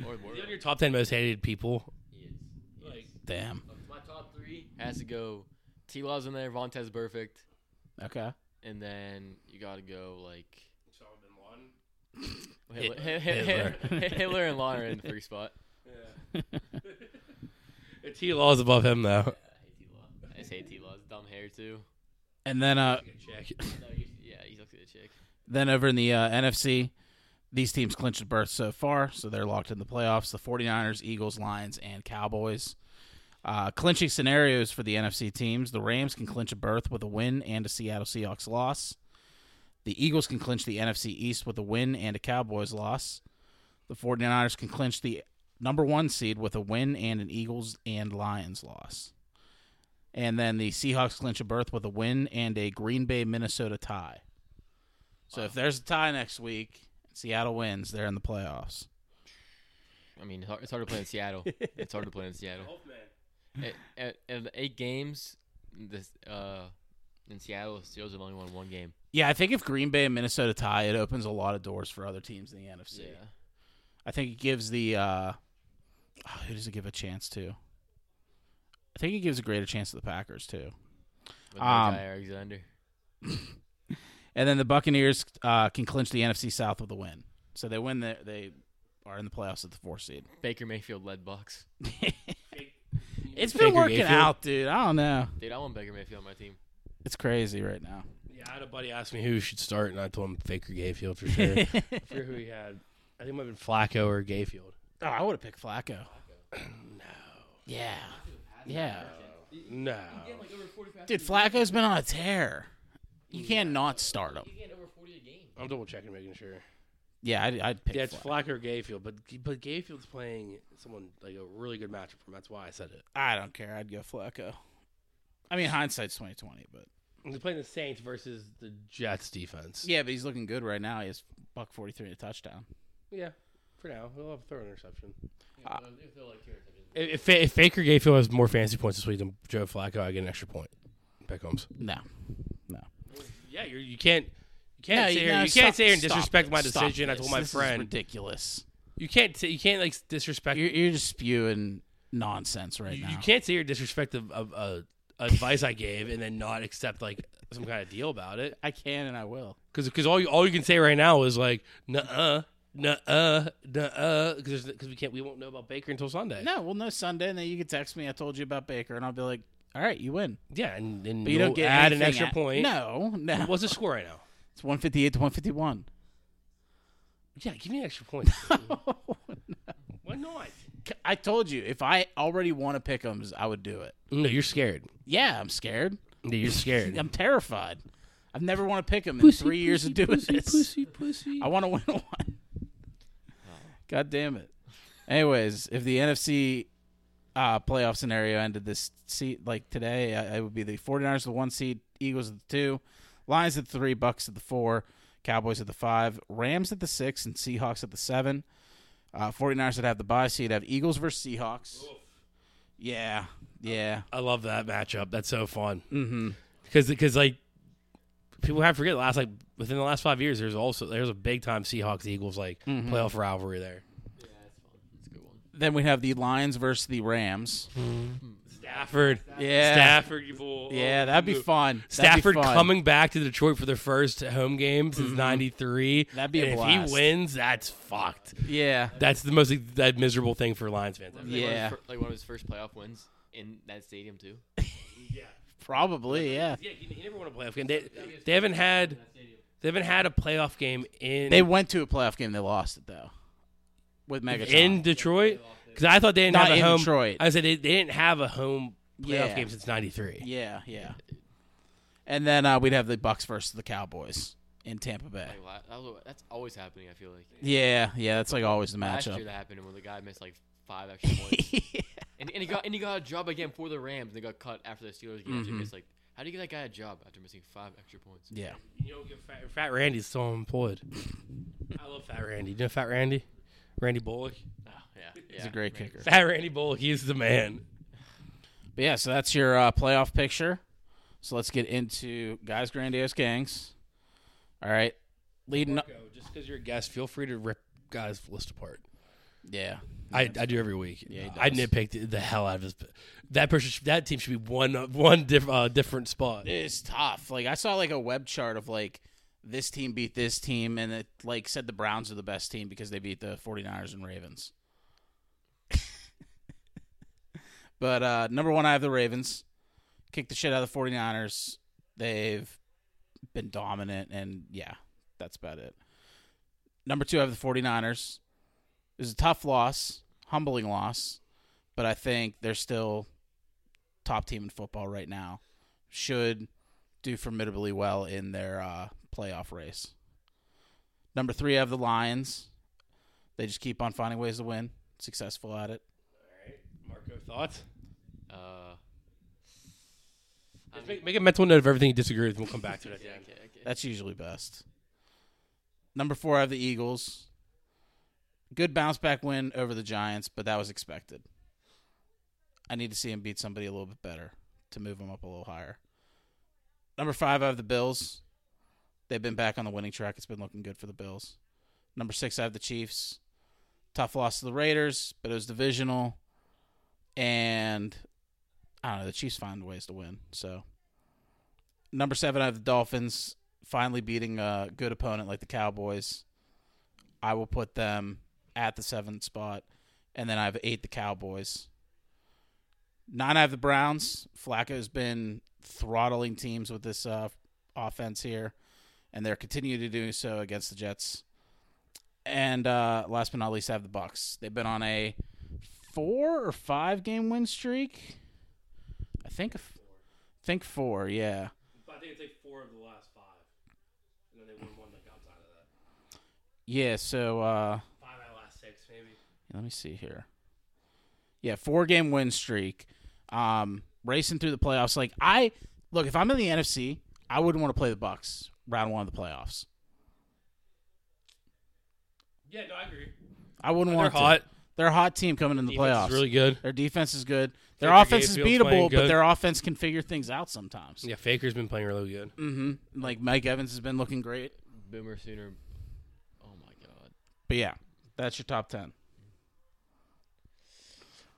Speaker 4: Or the world.
Speaker 3: Your top ten most hated people.
Speaker 4: He is. Like,
Speaker 1: damn.
Speaker 4: my top three has to go. T. Law's in there. Vontez perfect,
Speaker 1: Okay.
Speaker 4: and then you got to go like
Speaker 1: Hit-
Speaker 4: Hitler, Hitler. Hitler and Law are in the free spot.
Speaker 3: T Law's above him though.
Speaker 4: I hate T. Law. I just hate T. Law's dumb hair too.
Speaker 1: And then, uh,
Speaker 4: No, you, yeah, he's actually a chick.
Speaker 1: then over in the uh, NFC, these teams clinched berth so far, so they're locked in the playoffs. The 49ers, Eagles, Lions, and Cowboys. Uh, clinching scenarios for the NFC teams. The Rams can clinch a berth with a win and a Seattle Seahawks loss. The Eagles can clinch the NFC East with a win and a Cowboys loss. The 49ers can clinch the number one seed with a win and an Eagles and Lions loss. And then the Seahawks clinch a berth with a win and a Green Bay Minnesota tie. So if there's a tie next week, Seattle wins. They're in the playoffs.
Speaker 4: I mean, it's hard, it's hard to play in Seattle. it's hard to play in Seattle. At, at, of the eight games, this uh, in Seattle, the Steelers have only won one game.
Speaker 1: Yeah, I think if Green Bay and Minnesota tie, it opens a lot of doors for other teams in the NFC. I think it gives the uh, oh, who does it give a chance to? I think it gives a greater chance to the Packers too.
Speaker 4: With
Speaker 1: Um,
Speaker 4: um, Alexander.
Speaker 1: And then the Buccaneers uh, can clinch the NFC South with a win. So they win. The, they are in the playoffs at the four seed.
Speaker 4: Baker Mayfield led box.
Speaker 1: It's been
Speaker 3: Baker
Speaker 1: working
Speaker 3: Mayfield?
Speaker 1: out, dude. I don't know.
Speaker 4: Dude, I want Baker Mayfield on my team.
Speaker 1: It's crazy right now.
Speaker 3: Yeah, I had a buddy ask me who should start, and I told him Faker Gayfield for sure. I forget who he had. I think it might have been Flacco or Gayfield.
Speaker 1: Oh, I would have picked Flacco. no. Yeah. Yeah.
Speaker 3: No.
Speaker 4: Like over 40 passes.
Speaker 1: Dude, Flacco's been on a tear. You Mm. can't not start him.
Speaker 4: He had over 40 a game.
Speaker 3: I'm double checking, making sure.
Speaker 1: Yeah, I'd, I'd pick
Speaker 3: Yeah, it's
Speaker 1: Flacco.
Speaker 3: Flacco or Gayfield, but but Gayfield's playing someone like a really good matchup for him. That's why I said it.
Speaker 1: I don't care. I'd go Flacco. I mean, hindsight's twenty twenty, but
Speaker 3: He's playing the Saints versus the Jets defense.
Speaker 1: yeah, but he's looking good right now. He has buck forty three and a touchdown.
Speaker 3: Yeah, for now he'll have a throw interception.
Speaker 1: Uh,
Speaker 3: Ah. If, if, if Faker Gayfield has more fantasy points this week than Joe Flacco, I get an extra point. Pickums.
Speaker 1: No, no.
Speaker 3: Yeah, you're, you can't. You
Speaker 1: No,
Speaker 3: can't sit here.
Speaker 1: no,
Speaker 3: you
Speaker 1: stop-
Speaker 3: can't sit here and
Speaker 1: stop
Speaker 3: disrespect
Speaker 1: it.
Speaker 3: my
Speaker 1: Stop
Speaker 3: decision. I
Speaker 1: this.
Speaker 3: told my
Speaker 1: This is
Speaker 3: friend.
Speaker 1: ridiculous.
Speaker 3: You can't. Say, you can't like disrespect.
Speaker 1: You're, you're just spewing nonsense right
Speaker 3: you,
Speaker 1: now.
Speaker 3: you can't say you're disrespectful of uh, advice I gave and then not accept like some kind of deal about it.
Speaker 1: I can and I will.
Speaker 3: Because all you all you can say right now is like nuh uh nuh uh nuh uh because we can't we won't know about Baker until Sunday.
Speaker 1: No, well, no Sunday, and then you can text me. I told you about Baker, and I'll be like, "All right, you win."
Speaker 3: Yeah, and then
Speaker 1: But you don't get
Speaker 3: add an
Speaker 1: anything
Speaker 3: extra
Speaker 1: at-
Speaker 3: point.
Speaker 1: No, no.
Speaker 3: What's the score right now?
Speaker 1: It's one fifty eight to one fifty one.
Speaker 3: Yeah, give me an extra point. Why not?
Speaker 1: I told you if I already want to pick 'ems, I would do it.
Speaker 3: No, you're scared.
Speaker 1: Yeah, I'm scared.
Speaker 3: No, you're scared.
Speaker 1: I'm terrified. I've never want to pick 'em in
Speaker 3: Pussy,
Speaker 1: three years
Speaker 3: pussy,
Speaker 1: of doing
Speaker 3: pussy,
Speaker 1: this.
Speaker 3: Pussy, pussy.
Speaker 1: I want to win one. God damn it. Anyways, if the NFC uh, playoff scenario ended this seat like today, uh, it would be the 49ers the one seed, Eagles at the two, Lions at the three, Bucks at the four, Cowboys at the five, Rams at the six, and Seahawks at the seven. Uh, 49ers would have the bye seed, have Eagles versus Seahawks. Yeah, yeah.
Speaker 3: I love that matchup. That's so fun.
Speaker 1: Mm-hmm.
Speaker 3: because because like people have to forget the last like within the last five years there's also there's a big time Seahawks Eagles like playoff rivalry there.
Speaker 4: Yeah, that's fun. That's a good one.
Speaker 1: Then we have the Lions versus the Rams.
Speaker 3: Stafford.
Speaker 1: Yeah.
Speaker 3: Stafford, you bull.
Speaker 1: Yeah, that'd be fun. That'd be
Speaker 3: Stafford
Speaker 1: fun.
Speaker 3: coming back to Detroit for their first home game since '93.
Speaker 1: That'd be a
Speaker 3: and If
Speaker 1: blast.
Speaker 3: he wins, that's fucked.
Speaker 1: Yeah.
Speaker 3: That's the most that miserable thing for Lions fans.
Speaker 4: Like one of his
Speaker 1: Yeah.
Speaker 4: fir- like one of his first playoff wins in that stadium too.
Speaker 1: Probably, yeah.
Speaker 3: Yeah, you, you never won a playoff game. They, they haven't had they haven't had a playoff game in
Speaker 1: They went to a playoff game. They lost it though, with Megatron.
Speaker 3: in Detroit because I thought they didn't
Speaker 1: Not
Speaker 3: have a
Speaker 1: in
Speaker 3: home.
Speaker 1: Detroit.
Speaker 3: I said they, they didn't have a home playoff
Speaker 1: Yeah.
Speaker 3: game since '93.
Speaker 1: yeah, yeah. And then uh, we'd have the Bucks versus the Cowboys in Tampa Bay.
Speaker 4: Like la- that was- that's always happening. I feel like
Speaker 1: Yeah, yeah. That's like always the
Speaker 4: last year
Speaker 1: matchup.
Speaker 4: that happened when the guy missed like five extra points, and, and he got and he got a job again for the Rams. and They got cut after the Steelers game. after he missed, like, how do you get that guy a job after missing five extra points?
Speaker 1: Mm-hmm. yeah.
Speaker 3: You know, Fat, Fat Randy's still unemployed. I love Fat Randy. Do you know Fat Randy? Randy Bullock.
Speaker 4: Yeah,
Speaker 1: He's a great kicker.
Speaker 3: Fat Randy Bullock. He's the man.
Speaker 1: But yeah, so that's your uh, playoff picture. So let's get into guys, grandiose gangs. All right, leading. Up,
Speaker 3: Go, just because you're a guest, feel free to rip guys' list apart.
Speaker 1: yeah,
Speaker 3: I, I do every week.
Speaker 1: Yeah, he
Speaker 3: I
Speaker 1: does.
Speaker 3: nitpick the, the hell out of this. That person, should- that team should be one one diff, uh, different spot.
Speaker 1: it's tough. Like I saw like a web chart of like this team beat this team, and it like said the Browns are the best team because they beat the 49ers and Ravens. but uh number one, I have the Ravens. Kicked the shit out of the 49ers. They've been dominant, and yeah, that's about it. Number two, I have the 49ers. It was a tough loss, humbling loss, but I think they're still top team in football right now. Should do formidably well in their uh, playoff race. Number three, I have the Lions. They just keep on finding ways to win. Successful at it.
Speaker 3: Marco, thoughts?
Speaker 4: Uh,
Speaker 3: Just make, make a mental note of everything you disagree with, and we'll come back to it.
Speaker 4: yeah, okay, okay.
Speaker 1: That's usually best. Number four, I have the Eagles. Good bounce back win over the Giants, but that was expected. I need to see him beat somebody a little bit better to move him up a little higher. Number five, I have the Bills. They've been back on the winning track. It's been looking good for the Bills. Number six, I have the Chiefs. Tough loss to the Raiders, but it was divisional. And I don't know, the Chiefs find ways to win. So number seven, I have the Dolphins finally beating a good opponent like the Cowboys. I will put them at the seventh spot, and then I have eight the Cowboys. Nine, I have the Browns. Flacco's been throttling teams with this uh, offense here, and they're continuing to do so against the Jets. And uh, last but not least, I have the Bucks. They've been on a four or five game win streak. I think, a f- think four. Yeah.
Speaker 3: I think it's like four of the last five, and then they won one like outside of that.
Speaker 1: Yeah, so uh
Speaker 3: Five out of last six, maybe.
Speaker 1: let me see here. Yeah, four game win streak. Um racing through the playoffs. Like I look, if I'm in the NFC, I wouldn't want to play the Bucks round one of the playoffs.
Speaker 3: Yeah, no, I agree.
Speaker 1: I wouldn't
Speaker 3: They're
Speaker 1: want to.
Speaker 3: hot.
Speaker 1: They're a hot team coming in the
Speaker 3: Defense
Speaker 1: playoffs.
Speaker 3: is really good.
Speaker 1: their defense is good. Their
Speaker 3: Baker
Speaker 1: offense is
Speaker 3: Mayfield's playing
Speaker 1: beatable, but
Speaker 3: good.
Speaker 1: their offense can figure things out sometimes.
Speaker 3: Yeah, Faker's been playing really good.
Speaker 1: hmm Like Mike Evans has been looking great.
Speaker 4: Boomer Sooner. Oh my god,
Speaker 1: But yeah, that's your top ten.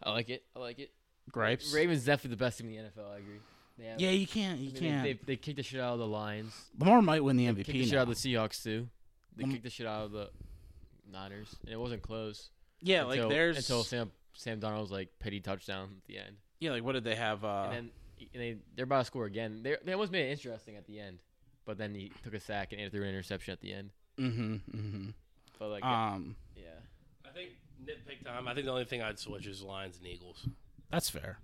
Speaker 4: I like it. I like it.
Speaker 1: Gripes.
Speaker 4: Ravens definitely the best team in the NFL. I agree. They have-
Speaker 1: Yeah, you can't. You
Speaker 4: I mean,
Speaker 1: can't.
Speaker 4: They, they, they kicked the shit out of the Lions.
Speaker 1: Lamar might win the
Speaker 4: Kicked the
Speaker 1: MVP.
Speaker 4: shit
Speaker 1: now.
Speaker 4: out of the Seahawks too. They
Speaker 1: Mm.
Speaker 4: kicked the shit out of the Niners, and it wasn't close.
Speaker 1: yeah,
Speaker 4: until,
Speaker 1: like there's
Speaker 4: until Sam Sam Donald's like petty touchdown at the end,
Speaker 1: yeah, like what did they have? Uh,
Speaker 4: and then and they they're about to score again. They they almost made it interesting at the end, but then he took a sack and threw an interception at the end.
Speaker 1: Mm-hmm, mm-hmm.
Speaker 4: But like
Speaker 1: Um,
Speaker 4: yeah,
Speaker 3: I think nitpick time. I think the only thing I'd switch is Lions and Eagles.
Speaker 1: that's fair.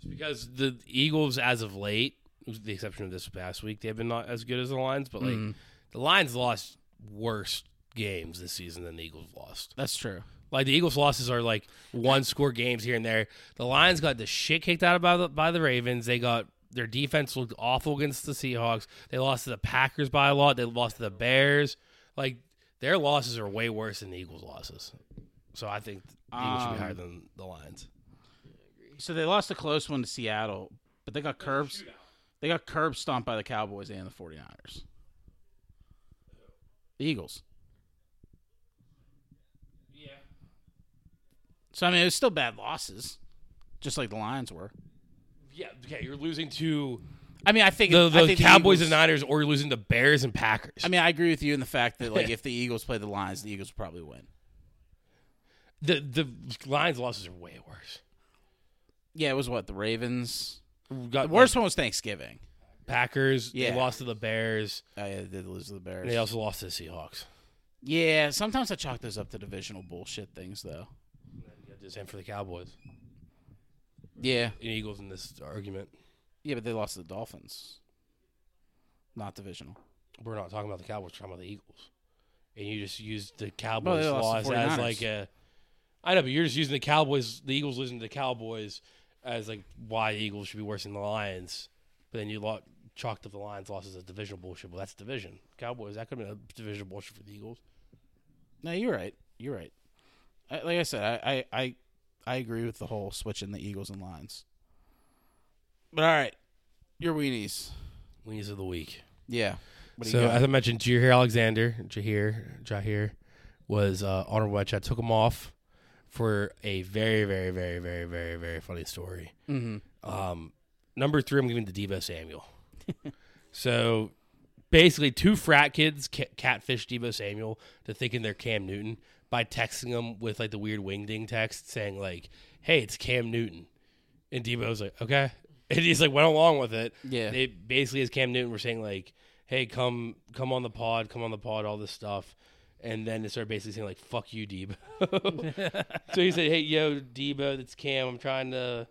Speaker 3: Just because the Eagles, as of late, with the exception of this past week, they've been not as good as the Lions. But like the Lions lost worse games this season than the Eagles lost.
Speaker 1: That's true.
Speaker 3: Like the Eagles' losses are like one score games here and there. The Lions got the shit kicked out of by the, by the Ravens. They got their defense looked awful against the Seahawks. They lost to the Packers by a lot. They lost to the Bears. Like their losses are way worse than the Eagles' losses. So I think the Eagles should be
Speaker 1: Um,
Speaker 3: higher than the Lions.
Speaker 1: So they lost a close one to Seattle, but they got curbs. They got curb stomped by the Cowboys and the 49ers. The Eagles.
Speaker 3: Yeah.
Speaker 1: So I mean, it was still bad losses, just like the Lions were.
Speaker 3: Yeah, okay, you're losing to
Speaker 1: I mean, I think
Speaker 3: the,
Speaker 1: I
Speaker 3: the
Speaker 1: think
Speaker 3: Cowboys
Speaker 1: the Eagles-
Speaker 3: and Niners, or you're losing to Bears and Packers.
Speaker 1: I mean, I agree with you in the fact that like if the Eagles play the Lions, the Eagles probably win.
Speaker 3: the the Lions losses are way worse.
Speaker 1: Yeah, it was what the Ravens.
Speaker 3: We Got
Speaker 1: The worst one was Thanksgiving.
Speaker 3: like, Packers.
Speaker 1: Yeah.
Speaker 3: They lost to the Bears.
Speaker 1: Oh, yeah, they did lose to the Bears.
Speaker 3: And they also lost to the Seahawks.
Speaker 1: yeah, sometimes I chalk those up to divisional bullshit things, though.
Speaker 3: Yeah, just and for the Cowboys
Speaker 1: Yeah,
Speaker 3: and Eagles in this argument.
Speaker 1: yeah, but they lost to the Dolphins. Not divisional.
Speaker 3: We're not talking about the Cowboys. We're talking about the Eagles. And you just used the Cowboys
Speaker 1: lost
Speaker 3: loss
Speaker 1: to the
Speaker 3: as
Speaker 1: 49ers.
Speaker 3: like a. I know, but you're just using the Cowboys, the Eagles losing to the Cowboys as like why the Eagles should be worse than the Lions. But then you lo- chalked up the Lions' losses as divisional bullshit. Well, that's division. Cowboys, that could have been a divisional bullshit for the Eagles.
Speaker 1: No, you're right. You're right. I, like I said, I, I I I agree with the whole switching the Eagles and Lions. But all right, your weenies.
Speaker 3: Weenies of the week.
Speaker 1: Yeah. What do
Speaker 3: So
Speaker 1: you got?
Speaker 3: as I mentioned, Jahir Alexander, Jahir, Jahir was uh, honorable mention. I took him off for a very, very, very, very, very, very funny story. Mm-hmm. Um, number three, I'm giving to Debo Samuel. so basically, two frat kids ca- catfished Debo Samuel to thinking they're Cam Newton by texting him with like the weird wing ding text saying like, "Hey, it's Cam Newton," and Debo's like, "Okay." And he's like went along with it.
Speaker 1: Yeah.
Speaker 3: They basically as Cam Newton were saying like, "Hey, come come on the pod, come on the pod, all this stuff," and then they started basically saying like, "Fuck you, Debo." so he said, "Hey, yo, Debo, that's Cam. I'm trying to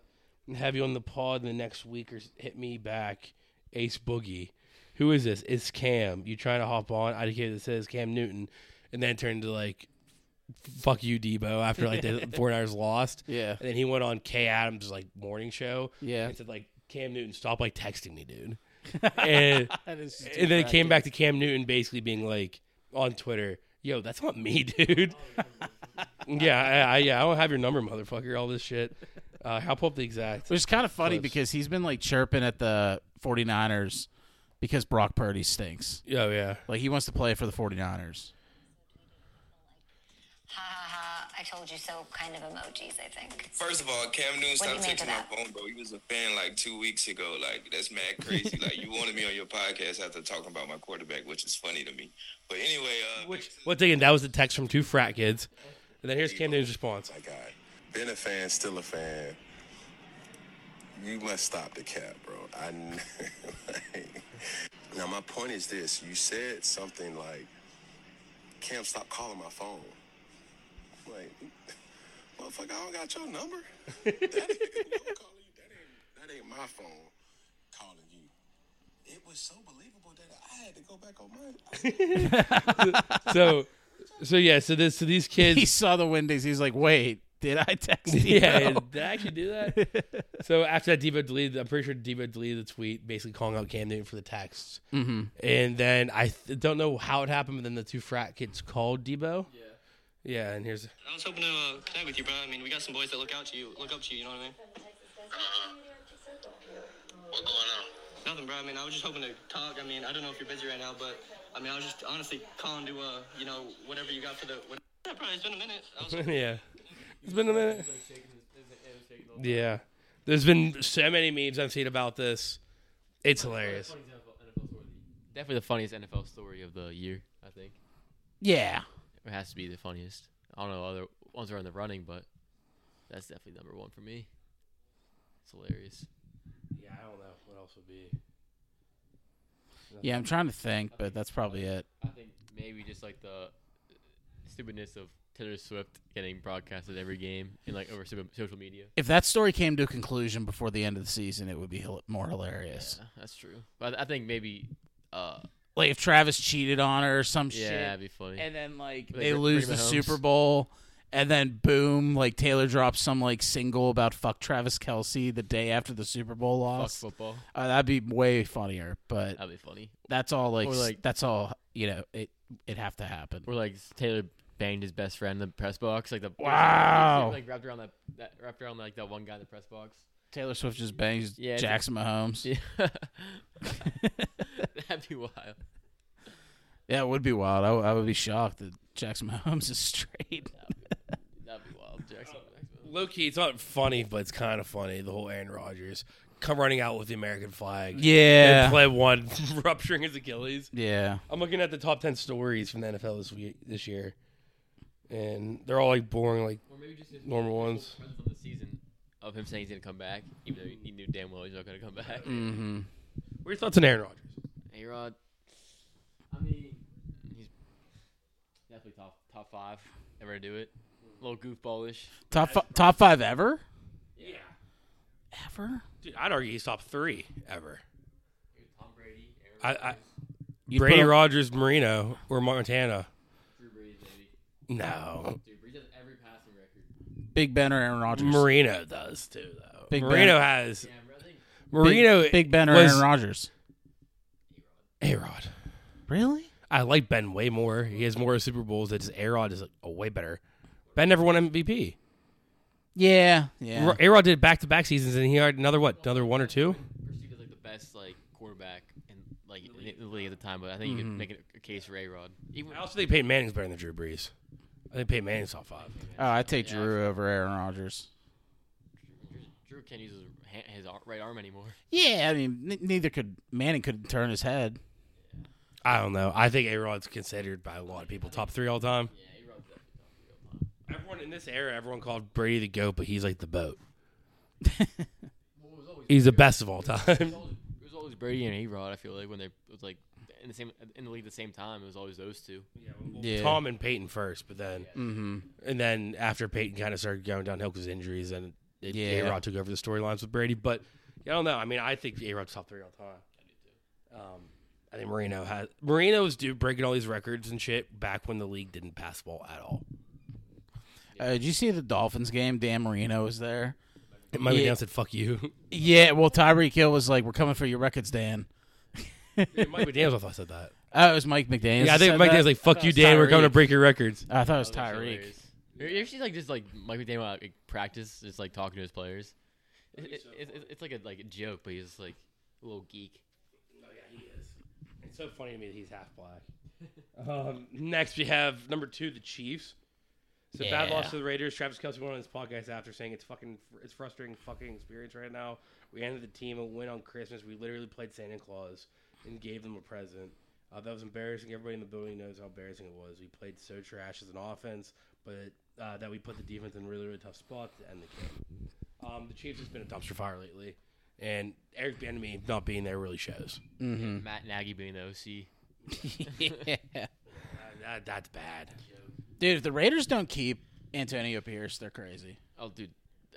Speaker 3: have you on the pod in the next week or s- hit me back, Ace Boogie. Who is this? It's Cam. You trying to hop on? I it says Cam Newton, and then turned to like." Fuck you, Debo. After like the four hours lost,
Speaker 1: Yeah.
Speaker 3: and then he went on K Adams like morning show,
Speaker 1: Yeah.
Speaker 3: and said like Cam Newton, stop like texting me, dude. and,
Speaker 1: is
Speaker 3: and then it came back to Cam Newton basically being like on Twitter, yo, that's not me, dude. yeah, I, I, yeah, I don't have your number, motherfucker. All this shit. Uh, I'll pull up the exact.
Speaker 1: Which is kind of funny
Speaker 3: Close.
Speaker 1: because he's been like chirping at the 49ers because Brock Purdy stinks.
Speaker 3: Oh yeah,
Speaker 1: Like he wants to play for the 49ers.
Speaker 9: Ha ha ha, I told you so kind of emojis, I think.
Speaker 5: First of all, Cam Newton
Speaker 9: What do you
Speaker 5: stopped
Speaker 9: mean to
Speaker 5: texting my
Speaker 9: that?
Speaker 5: phone, bro. You was a fan like two weeks ago. Like that's mad crazy. like you wanted me on your podcast after talking about my quarterback, which is funny to me. But anyway, uh,
Speaker 3: which what again? That was the text from two frat kids, and then here's Cam Newton's response.
Speaker 5: my God, been a fan, still a fan. You must stop the cap, bro. I kn- like- now my point is this: you said something like, "Cam, stop calling my phone." I'm like, motherfucker, I don't got your number. That ain't, I'm calling you. That ain't, that ain't my phone calling you. It was so believable that I had to go back on my.
Speaker 3: So, so yeah, so this, so these kids,
Speaker 1: He saw the Wendy's. He's like, wait, did I text you?
Speaker 3: Yeah, did I actually do that? so after that, Debo deleted. I'm pretty sure Debo deleted the tweet, basically calling out Cam Newton for the text. Mm-hmm. And then I th- don't know how it happened, but then the two frat kids called Debo. Yeah, yeah. And here's
Speaker 6: I was hoping to uh, connect with you, bro. I mean, we got some boys that look out to you, look up to you. You know what I mean?
Speaker 5: What's going on?
Speaker 6: Nothing, bro. I mean, I was just hoping to talk. I mean, I don't know if you're busy right now, but I mean, I was just honestly calling to, uh, you know, whatever you got for the. What, yeah, probably. It's been a minute. I was
Speaker 3: yeah. It's been a minute. Yeah, there's been so many memes I've seen about this. It's hilarious.
Speaker 4: Definitely the funniest NFL story of the year, I think.
Speaker 1: Yeah.
Speaker 4: It has to be the funniest. I don't know other ones are in the running, but that's definitely number one for me. It's hilarious.
Speaker 3: Yeah, I don't know what else would be.
Speaker 1: Yeah, I'm trying to think, but that's probably it.
Speaker 4: I think maybe just like the uh, stupidness of Taylor Swift getting broadcasted every game and like over so- social media.
Speaker 1: If that story came to a conclusion before the end of the season, it would be hil- more hilarious.
Speaker 4: Yeah, that's true. But I I think maybe, uh,
Speaker 1: Like if Travis cheated on her or some
Speaker 4: yeah,
Speaker 1: shit,
Speaker 4: that'd be funny.
Speaker 1: and then like
Speaker 4: Like,
Speaker 1: they
Speaker 4: bring-
Speaker 1: lose the
Speaker 4: bring it home.
Speaker 1: Super Bowl, and then boom, like Taylor drops some like single about fuck Travis Kelsey the day after the Super Bowl
Speaker 4: Fuck
Speaker 1: loss.
Speaker 4: football.
Speaker 1: Uh, that'd be way funnier, but
Speaker 4: That'd be funny.
Speaker 1: that's all like,
Speaker 4: Or, like-
Speaker 1: that's all you know. It it have to happen.
Speaker 4: Or like Taylor banged his best friend in the press box, like the
Speaker 1: Wow.
Speaker 4: like wrapped around that, that wrapped around like that one guy in the press box.
Speaker 1: Taylor Swift just bangs
Speaker 4: Yeah, it's-
Speaker 1: Jackson Mahomes.
Speaker 4: Yeah, that'd be wild.
Speaker 1: Yeah, it would be wild. I, w- I would be shocked that Jackson Mahomes is straight.
Speaker 4: That'd be wild, Jackson.
Speaker 3: Low key, it's not funny, but it's kind of funny. The whole Aaron Rodgers come running out with the American flag.
Speaker 1: Yeah.
Speaker 3: And play one, rupturing his Achilles.
Speaker 1: Yeah.
Speaker 3: I'm looking at the top ten stories from the NFL this week this year, and they're all like boring. Like
Speaker 4: Or maybe just his
Speaker 3: Normal ones.
Speaker 4: presence of the season of him saying he's gonna come back, even though he knew damn well he's not gonna come back.
Speaker 1: Mm-hmm.
Speaker 3: what are your thoughts on Aaron Rodgers?
Speaker 4: A Rod, I mean, he's definitely top top five ever to do it. A little goofballish.
Speaker 1: Top fi- top five ever?
Speaker 3: Yeah,
Speaker 1: Ever?
Speaker 3: dude, I'd argue he's top three ever.
Speaker 4: Tom Brady, Aaron
Speaker 3: I, I
Speaker 1: You
Speaker 3: Brady,
Speaker 1: put him-
Speaker 3: Rodgers, Marino, or Montana.
Speaker 4: Drew Brees, maybe.
Speaker 3: No,
Speaker 4: Dude, Brees has every passing record.
Speaker 1: Big Ben or Aaron Rodgers?
Speaker 3: Marino does too, though.
Speaker 1: Big
Speaker 3: Marino has
Speaker 4: Yeah, but I think
Speaker 1: Big,
Speaker 3: Marino.
Speaker 1: Big Ben or
Speaker 3: was-
Speaker 1: Aaron Rodgers?
Speaker 3: A-Rod.
Speaker 1: Really?
Speaker 3: I like Ben way more. He has more Super Bowls. It's A-Rod is like, oh, way better. Ben never won MVP.
Speaker 1: Yeah. Yeah.
Speaker 3: A Rod did back to back seasons, and he had another what? Another one or two?
Speaker 4: perceived as like the best like quarterback in like in the league at the time, but I think you could make a- a case for A Rod. Even
Speaker 3: I also think Peyton Manning's better than Drew Brees. I think Peyton Manning's top five.
Speaker 1: Oh, I take Drew over Aaron Rodgers.
Speaker 4: Drew- Drew can't use his, ha- his ar- right arm anymore.
Speaker 1: Yeah, I mean, n- neither could Manning could turn his head.
Speaker 3: I don't know. I think A Rod's considered by a lot of people top three all time. Everyone in this era, everyone called Brady the goat, but he's like the boat. He's the best of all time.
Speaker 4: It was always Brady and A Rod. I feel like when they it was like in the same in the league at the same time, it was always those two.
Speaker 1: Yeah.
Speaker 3: Tom and Peyton first, but then
Speaker 1: Mm-hmm.
Speaker 3: and then after Peyton kind of started going downhill because injuries, and it,
Speaker 1: Yeah.
Speaker 3: A Rod took over the storylines with Brady. But yeah, I don't know. I mean, I think A Rod's top three all time. Um, I think Marino has Marino's dude breaking all these records and shit back when the league didn't pass the ball at all.
Speaker 1: Uh, did you see the Dolphins game? Dan Marino was there.
Speaker 3: It might
Speaker 1: Yeah.
Speaker 3: be down said "fuck you."
Speaker 1: Yeah, well, Tyreek Hill was like, "We're coming for your records, Dan."
Speaker 3: it might be Dan's. I thought I said that.
Speaker 1: Oh, it was Mike "Oh, McDaniel.
Speaker 3: yeah, I think Mike Dan's like "fuck you, Dan. We're coming to break your records."
Speaker 1: I thought it was
Speaker 4: That was
Speaker 1: Tyreek.
Speaker 4: hilarious. You ever see like just like Michael Daniel at like, practice, just like talking to his players? It, it, it, it's- it's like a like a joke, but he's just, like a little geek.
Speaker 3: It's so funny to me that he's half black. Um, next, we have number two, the Chiefs. So bad loss to the Raiders. Travis Kelsey went on his podcast after saying it's fucking, it's frustrating fucking experience right now. We ended the team and win on Christmas. We literally played Santa Claus and gave them a present. Uh, that was embarrassing. Everybody in the building knows how embarrassing it was. We played so trash as an offense, but uh, that we put the defense in really, really tough spots to end the game. Um, the Chiefs has been a dumpster fire lately, and Eric Bieniemy not being there really shows.
Speaker 4: Matt Nagy being the OC.
Speaker 1: yeah.
Speaker 3: That, that's bad.
Speaker 1: Dude, if the Raiders don't keep Antonio Pierce, they're crazy.
Speaker 4: Oh, dude,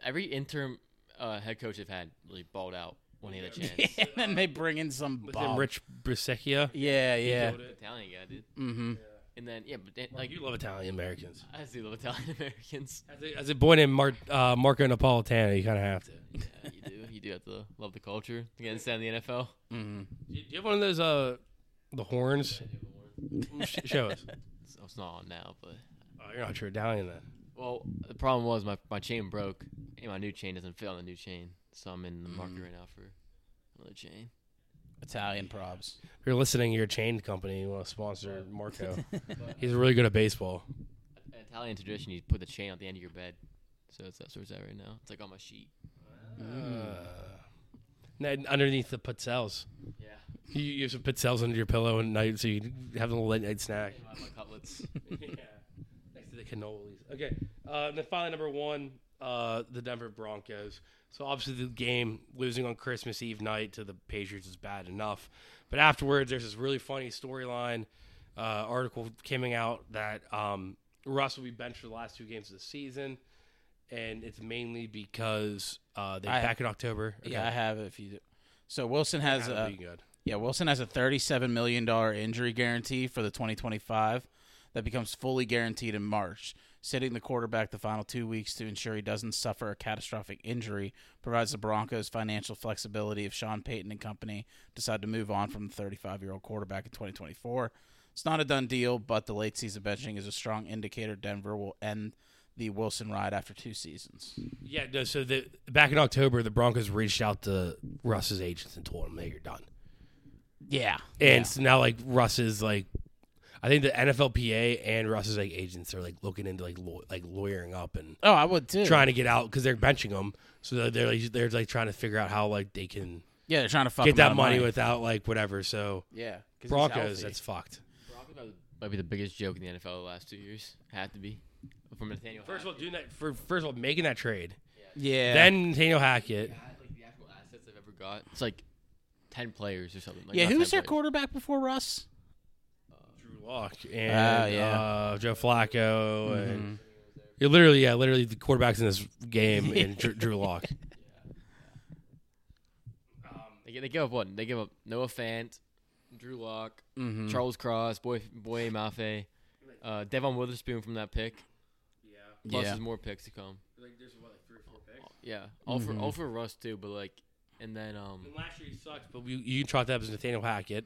Speaker 4: every interim uh, head coach they've had really balled out when he had a chance.
Speaker 1: and then they bring in some
Speaker 3: Was
Speaker 1: bum.
Speaker 3: it Rich Brissecchia?
Speaker 1: Yeah, yeah.
Speaker 4: Italian guy, dude.
Speaker 1: Mm-hmm.
Speaker 4: And then yeah, but then,
Speaker 3: Like
Speaker 4: like
Speaker 3: you love Italian Americans.
Speaker 4: I see little Italian Americans.
Speaker 3: As a, as a boy named Mar- uh, Marco Napolitano, you kind of have to. Do
Speaker 4: Yeah, you do. You do have to love the culture to get inside the NFL.
Speaker 3: you have one of those uh, the horns? Sh- Show us.
Speaker 4: So it's not on now, but
Speaker 3: Oh, you're not true Italian then.
Speaker 4: well, the problem was my my chain broke, and my new chain doesn't fit on the new chain, so I'm in the
Speaker 1: Mm.
Speaker 4: market right now for another chain.
Speaker 1: Italian probs.
Speaker 3: If you're listening, you're a chain company. You want to sponsor Marco? He's really good at baseball.
Speaker 4: An Italian tradition, you put the chain on the end of your bed. So it's that's where it's at right now. It's like on my sheet.
Speaker 3: And then underneath the pizzelles,
Speaker 4: Yeah.
Speaker 3: you, you have some pizzelles under your pillow at night, so you have a little late night snack.
Speaker 4: My, my cutlets.
Speaker 3: yeah. Next to the cannolis. Okay. Uh, and then finally, number one, uh, the Denver Broncos. So obviously, the game losing on Christmas Eve night to the Patriots is bad enough, but afterwards, there's this really funny storyline uh, article coming out that um, Russ will be benched for the last two games of the season, and it's mainly because uh, they
Speaker 1: I-
Speaker 3: back in October.
Speaker 1: Yeah, I have it if you do. So Wilson has
Speaker 3: That'll
Speaker 1: a uh,
Speaker 3: be good.
Speaker 1: yeah, Wilson has a thirty-seven million dollar injury guarantee for the twenty twenty-five that becomes fully guaranteed in March. Sitting the quarterback the final two weeks to ensure he doesn't suffer a catastrophic injury provides the Broncos financial flexibility if Sean Payton and company decide to move on from the 35 year old quarterback in 2024. It's not a done deal, but the late season benching is a strong indicator Denver will end the Wilson ride after two seasons.
Speaker 3: Yeah, no. So the back in October, the Broncos reached out to Russ's agents and told him, "Hey, you're done."
Speaker 1: Yeah.
Speaker 3: And so now like Russ is like I think the NFLPA and Russ's like agents are like looking into like law- like lawyering up and
Speaker 1: Oh, I would too.
Speaker 3: trying to get out because they're benching them. So they're they're like, they're like trying to figure out how like they can
Speaker 1: yeah, they're trying to fuck
Speaker 3: get
Speaker 1: him out
Speaker 3: that
Speaker 1: of
Speaker 3: money, without like whatever. So
Speaker 1: yeah 'cause he's
Speaker 3: Broncos,
Speaker 1: healthy.
Speaker 3: that's fucked.
Speaker 4: Might be the biggest joke in the NFL the last two years. Had to be from Nathaniel.
Speaker 3: First of all, doing that for first of all making that trade,
Speaker 1: yeah.
Speaker 3: then Daniel Hackett.
Speaker 4: Hackett. like the actual assets I've ever got. It's like ten players or something. Like,
Speaker 1: yeah,
Speaker 4: not
Speaker 1: who
Speaker 4: 10
Speaker 1: was their
Speaker 4: players.
Speaker 1: quarterback before Russ?
Speaker 3: Drew Lock and
Speaker 1: Oh, yeah. Mm-hmm.
Speaker 3: uh, Joe Flacco and yeah, literally, yeah, literally the quarterbacks in this game and Drew, Drew Lock.
Speaker 4: They, gi- they give up what? They give up Noah Fant, Drew Lock,
Speaker 1: Mhm.
Speaker 4: Charles Cross, Boy Boy Mafe, uh, Devon Witherspoon from that pick. Yeah. Plus,
Speaker 1: Yeah.
Speaker 4: there's more picks to come. Yeah, all for
Speaker 1: Mm-hmm.
Speaker 4: all for Russ too, but like, and then um,
Speaker 3: And last year he sucked, but we, you can chalk that up as Nathaniel Hackett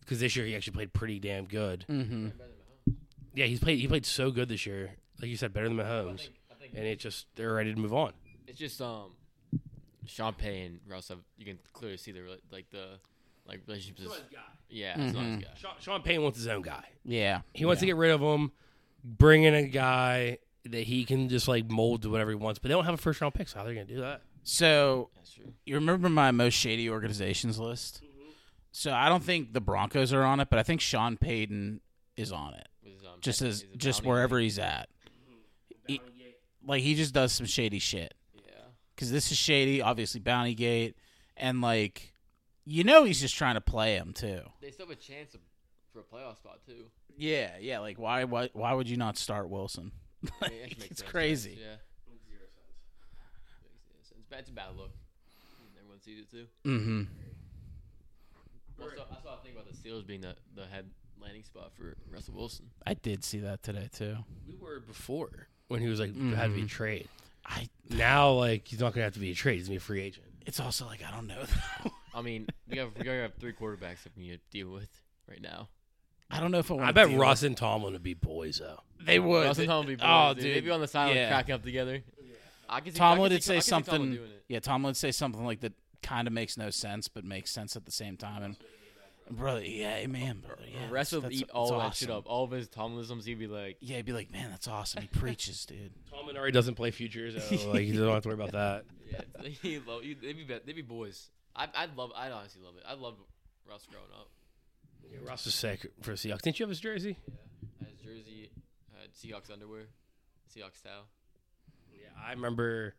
Speaker 3: because this year he actually played pretty damn good.
Speaker 1: Mm-hmm.
Speaker 3: Yeah, he's played. He played so good this year, like you said, better than Mahomes. And it just they're ready to move on.
Speaker 4: it's just um, Sean Payne, Russ. Have, you can clearly see the rela- like the like relationships. is- Yeah, it's not
Speaker 1: Mm-hmm.
Speaker 4: his guy.
Speaker 3: Sean, Sean Payne wants his own guy.
Speaker 1: Yeah.
Speaker 3: He wants to get rid of him, bring in a guy that he can just like mold to whatever he wants. But they don't have a first round pick, so how they're gonna do that?
Speaker 1: So
Speaker 4: That's true.
Speaker 1: you remember my most shady organizations list? So I don't think the Broncos are on it, but I think Sean Payton is on it.
Speaker 4: Was, um,
Speaker 1: Just as
Speaker 4: he's a
Speaker 1: just
Speaker 4: bounty
Speaker 1: wherever he's at. He- like he just does some shady shit.
Speaker 4: hunter. Yeah,
Speaker 1: Cuz this is shady, obviously Bounty Gate and like you know he's just trying to play him too.
Speaker 4: they still have a chance of, for a playoff spot too.
Speaker 1: Yeah, yeah, like why why why would you not start Wilson?
Speaker 4: I mean, that should make
Speaker 1: it's
Speaker 4: no sense,
Speaker 1: crazy.
Speaker 4: Yeah. Makes zero sense. It's bad- It's a bad look. And Everyone sees it too.
Speaker 1: Mhm.
Speaker 4: Also, I saw a thing about the Steelers being the, the head landing spot for Russell Wilson.
Speaker 1: I did see that today too.
Speaker 3: We were before when he was like had to
Speaker 1: Mm-hmm.
Speaker 3: be a trade.
Speaker 1: I
Speaker 3: Now like he's not gonna have to be a trade. He's gonna be a free agent.
Speaker 1: it's also like I don't know.
Speaker 4: I mean, we have we already have three quarterbacks that we need to deal with right now.
Speaker 1: I don't know if I want
Speaker 3: I bet Russ and Tomlin would be boys though.
Speaker 1: they would.
Speaker 4: Russell Tomlin would be
Speaker 1: oh,
Speaker 4: boys, dude. They'd be on the sideline cracking up together. I can see, I
Speaker 1: Tomlin
Speaker 4: can
Speaker 1: would
Speaker 4: see-
Speaker 1: say
Speaker 4: I can see Tomlin
Speaker 1: something.
Speaker 4: doing it.
Speaker 1: Yeah, Tomlin would say something like that. Kind of makes no sense, but makes sense at the same time. And brother, yeah, hey, man, brother, yeah,
Speaker 4: Russ would
Speaker 1: that's-
Speaker 4: eat
Speaker 1: that's
Speaker 4: all that
Speaker 1: awesome.
Speaker 4: shit up. All of his Tomlinisms, he'd be like,
Speaker 1: Yeah, he'd be like, man, that's awesome. He preaches, dude.
Speaker 3: Tomlin already doesn't play futures, so like you don't have to worry about that.
Speaker 4: yeah, he love, he'd- they'd, be, bet- they'd be boys. I, I'd love, I'd honestly love it. I loved Russ growing up.
Speaker 3: Yeah, Russ is sick for the Seahawks. Didn't you have his jersey?
Speaker 4: I had his jersey, I had Seahawks underwear, Seahawks towel.
Speaker 3: Yeah, I remember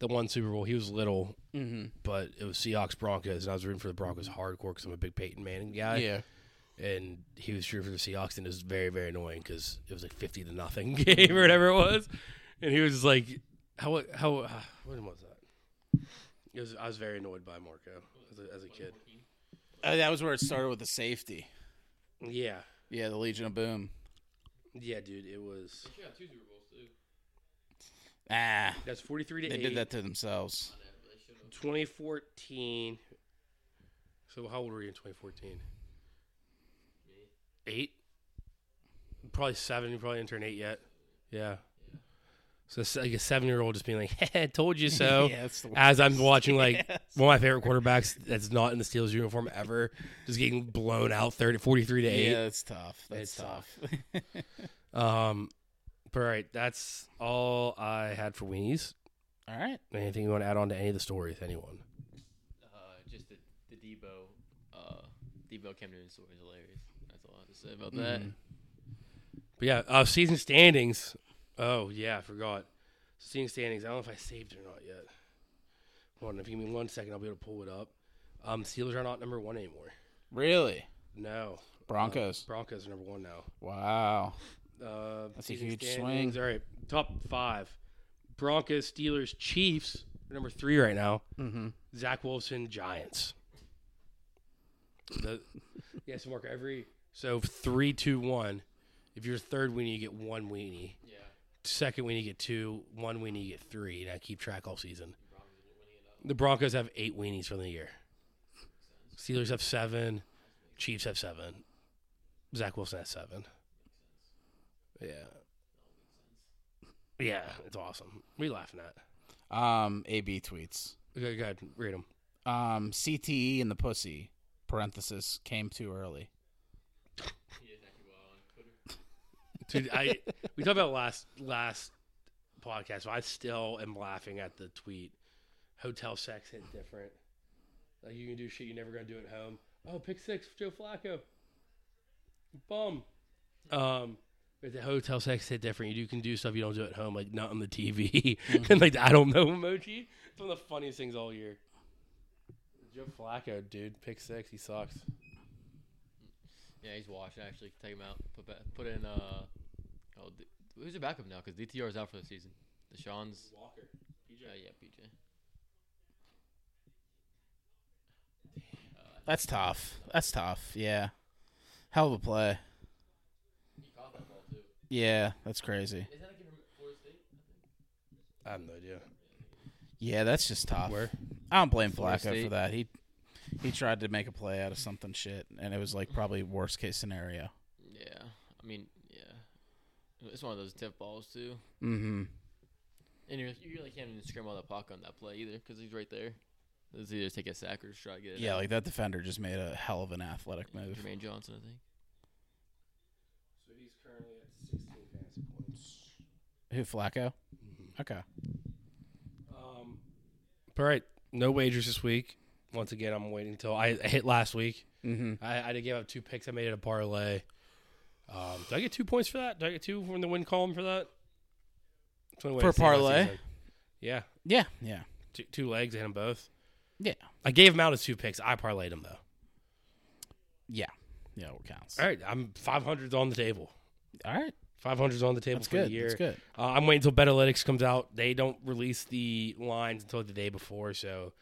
Speaker 3: the one Super Bowl. He was little,
Speaker 4: Mm-hmm.
Speaker 1: Mhm.
Speaker 3: but it was Seahawks Broncos, and I was rooting for the Broncos hardcore because I'm a big Peyton Manning guy. and he was rooting for the Seahawks, and it was very very annoying because it was like fifty to nothing game or whatever it was, and he was just like, how how uh, when was that? It was, I was very annoyed by Marco as a, as a kid.
Speaker 1: Oh, that was where it started with the safety.
Speaker 3: Yeah,
Speaker 1: Yeah, the Legion of Boom.
Speaker 3: yeah, dude, it was
Speaker 4: Yeah, two Super Bowls too.
Speaker 1: Ah,
Speaker 3: that's forty three to
Speaker 1: they
Speaker 3: eight.
Speaker 1: did that to themselves.
Speaker 3: 2014. So how old were you in 2014? Eight. Probably seven. You probably didn't turn eight yet. Yeah. So it's like a seven-year-old just being like, "Heh, "Told you so."
Speaker 1: Yeah, that's the
Speaker 3: As I'm watching, like one of my favorite quarterbacks that's not in the Steelers uniform ever, just getting blown out 30, 43 to eight.
Speaker 1: Yeah, that's tough. That's
Speaker 3: It's
Speaker 1: tough.
Speaker 3: tough. Um, but all right, that's all I had for weenies.
Speaker 1: all right.
Speaker 3: Anything you want to add on to any of the stories? Anyone?
Speaker 4: Uh, just the, the Debo, uh, Debo Cam Newton story is hilarious. That's all I have to say about that.
Speaker 1: Mm-hmm.
Speaker 3: But yeah, uh, season standings. Oh yeah, I forgot. Season standings. I don't know if I saved it or not yet. Hold on, if you give me one second, I'll be able to pull it up. Um, Steelers are not number one anymore.
Speaker 1: Really,
Speaker 3: No,
Speaker 1: Broncos.
Speaker 3: Broncos are number one now.
Speaker 1: wow.
Speaker 3: Uh,
Speaker 1: That's a
Speaker 3: season
Speaker 1: huge
Speaker 3: standings.
Speaker 1: swing.
Speaker 3: All right, top five: Broncos, Steelers, Chiefs. are number three right now.
Speaker 1: Mhm.
Speaker 3: Zach Wilson, Giants. The, yeah, so Mark, every so three, two, one. If you're third weenie, you get one weenie.
Speaker 4: Yeah.
Speaker 3: second weenie you get two, one weenie you get three, and I keep track all season. The Broncos have eight weenies for the year. Steelers have seven, Chiefs have seven, Zach Wilson has seven. Yeah, yeah, it's awesome. We laughing at.
Speaker 1: Um, AB tweets.
Speaker 3: Okay, go ahead, read them.
Speaker 1: um, CTE in the pussy (parenthesis came too early).
Speaker 10: Dude,
Speaker 3: I we talked about last last podcast. But I still am laughing at the tweet. Hotel sex hit different. Like you can do shit you're never gonna do at home. Oh, pick six, Joe Flacco. Bum. Um, but the hotel sex hit different. You can do stuff you don't do at home, like not on the TV. and like the I don't know emoji. It's one of the funniest things all year. Joe Flacco, dude, pick six. He sucks.
Speaker 4: Yeah, he's washed. Actually, take him out. Put back, put in. Uh, oh, D- who's the backup now? Because DTR is out for the season. Deshaun's.
Speaker 3: Walker.
Speaker 4: Uh, yeah, PJ.
Speaker 1: That's tough. That's tough. Yeah. Hell of a play.
Speaker 4: He caught that ball too.
Speaker 1: Yeah, that's crazy.
Speaker 4: Isn't that a kid from Florida State?
Speaker 3: I have no idea.
Speaker 1: Yeah, that's just tough.
Speaker 3: Where?
Speaker 1: I don't blame
Speaker 4: Florida
Speaker 1: Flacco for
Speaker 4: State.
Speaker 1: that. He he tried to make a play out of something shit, and it was like probably worst case scenario.
Speaker 4: Yeah, I mean, yeah, it's one of those tip balls too.
Speaker 1: Mm-hmm.
Speaker 4: And you're, you really can't even scramble the puck on that play either because he's right there. It's either take a sack or just try to get it.
Speaker 1: Yeah,
Speaker 4: out.
Speaker 1: like that defender just made a hell of an athletic move.
Speaker 4: Jermaine Johnson, I think.
Speaker 3: So he's currently at 16 fantasy points.
Speaker 1: Who Flacco? Okay.
Speaker 3: Um, but all right, no wagers this week. Once again, I'm waiting until I I hit last week.
Speaker 1: Mm-hmm.
Speaker 3: I, I did give up two picks. I made it a parlay. Um, do I get two points for that? Do I get two from the win column for that? It's one way
Speaker 1: For
Speaker 3: to see my
Speaker 1: parlay?
Speaker 3: season. Yeah,
Speaker 1: Yeah, yeah,
Speaker 3: two, two legs and them both.
Speaker 1: yeah,
Speaker 3: I gave them out as two picks. I parlayed them though.
Speaker 1: yeah, yeah. What counts?
Speaker 3: All right, I'm 500's on the table.
Speaker 1: All right.
Speaker 3: 500's on the table
Speaker 1: That's
Speaker 3: for
Speaker 1: good.
Speaker 3: the year.
Speaker 1: That's good.
Speaker 3: Uh, I'm waiting until Betalytics comes out. They don't release the lines until the day before, so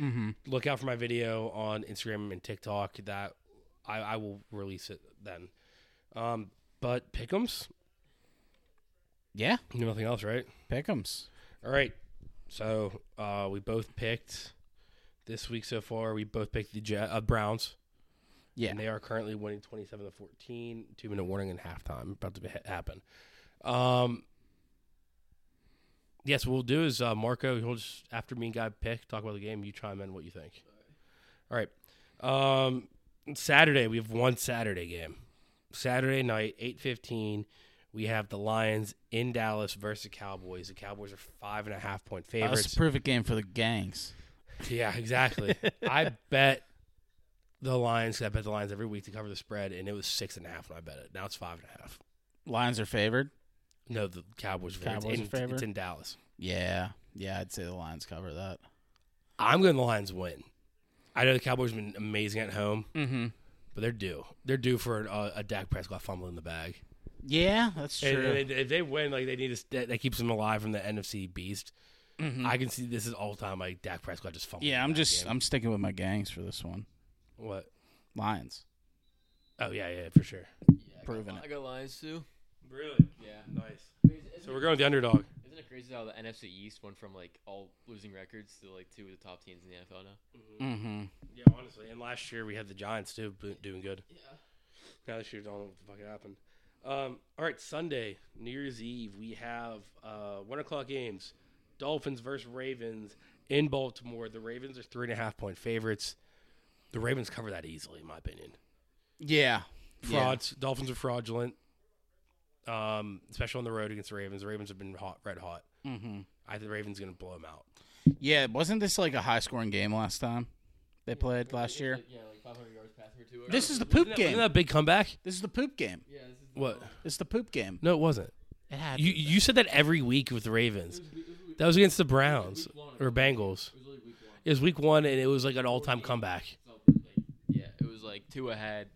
Speaker 3: look out for my video on Instagram and TikTok. That I, I will release it then. Um, but Pickums,
Speaker 1: Yeah,
Speaker 3: nothing else, right?
Speaker 1: Pickums.
Speaker 3: All right. So uh, we both picked this week so far. We both picked the Jet, uh, Browns.
Speaker 1: Yeah.
Speaker 3: And they are currently winning 27 to 14. Two minute warning in halftime. About to be, happen. Um, yes, what we'll do is uh, Marco, he'll just, after me and Guy pick, talk about the game. You chime in what you think. All right. Um, Saturday, we have one Saturday game. Saturday night, 8.15, we have the Lions in Dallas versus the Cowboys. The Cowboys are five and a half point
Speaker 1: That was
Speaker 3: favorites.
Speaker 1: a perfect game for the gangs.
Speaker 3: Yeah, exactly. I bet the Lions. 'cause I bet the Lions every week to cover the spread, and it was six and a half when I bet it. Now it's five and a half.
Speaker 1: Lions are favored.
Speaker 3: No, the Cowboys. were-
Speaker 1: Cowboys
Speaker 3: it's
Speaker 1: are
Speaker 3: in,
Speaker 1: favored?
Speaker 3: it's in Dallas.
Speaker 1: Yeah, yeah. I'd say the Lions cover that.
Speaker 3: I'm going the Lions win. I know the Cowboys have been amazing at home,
Speaker 1: Mm-hmm.
Speaker 3: but they're due. They're due for uh, a, a Dak Prescott fumble in the bag.
Speaker 1: Yeah, that's true.
Speaker 3: And, and if they win, like they need to, st- that keeps them alive from the NFC beast. I can see this is all time like Dak Prescott just fumbled.
Speaker 1: Mm-hmm. yeah,
Speaker 3: in
Speaker 1: I'm
Speaker 3: that
Speaker 1: just
Speaker 3: game.
Speaker 1: I'm sticking with my gangs for this one.
Speaker 3: what?
Speaker 1: Lions.
Speaker 3: Oh yeah, yeah, for sure.
Speaker 4: Yeah, I
Speaker 1: Proven
Speaker 4: got,
Speaker 1: it.
Speaker 4: I got Lions too.
Speaker 3: Really
Speaker 4: Yeah.
Speaker 3: nice.
Speaker 4: Isn't,
Speaker 3: So we're going with the underdog.
Speaker 4: isn't it crazy how the NFC East went from like all losing records to like two of the top teams in the NFL now?
Speaker 1: Mm-hmm.
Speaker 3: Yeah, honestly. And last year we had the Giants too bo- doing good. Yeah. Now this year, I don't know what the fuck it happened. Um, all right, Sunday, New Year's Eve, we have uh, one o'clock games: Dolphins versus Ravens in Baltimore. The Ravens are three and a half point favorites. The Ravens cover that easily, in my opinion.
Speaker 1: Yeah.
Speaker 3: Frauds. Dolphins are fraudulent, um, especially on the road against the Ravens. The Ravens have been hot, red hot.
Speaker 1: Mm-hmm.
Speaker 3: I think the Ravens going to blow them out.
Speaker 1: Yeah. Wasn't this like a high scoring game last time they played last year?
Speaker 4: Yeah, like 500 yards passing for two.
Speaker 1: This is the poop
Speaker 3: Isn't
Speaker 1: game.
Speaker 3: that a big comeback?
Speaker 1: This is the poop game.
Speaker 4: Yeah, this is
Speaker 3: What?
Speaker 1: It's the poop game.
Speaker 3: No, it wasn't.
Speaker 1: It had
Speaker 3: You you said that every week with the Ravens. That was against the Browns or Bengals. It was week one, and it was like an all time comeback.
Speaker 4: Yeah, it was like two ahead,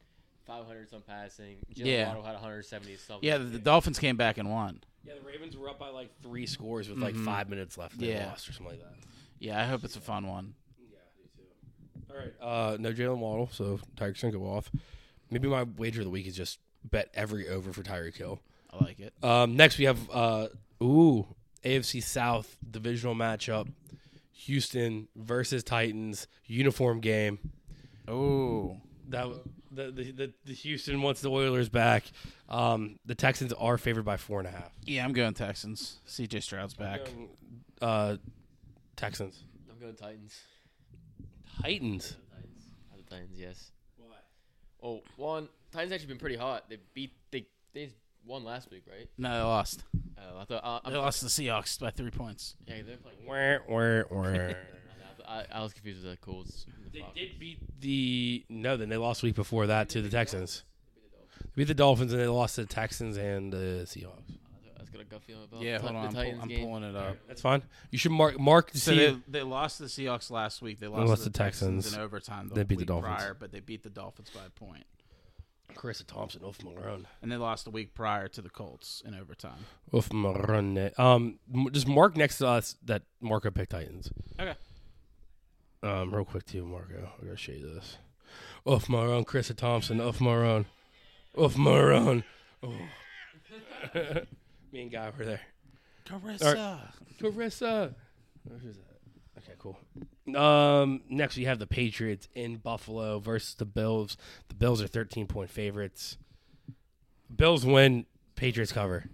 Speaker 4: 500 some passing. Jalen
Speaker 1: Yeah.
Speaker 4: Waddle had 170 something.
Speaker 1: yeah, the, the Dolphins came back and won.
Speaker 3: Yeah, the Ravens were up by like three scores with like five minutes left.
Speaker 1: They
Speaker 3: They
Speaker 1: Yeah.
Speaker 3: lost or something like that.
Speaker 1: Yeah, I hope it's a fun one.
Speaker 3: All right. Uh, no Jalen Waddle, so Tyreek's gonna go off. Maybe my wager of the week is just bet every over for Tyreek Hill.
Speaker 1: I like it.
Speaker 3: Um, next we have uh, ooh AFC South divisional matchup: Houston versus Titans uniform game. Uh,
Speaker 1: Oh,
Speaker 3: that the, the the the Houston wants the Oilers back. Um, the Texans are favored by four and a half.
Speaker 1: yeah, I'm going Texans. CJ Stroud's back.
Speaker 3: Uh, Texans.
Speaker 4: I'm going Titans.
Speaker 3: Titans.
Speaker 4: Titans. Not the Titans, yes. Why? Oh, one. Titans actually been pretty hot. They beat they they just won last week, right?
Speaker 1: No, they lost.
Speaker 4: Oh, I thought uh, I,
Speaker 1: They lost to the Seahawks by three points.
Speaker 4: yeah, they're playing. I, I was confused with the Colts. and the
Speaker 3: They
Speaker 4: Falcons.
Speaker 3: did beat the no, then they lost the week before that to the Texans. They beat the Dolphins and they lost to the Texans and the Seahawks.
Speaker 4: I was gonna gut feeling about
Speaker 1: Yeah,
Speaker 4: the,
Speaker 1: hold
Speaker 4: the
Speaker 1: on. I'm, pull-
Speaker 4: Titans
Speaker 1: I'm
Speaker 4: game.
Speaker 1: pulling it up.
Speaker 3: That's fine. You should mark mark the
Speaker 1: So
Speaker 3: Seahawks.
Speaker 1: they, they lost to the Seahawks last week. They lost,
Speaker 3: lost
Speaker 1: to the
Speaker 3: to
Speaker 1: Texans,
Speaker 3: Texans.
Speaker 1: in overtime. The
Speaker 3: They beat the
Speaker 1: week
Speaker 3: Dolphins.
Speaker 1: prior, but they beat the Dolphins by a point.
Speaker 3: Carissa Thompson, Wolf Malone.
Speaker 1: And they lost the week prior to the Colts in overtime.
Speaker 3: Wolf Malone. Um, m- just mark next to us that Marco picked Titans.
Speaker 1: Okay.
Speaker 3: Um, real quick too, Marco. I gotta show you this. Wolf Malone, Carissa Thompson, Wolf Malone, Wolf Malone. Oh. Me and Guy were there.
Speaker 1: Carissa.
Speaker 3: Carissa. Where is that? Okay, cool. Um, next we have the Patriots in Buffalo versus the Bills. The Bills are thirteen point favorites. Bills win. Patriots cover.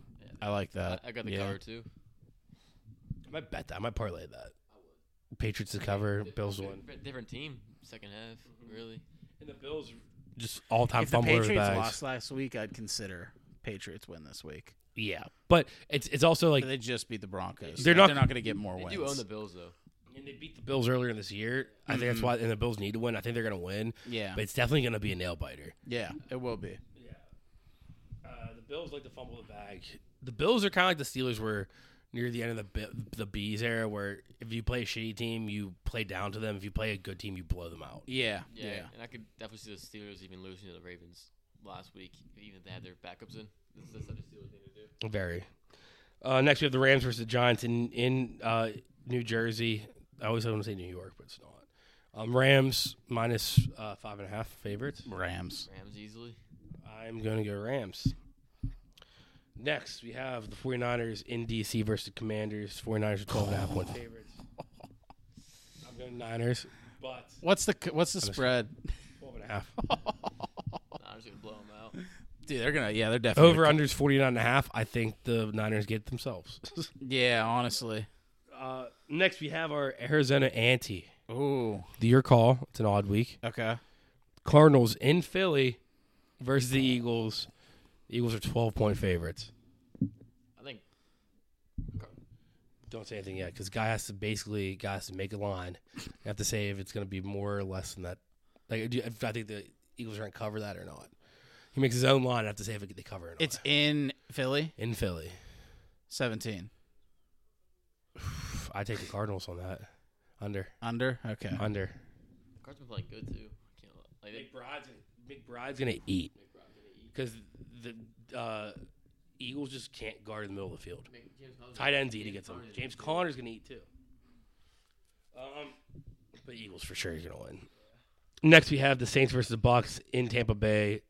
Speaker 1: I like that.
Speaker 4: I got the
Speaker 1: Yeah.
Speaker 4: cover too.
Speaker 3: I might bet that. I might parlay that. Patriots to cover. Bills win.
Speaker 4: Different- Different team, second half, really.
Speaker 3: And the Bills just all time
Speaker 1: If the
Speaker 3: fumble
Speaker 1: Patriots
Speaker 3: bags.
Speaker 1: lost last week, I'd consider Patriots win this week.
Speaker 3: Yeah, but it's it's also like
Speaker 1: But they just beat the Broncos.
Speaker 3: They're
Speaker 1: They're not.
Speaker 3: not-
Speaker 1: They're not going to get more
Speaker 4: They
Speaker 1: wins.
Speaker 4: do own the Bills though.
Speaker 3: and they beat the Bills earlier this year. I think that's why. And the Bills need to win. I think they're gonna win.
Speaker 1: Yeah.
Speaker 3: but it's definitely gonna be a nail biter.
Speaker 1: yeah, it will be.
Speaker 3: Uh, the Bills like to fumble the bag. The Bills are kind of like the Steelers were near the end of the Bi- the bees era, where if you play a shitty team, you play down to them. If you play a good team, you blow them out.
Speaker 1: Yeah, yeah.
Speaker 4: Yeah, and I could definitely see the Steelers even losing to the Ravens last week, even if they had their backups in. That's, that's how the Steelers need to do.
Speaker 3: Very. Uh, next, we have the Rams versus the Giants in in uh, New Jersey. I always want to say New York, but it's not. Um, Rams minus uh, five and a half favorites.
Speaker 1: Rams.
Speaker 4: Rams easily.
Speaker 3: I'm going to go Rams. Next, we have the 49ers in D.C. versus the Commanders. 49ers are 12 and a half point favorites. I'm going Niners, but
Speaker 1: What's the what's the spread?
Speaker 3: 12 and a half.
Speaker 4: Nah, I'm just gonna blow them out.
Speaker 1: Dude, they're gonna. Yeah, they're definitely
Speaker 3: Over unders 49 and a half. I think the Niners get it themselves.
Speaker 1: Yeah, honestly.
Speaker 3: uh, next, we have our Arizona ante.
Speaker 1: Ooh.
Speaker 3: Your call. It's an odd week.
Speaker 1: Okay.
Speaker 3: Cardinals in Philly versus the Eagles. The Eagles are 12 point favorites.
Speaker 4: I think
Speaker 3: Don't say anything yet because guy has to basically guy has to make a line. You have to say if it's going to be more or less than that. Like do you- if I think the Eagles are going to cover that or not. He makes his own line. I have to say if it- they cover or not.
Speaker 1: It's in Philly.
Speaker 3: in Philly.
Speaker 1: Seventeen
Speaker 3: Pff, I take the Cardinals on that under
Speaker 1: under. Okay.
Speaker 3: under.
Speaker 4: the Cards been playing good too. I can't lie. like they,
Speaker 3: McBride's McBride's going to eat because the uh, Eagles just can't guard in the middle of the field. Tight ends eat against them. James Conner's going to eat too. Um, but Eagles for sure is going to win. Next, we have the Saints versus the Bucks in Tampa Bay.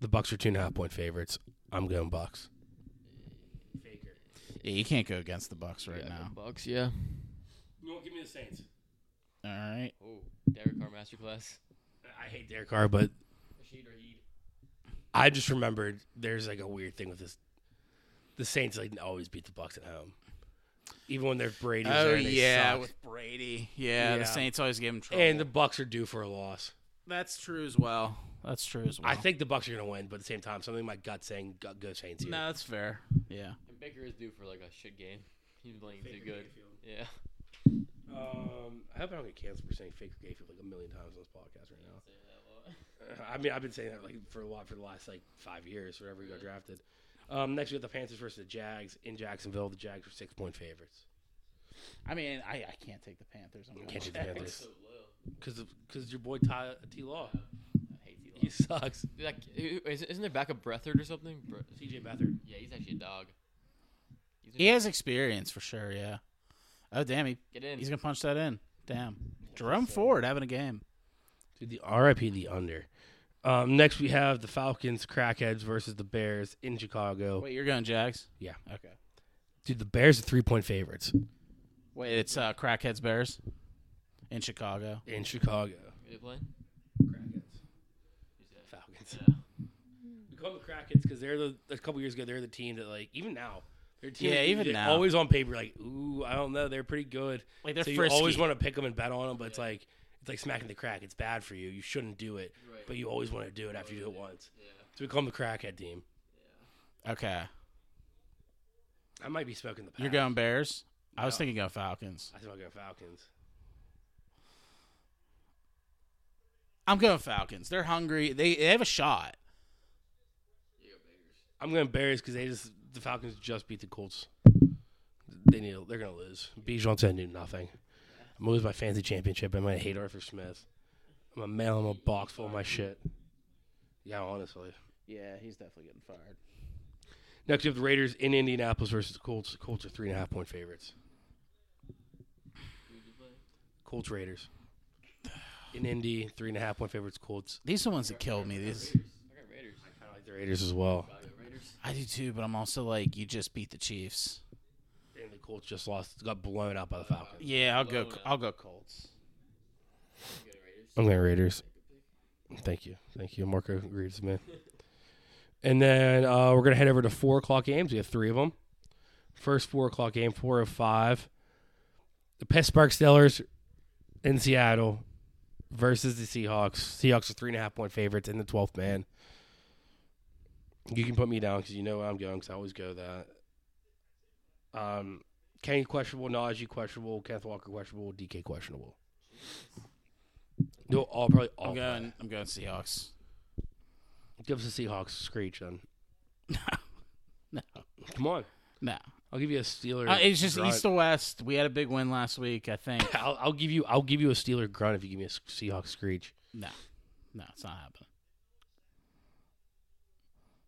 Speaker 3: The Bucks are two and a half point favorites. I'm going Bucks.
Speaker 1: Yeah, you can't go against the Bucks right
Speaker 4: yeah,
Speaker 1: now.
Speaker 4: Bucks, yeah.
Speaker 3: You won't give me the Saints.
Speaker 1: All right.
Speaker 4: Oh, Derek Carr masterclass.
Speaker 3: I hate Derek Carr, but
Speaker 4: Rashid Raheed.
Speaker 3: I just remembered there's like a weird thing with this. The Saints like always beat the Bucks at home, even when they're Brady's
Speaker 1: Oh
Speaker 3: there and they
Speaker 1: yeah,
Speaker 3: suck.
Speaker 1: with Brady. Yeah,
Speaker 3: Yeah.
Speaker 1: the Saints always give him trouble.
Speaker 3: and the Bucks are due for a loss.
Speaker 1: that's true as well. That's true as well.
Speaker 3: I think the Bucks are going to win, but at the same time, something in my gut saying go, go Saints. Here.
Speaker 1: No, that's fair. Yeah.
Speaker 4: And Baker is due for like a shit game. He's been playing too good. Yeah.
Speaker 3: Um, I hope I don't get canceled for saying Faker Gayfield like a million times on this podcast right now. Uh, I mean, I've been saying that like for a lot for the last like five years, whenever we got drafted. Um, next we got the Panthers versus the Jags in Jacksonville. The Jags are six point favorites.
Speaker 1: I mean, I, I can't take the Panthers. I'm
Speaker 3: Can't
Speaker 1: going
Speaker 3: you the Panthers? Because because your boy Ty T Law,
Speaker 4: I hate T.
Speaker 3: he sucks.
Speaker 4: Dude, Like, isn't isn't there backup Breathard or something? Bre-
Speaker 3: CJ Beathard.
Speaker 4: Yeah, he's actually a dog. He's
Speaker 1: He has experience for sure. Yeah. Oh damn, he,
Speaker 4: get in.
Speaker 1: he's gonna punch that in. Damn. Jerome Ford having a game.
Speaker 3: Dude, the RIP the under. Um, next we have the Falcons crackheads versus the Bears in Chicago.
Speaker 1: Wait, you're going Jags?
Speaker 3: Yeah,
Speaker 1: Okay.
Speaker 3: dude, the Bears are three point favorites
Speaker 1: Wait, it's uh, Crackheads Bears in Chicago.
Speaker 3: in Chicago.
Speaker 4: Who they playing?
Speaker 3: Crackheads.
Speaker 4: Who's that?
Speaker 3: Falcons.
Speaker 4: Yeah.
Speaker 3: We call them the Crackheads because they're the a couple years ago they're the team that like even now they're a team
Speaker 1: Yeah,
Speaker 3: that
Speaker 1: even
Speaker 3: they're
Speaker 1: now.
Speaker 3: always on paper like ooh I don't know they're pretty good
Speaker 1: Like, they're
Speaker 3: so you
Speaker 1: frisky.
Speaker 3: always want to pick them and bet on them but it's like it's like smacking the crack it's bad for you you shouldn't do it
Speaker 4: Right.
Speaker 3: but you always want to do it after you do it once
Speaker 4: Yeah.
Speaker 3: so we call them the Crackhead team
Speaker 1: Okay.
Speaker 3: I might be smoking the. Pats.
Speaker 1: You're going Bears? I was
Speaker 3: No.
Speaker 1: thinking of Falcons.
Speaker 3: I think I'll go Falcons.
Speaker 1: I'm going Falcons. They're hungry. They they have a shot.
Speaker 3: I'm going Bears because they just the Falcons just beat the Colts. They need. They're going to lose. Bijan said do nothing. I'm gonna lose my fantasy championship. I'm gonna hate Arthur Smith. I'm gonna mail him a box full of my shit. Yeah, honestly.
Speaker 1: Yeah, he's definitely getting fired.
Speaker 3: Next, we have the Raiders in Indianapolis versus the Colts. The Colts are three and a half point favorites. Colts Raiders in Indy, three and a half point favorites. Colts.
Speaker 1: These are the ones that killed me. These
Speaker 4: I got Raiders. I
Speaker 3: I like the Raiders as well.
Speaker 4: got Raiders.
Speaker 1: I do too, but I'm also like, you just beat the Chiefs.
Speaker 3: And the Colts just lost, got blown out by the Falcons.
Speaker 1: Yeah, I'll go. I'll go Colts.
Speaker 4: You got Raiders.
Speaker 3: I'm going Raiders. Thank you. Thank you. Marco agrees with me. And then uh, we're going to head over to 4 o'clock games. We have three of them. First 4 o'clock game, 4 of 5. The Pittsburgh Steelers in Seattle versus the Seahawks. Seahawks are three and a half point favorites in the 12th man. You can put me down because you know where I'm going because I always go that. Um, Kenny questionable, Najee questionable, Kenneth Walker questionable, DK questionable. They'll all probably all
Speaker 1: I'm
Speaker 3: play.
Speaker 1: going. I'm going Seahawks.
Speaker 3: Give us a Seahawks screech then.
Speaker 1: No,
Speaker 3: Come on.
Speaker 1: no.
Speaker 3: I'll give you a Steeler.
Speaker 1: Uh, it's just
Speaker 3: grunt.
Speaker 1: East to West. We had a big win last week. I think.
Speaker 3: I'll, I'll give you. I'll give you a Steeler grunt if you give me a S- Seahawks screech.
Speaker 1: No, no, it's not happening.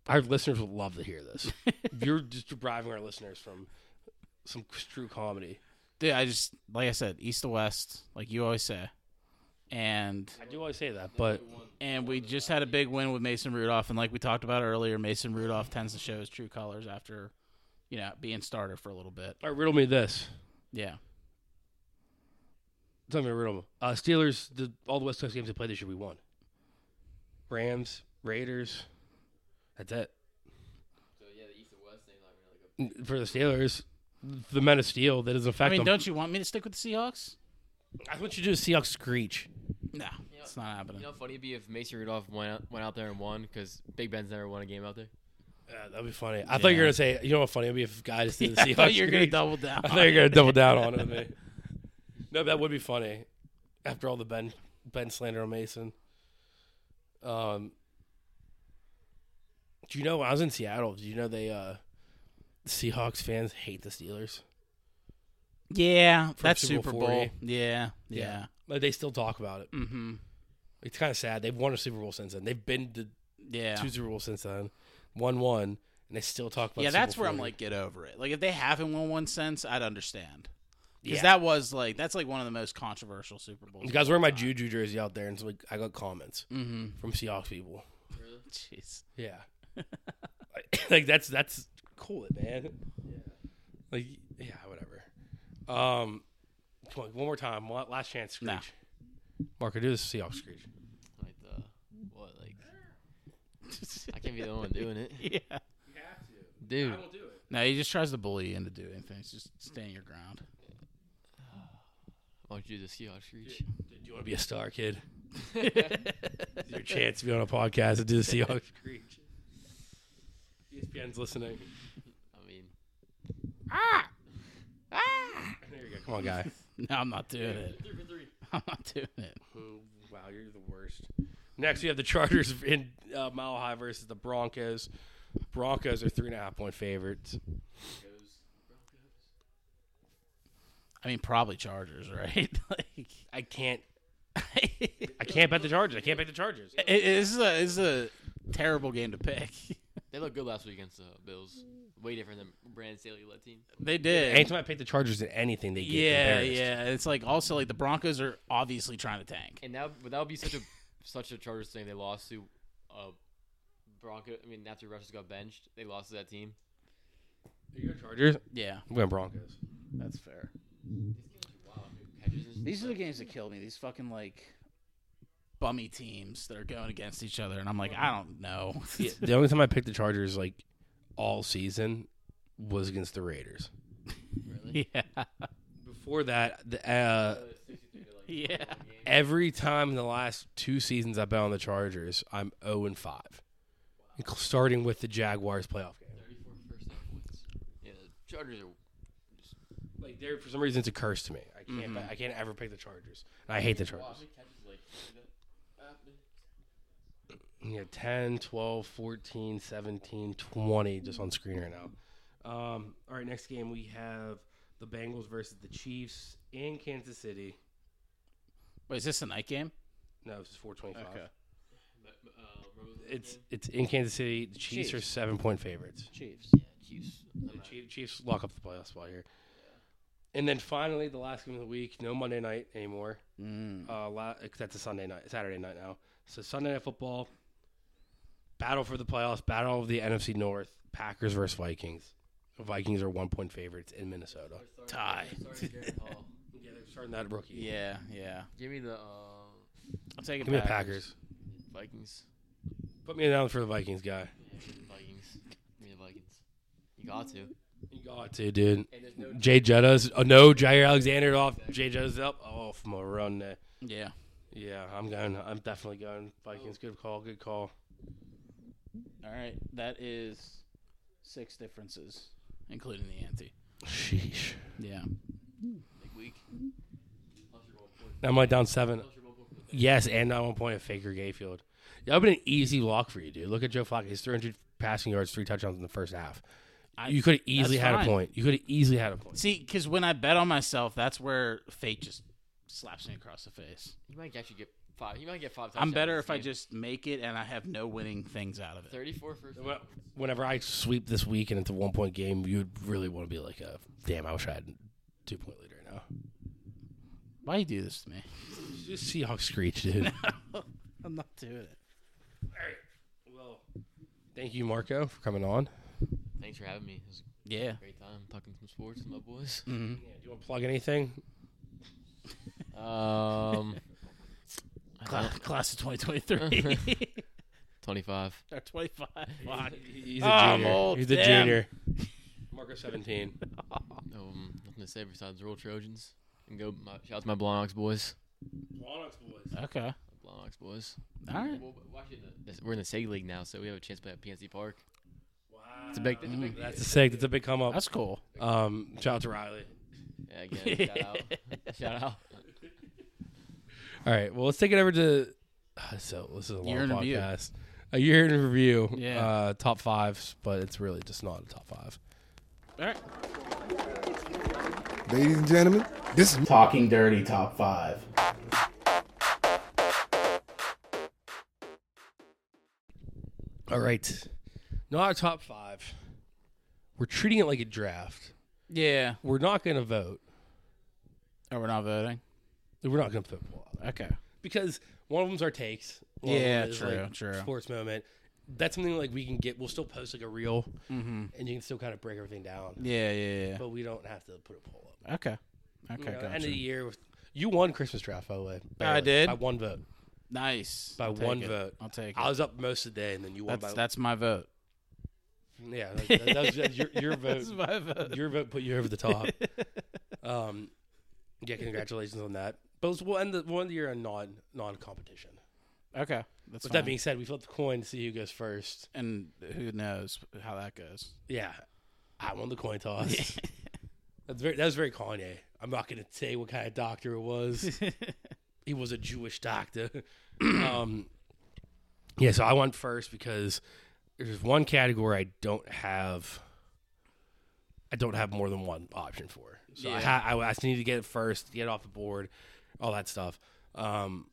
Speaker 3: Our listeners would love to hear this. If You're just depriving our listeners from some c- true comedy.
Speaker 1: Dude, I just like I said, East to West, like you always say, and
Speaker 3: I do always say that, but
Speaker 1: and we just had a big win with Mason Rudolph, and like we talked about earlier, Mason Rudolph tends to show his true colors after, you know, being starter for a little bit.
Speaker 3: all right, riddle me this.
Speaker 1: Yeah,
Speaker 3: Tell me a riddle. Uh, Steelers. The, all the West Coast games they played this year, we won. Rams, Raiders. That's it
Speaker 4: So yeah, the East and West thing not really good.
Speaker 3: N- for the Steelers. The men of steel that doesn't
Speaker 1: I
Speaker 3: affect
Speaker 1: mean,
Speaker 3: them.
Speaker 1: don't you want me to stick with the Seahawks?
Speaker 3: I want you to do a Seahawks screech.
Speaker 1: No, it's not happening.
Speaker 4: You know, how funny it'd be if Mason Rudolph went out, went out there and won because Big Ben's never won a game out there.
Speaker 3: Yeah, Uh, that'd be funny. I thought you were gonna say, you know what funny would be if guys did the
Speaker 1: I thought
Speaker 3: Seahawks.
Speaker 1: you were gonna
Speaker 3: screech.
Speaker 1: double down.
Speaker 3: I thought you were gonna double down on it with me. No, that would be funny. After all the Ben Ben slander on Mason. Um, do you know when I was in Seattle? Do you know they uh, Seahawks fans hate the Steelers?
Speaker 1: Yeah, that's
Speaker 3: Super
Speaker 1: Super
Speaker 3: Bowl
Speaker 1: Bowl.
Speaker 3: 40.
Speaker 1: Yeah, yeah.
Speaker 3: Like they still talk about it.
Speaker 1: Mm-hmm.
Speaker 3: It's kind of sad. They've won a Super Bowl since then. They've been to
Speaker 1: Yeah.
Speaker 3: two Super Bowls since then, one one, and they still talk about.
Speaker 1: yeah,
Speaker 3: Super
Speaker 1: that's
Speaker 3: Bowl
Speaker 1: where I'm
Speaker 3: 40.
Speaker 1: like, get over it. Like, if they haven't won one since, I'd understand. Because
Speaker 3: Yeah.
Speaker 1: that was like, that's like one of the most controversial Super Bowls.
Speaker 3: You guys wearing my Juju jersey out there, and it's like I got comments
Speaker 1: Mm-hmm.
Speaker 3: from Seahawks people.
Speaker 1: Jeez.
Speaker 3: Yeah, like that's that's cool, man. Yeah, like yeah, whatever. Um, come on, one more time, one, last chance screech.
Speaker 1: Nah.
Speaker 3: Marco, do this Seahawks screech.
Speaker 4: Like the what? Like I can't be the one doing it,
Speaker 1: yeah.
Speaker 4: dude.
Speaker 3: do it.
Speaker 1: No, he just tries to bully you into doing things. Just stay your ground.
Speaker 4: Why don't you do Oh, the Seahawks screech?
Speaker 3: Dude, you want to be a star, kid? It's your chance to be on a podcast and do the Seahawks screech. E ESPN's listening.
Speaker 4: I mean,
Speaker 3: There you go. Come on, guy.
Speaker 1: No, I'm not doing it. I'm not doing it.
Speaker 3: Mm, Wow, you're the worst. Next, we have the Chargers in uh, Mile High versus the Broncos. Broncos are three and a half point favorites.
Speaker 1: I mean, probably Chargers, right? like,
Speaker 3: I can't.
Speaker 1: it,
Speaker 3: I can't bet the Chargers. I can't bet the Chargers.
Speaker 1: it's a it's a terrible game to pick.
Speaker 4: they looked good last week against the Bills. Way different than Brandon Staley led team.
Speaker 1: they did.
Speaker 3: Anytime I pick the Chargers in anything, they get
Speaker 1: yeah,
Speaker 3: embarrassed.
Speaker 1: yeah. It's like also like the Broncos are obviously trying to tank.
Speaker 4: And that but that would be such a such a Chargers thing. They lost to uh, Bronco. I mean, after Russell got benched, they lost to that team.
Speaker 3: Are you a Chargers?
Speaker 1: Yeah,
Speaker 3: I'm going Broncos.
Speaker 1: that's fair.
Speaker 4: Hedges and
Speaker 1: These are the games that kill me. These fucking like bummy teams that are going against each other, and I'm like, I don't know.
Speaker 3: Yeah, the only time I picked the Chargers like all season was against the Raiders.
Speaker 4: really.
Speaker 1: yeah,
Speaker 3: Before that, the, uh,
Speaker 1: yeah.
Speaker 3: every time in the last two seasons oh I bet on the Chargers, I'm 0 and 5, starting with the Jaguars playoff game.
Speaker 11: Chargers are
Speaker 3: Like they're for some reason it's a curse to me. I can't. I can't ever pick the Chargers. And I hate the Chargers. Yeah, 10, 12, 14, 17, 20 just on screen right now. Um, all right, next game we have the Bengals versus the Chiefs in Kansas City.
Speaker 1: Wait, is this a night game?
Speaker 3: No, this is 425.
Speaker 1: Okay.
Speaker 3: It's it's in Kansas City. The Chiefs, are
Speaker 11: Chiefs.
Speaker 3: seven point favorites.
Speaker 11: Chiefs.
Speaker 4: Chiefs.
Speaker 3: The Chief, Chiefs lock up the playoff spot here. And then finally, the last game of the week. No Monday night anymore.
Speaker 1: Mm.
Speaker 3: Uh, la- that's a Sunday night, Saturday night now. So Sunday night football, battle for the playoffs, battle of the NFC North, Packers versus Vikings. Vikings are one point favorites in Minnesota.
Speaker 1: Tie.
Speaker 3: Yeah, they're starting that rookie.
Speaker 1: Yeah, yeah.
Speaker 4: Give me the uh,
Speaker 1: I'll take it.
Speaker 3: Give me the
Speaker 1: Packers.
Speaker 3: Packers.
Speaker 4: Vikings.
Speaker 3: Put me down for the Vikings guy.
Speaker 4: Yeah, give me the Vikings. Give me the Vikings. You got to.
Speaker 3: You got to, dude.
Speaker 4: And there's no
Speaker 3: Jay Jettas. Oh, no, Jair Alexander off. Jay Jettas up. Oh, from a run there.
Speaker 1: Yeah.
Speaker 3: Yeah, I'm going. I'm definitely going. Vikings, good call. Good call.
Speaker 1: All right. That is six differences, including the ante.
Speaker 3: Sheesh.
Speaker 1: Yeah.
Speaker 4: big week.
Speaker 3: Am I down seven? Yes, and I one point at Faker Gayfield. That would have been an easy lock for you, dude. Look at Joe Flacco. He's 300 passing yards, three touchdowns in the first half.
Speaker 1: I-
Speaker 3: you could have easily
Speaker 1: that's
Speaker 3: had
Speaker 1: fine.
Speaker 3: a point. You could have easily had a point.
Speaker 1: See, because when I bet on myself, that's where fate just slaps me across the face.
Speaker 4: You might actually get five. You might get five.
Speaker 1: I'm
Speaker 4: touchdowns
Speaker 1: better
Speaker 4: this
Speaker 1: if I
Speaker 4: game.
Speaker 1: just make it and I have no winning things out of it.
Speaker 4: 34 first.
Speaker 3: Well, Whenever I sweep this week and it's a one point game, you'd really want to be like, a, damn, I wish I had a two point lead right now.
Speaker 1: Why you do this to me?
Speaker 3: Just Seahawks screech, dude.
Speaker 1: I'm not doing it.
Speaker 3: well, thank you, Marco, for coming on.
Speaker 4: Thanks for having me. It was
Speaker 1: Yeah.
Speaker 4: a great time talking some sports with my boys.
Speaker 3: Yeah, do you want to plug anything?
Speaker 4: Um,
Speaker 1: Cla- class of 2023
Speaker 4: 25.
Speaker 1: or 25. Fuck.
Speaker 3: He's
Speaker 1: a I'm junior. old,
Speaker 3: He's a
Speaker 1: damn.
Speaker 3: junior. Marco 17.
Speaker 4: Um, nothing to say besides roll Trojans and go. My, shout out to my Blond Ox boys.
Speaker 1: Okay.
Speaker 4: Blond Ox boys.
Speaker 1: All right.
Speaker 4: Well, we're actually in the- We're in the SAG league now, so we have a chance to play at PNC Park. Wow. It's a big. It's a big
Speaker 3: That's a sick. That's a big come up.
Speaker 1: That's cool.
Speaker 3: Um, shout out to Riley.
Speaker 4: yeah, again, shout out. shout out.
Speaker 3: All right. Well, let's take it over to. So this is a long
Speaker 1: Year in review.
Speaker 3: podcast. A year in review.
Speaker 1: Yeah.
Speaker 3: Uh, top fives, but it's really just not a top five.
Speaker 1: All right.
Speaker 6: Ladies and gentlemen, this is
Speaker 1: Talking Dirty Top 5.
Speaker 3: All right. Not a top five. We're treating it like a draft.
Speaker 1: Yeah.
Speaker 3: We're not going to vote.
Speaker 1: Oh, we're not voting?
Speaker 3: We're not going to football
Speaker 1: Okay.
Speaker 3: because one of them's our takes. One of
Speaker 1: Yeah,
Speaker 3: them is,
Speaker 1: true,
Speaker 3: like,
Speaker 1: true.
Speaker 3: Sports moment. That's something like we can get. We'll still post like a reel, and you can still kind of break everything down.
Speaker 1: Mm-hmm. Yeah, yeah,
Speaker 3: but we don't have to put a poll up.
Speaker 1: yeah. Okay. Okay,
Speaker 3: You know, End of the
Speaker 1: gotcha.
Speaker 3: year, with- you won Christmas draft by the way.
Speaker 1: I did.
Speaker 3: by one vote.
Speaker 1: Nice.
Speaker 3: By
Speaker 1: I'll take
Speaker 3: one
Speaker 1: it.
Speaker 3: vote.
Speaker 1: I'll take
Speaker 3: I
Speaker 1: it.
Speaker 3: was up most of the day, and then you won
Speaker 1: That's,
Speaker 3: by
Speaker 1: that's my vote.
Speaker 3: yeah. That, that was, that's your, your vote,
Speaker 1: That's my vote.
Speaker 3: your vote put you over the top. um, yeah, congratulations on that. But let's- we'll end the we'll end the year on non non competition.
Speaker 1: Okay. That's
Speaker 3: With
Speaker 1: fine.
Speaker 3: that being said, we flip the coin to see who goes first.
Speaker 1: and who knows how that goes.
Speaker 3: Yeah, I won the coin toss. That's very that was very Kanye. I'm not gonna say what kind of doctor it was. he was a Jewish doctor. um, yeah, so I went first because there's one category I don't have. I don't have more than one option for. So I, ha- I, I just need to get it first, get it off the board, all that stuff. Um,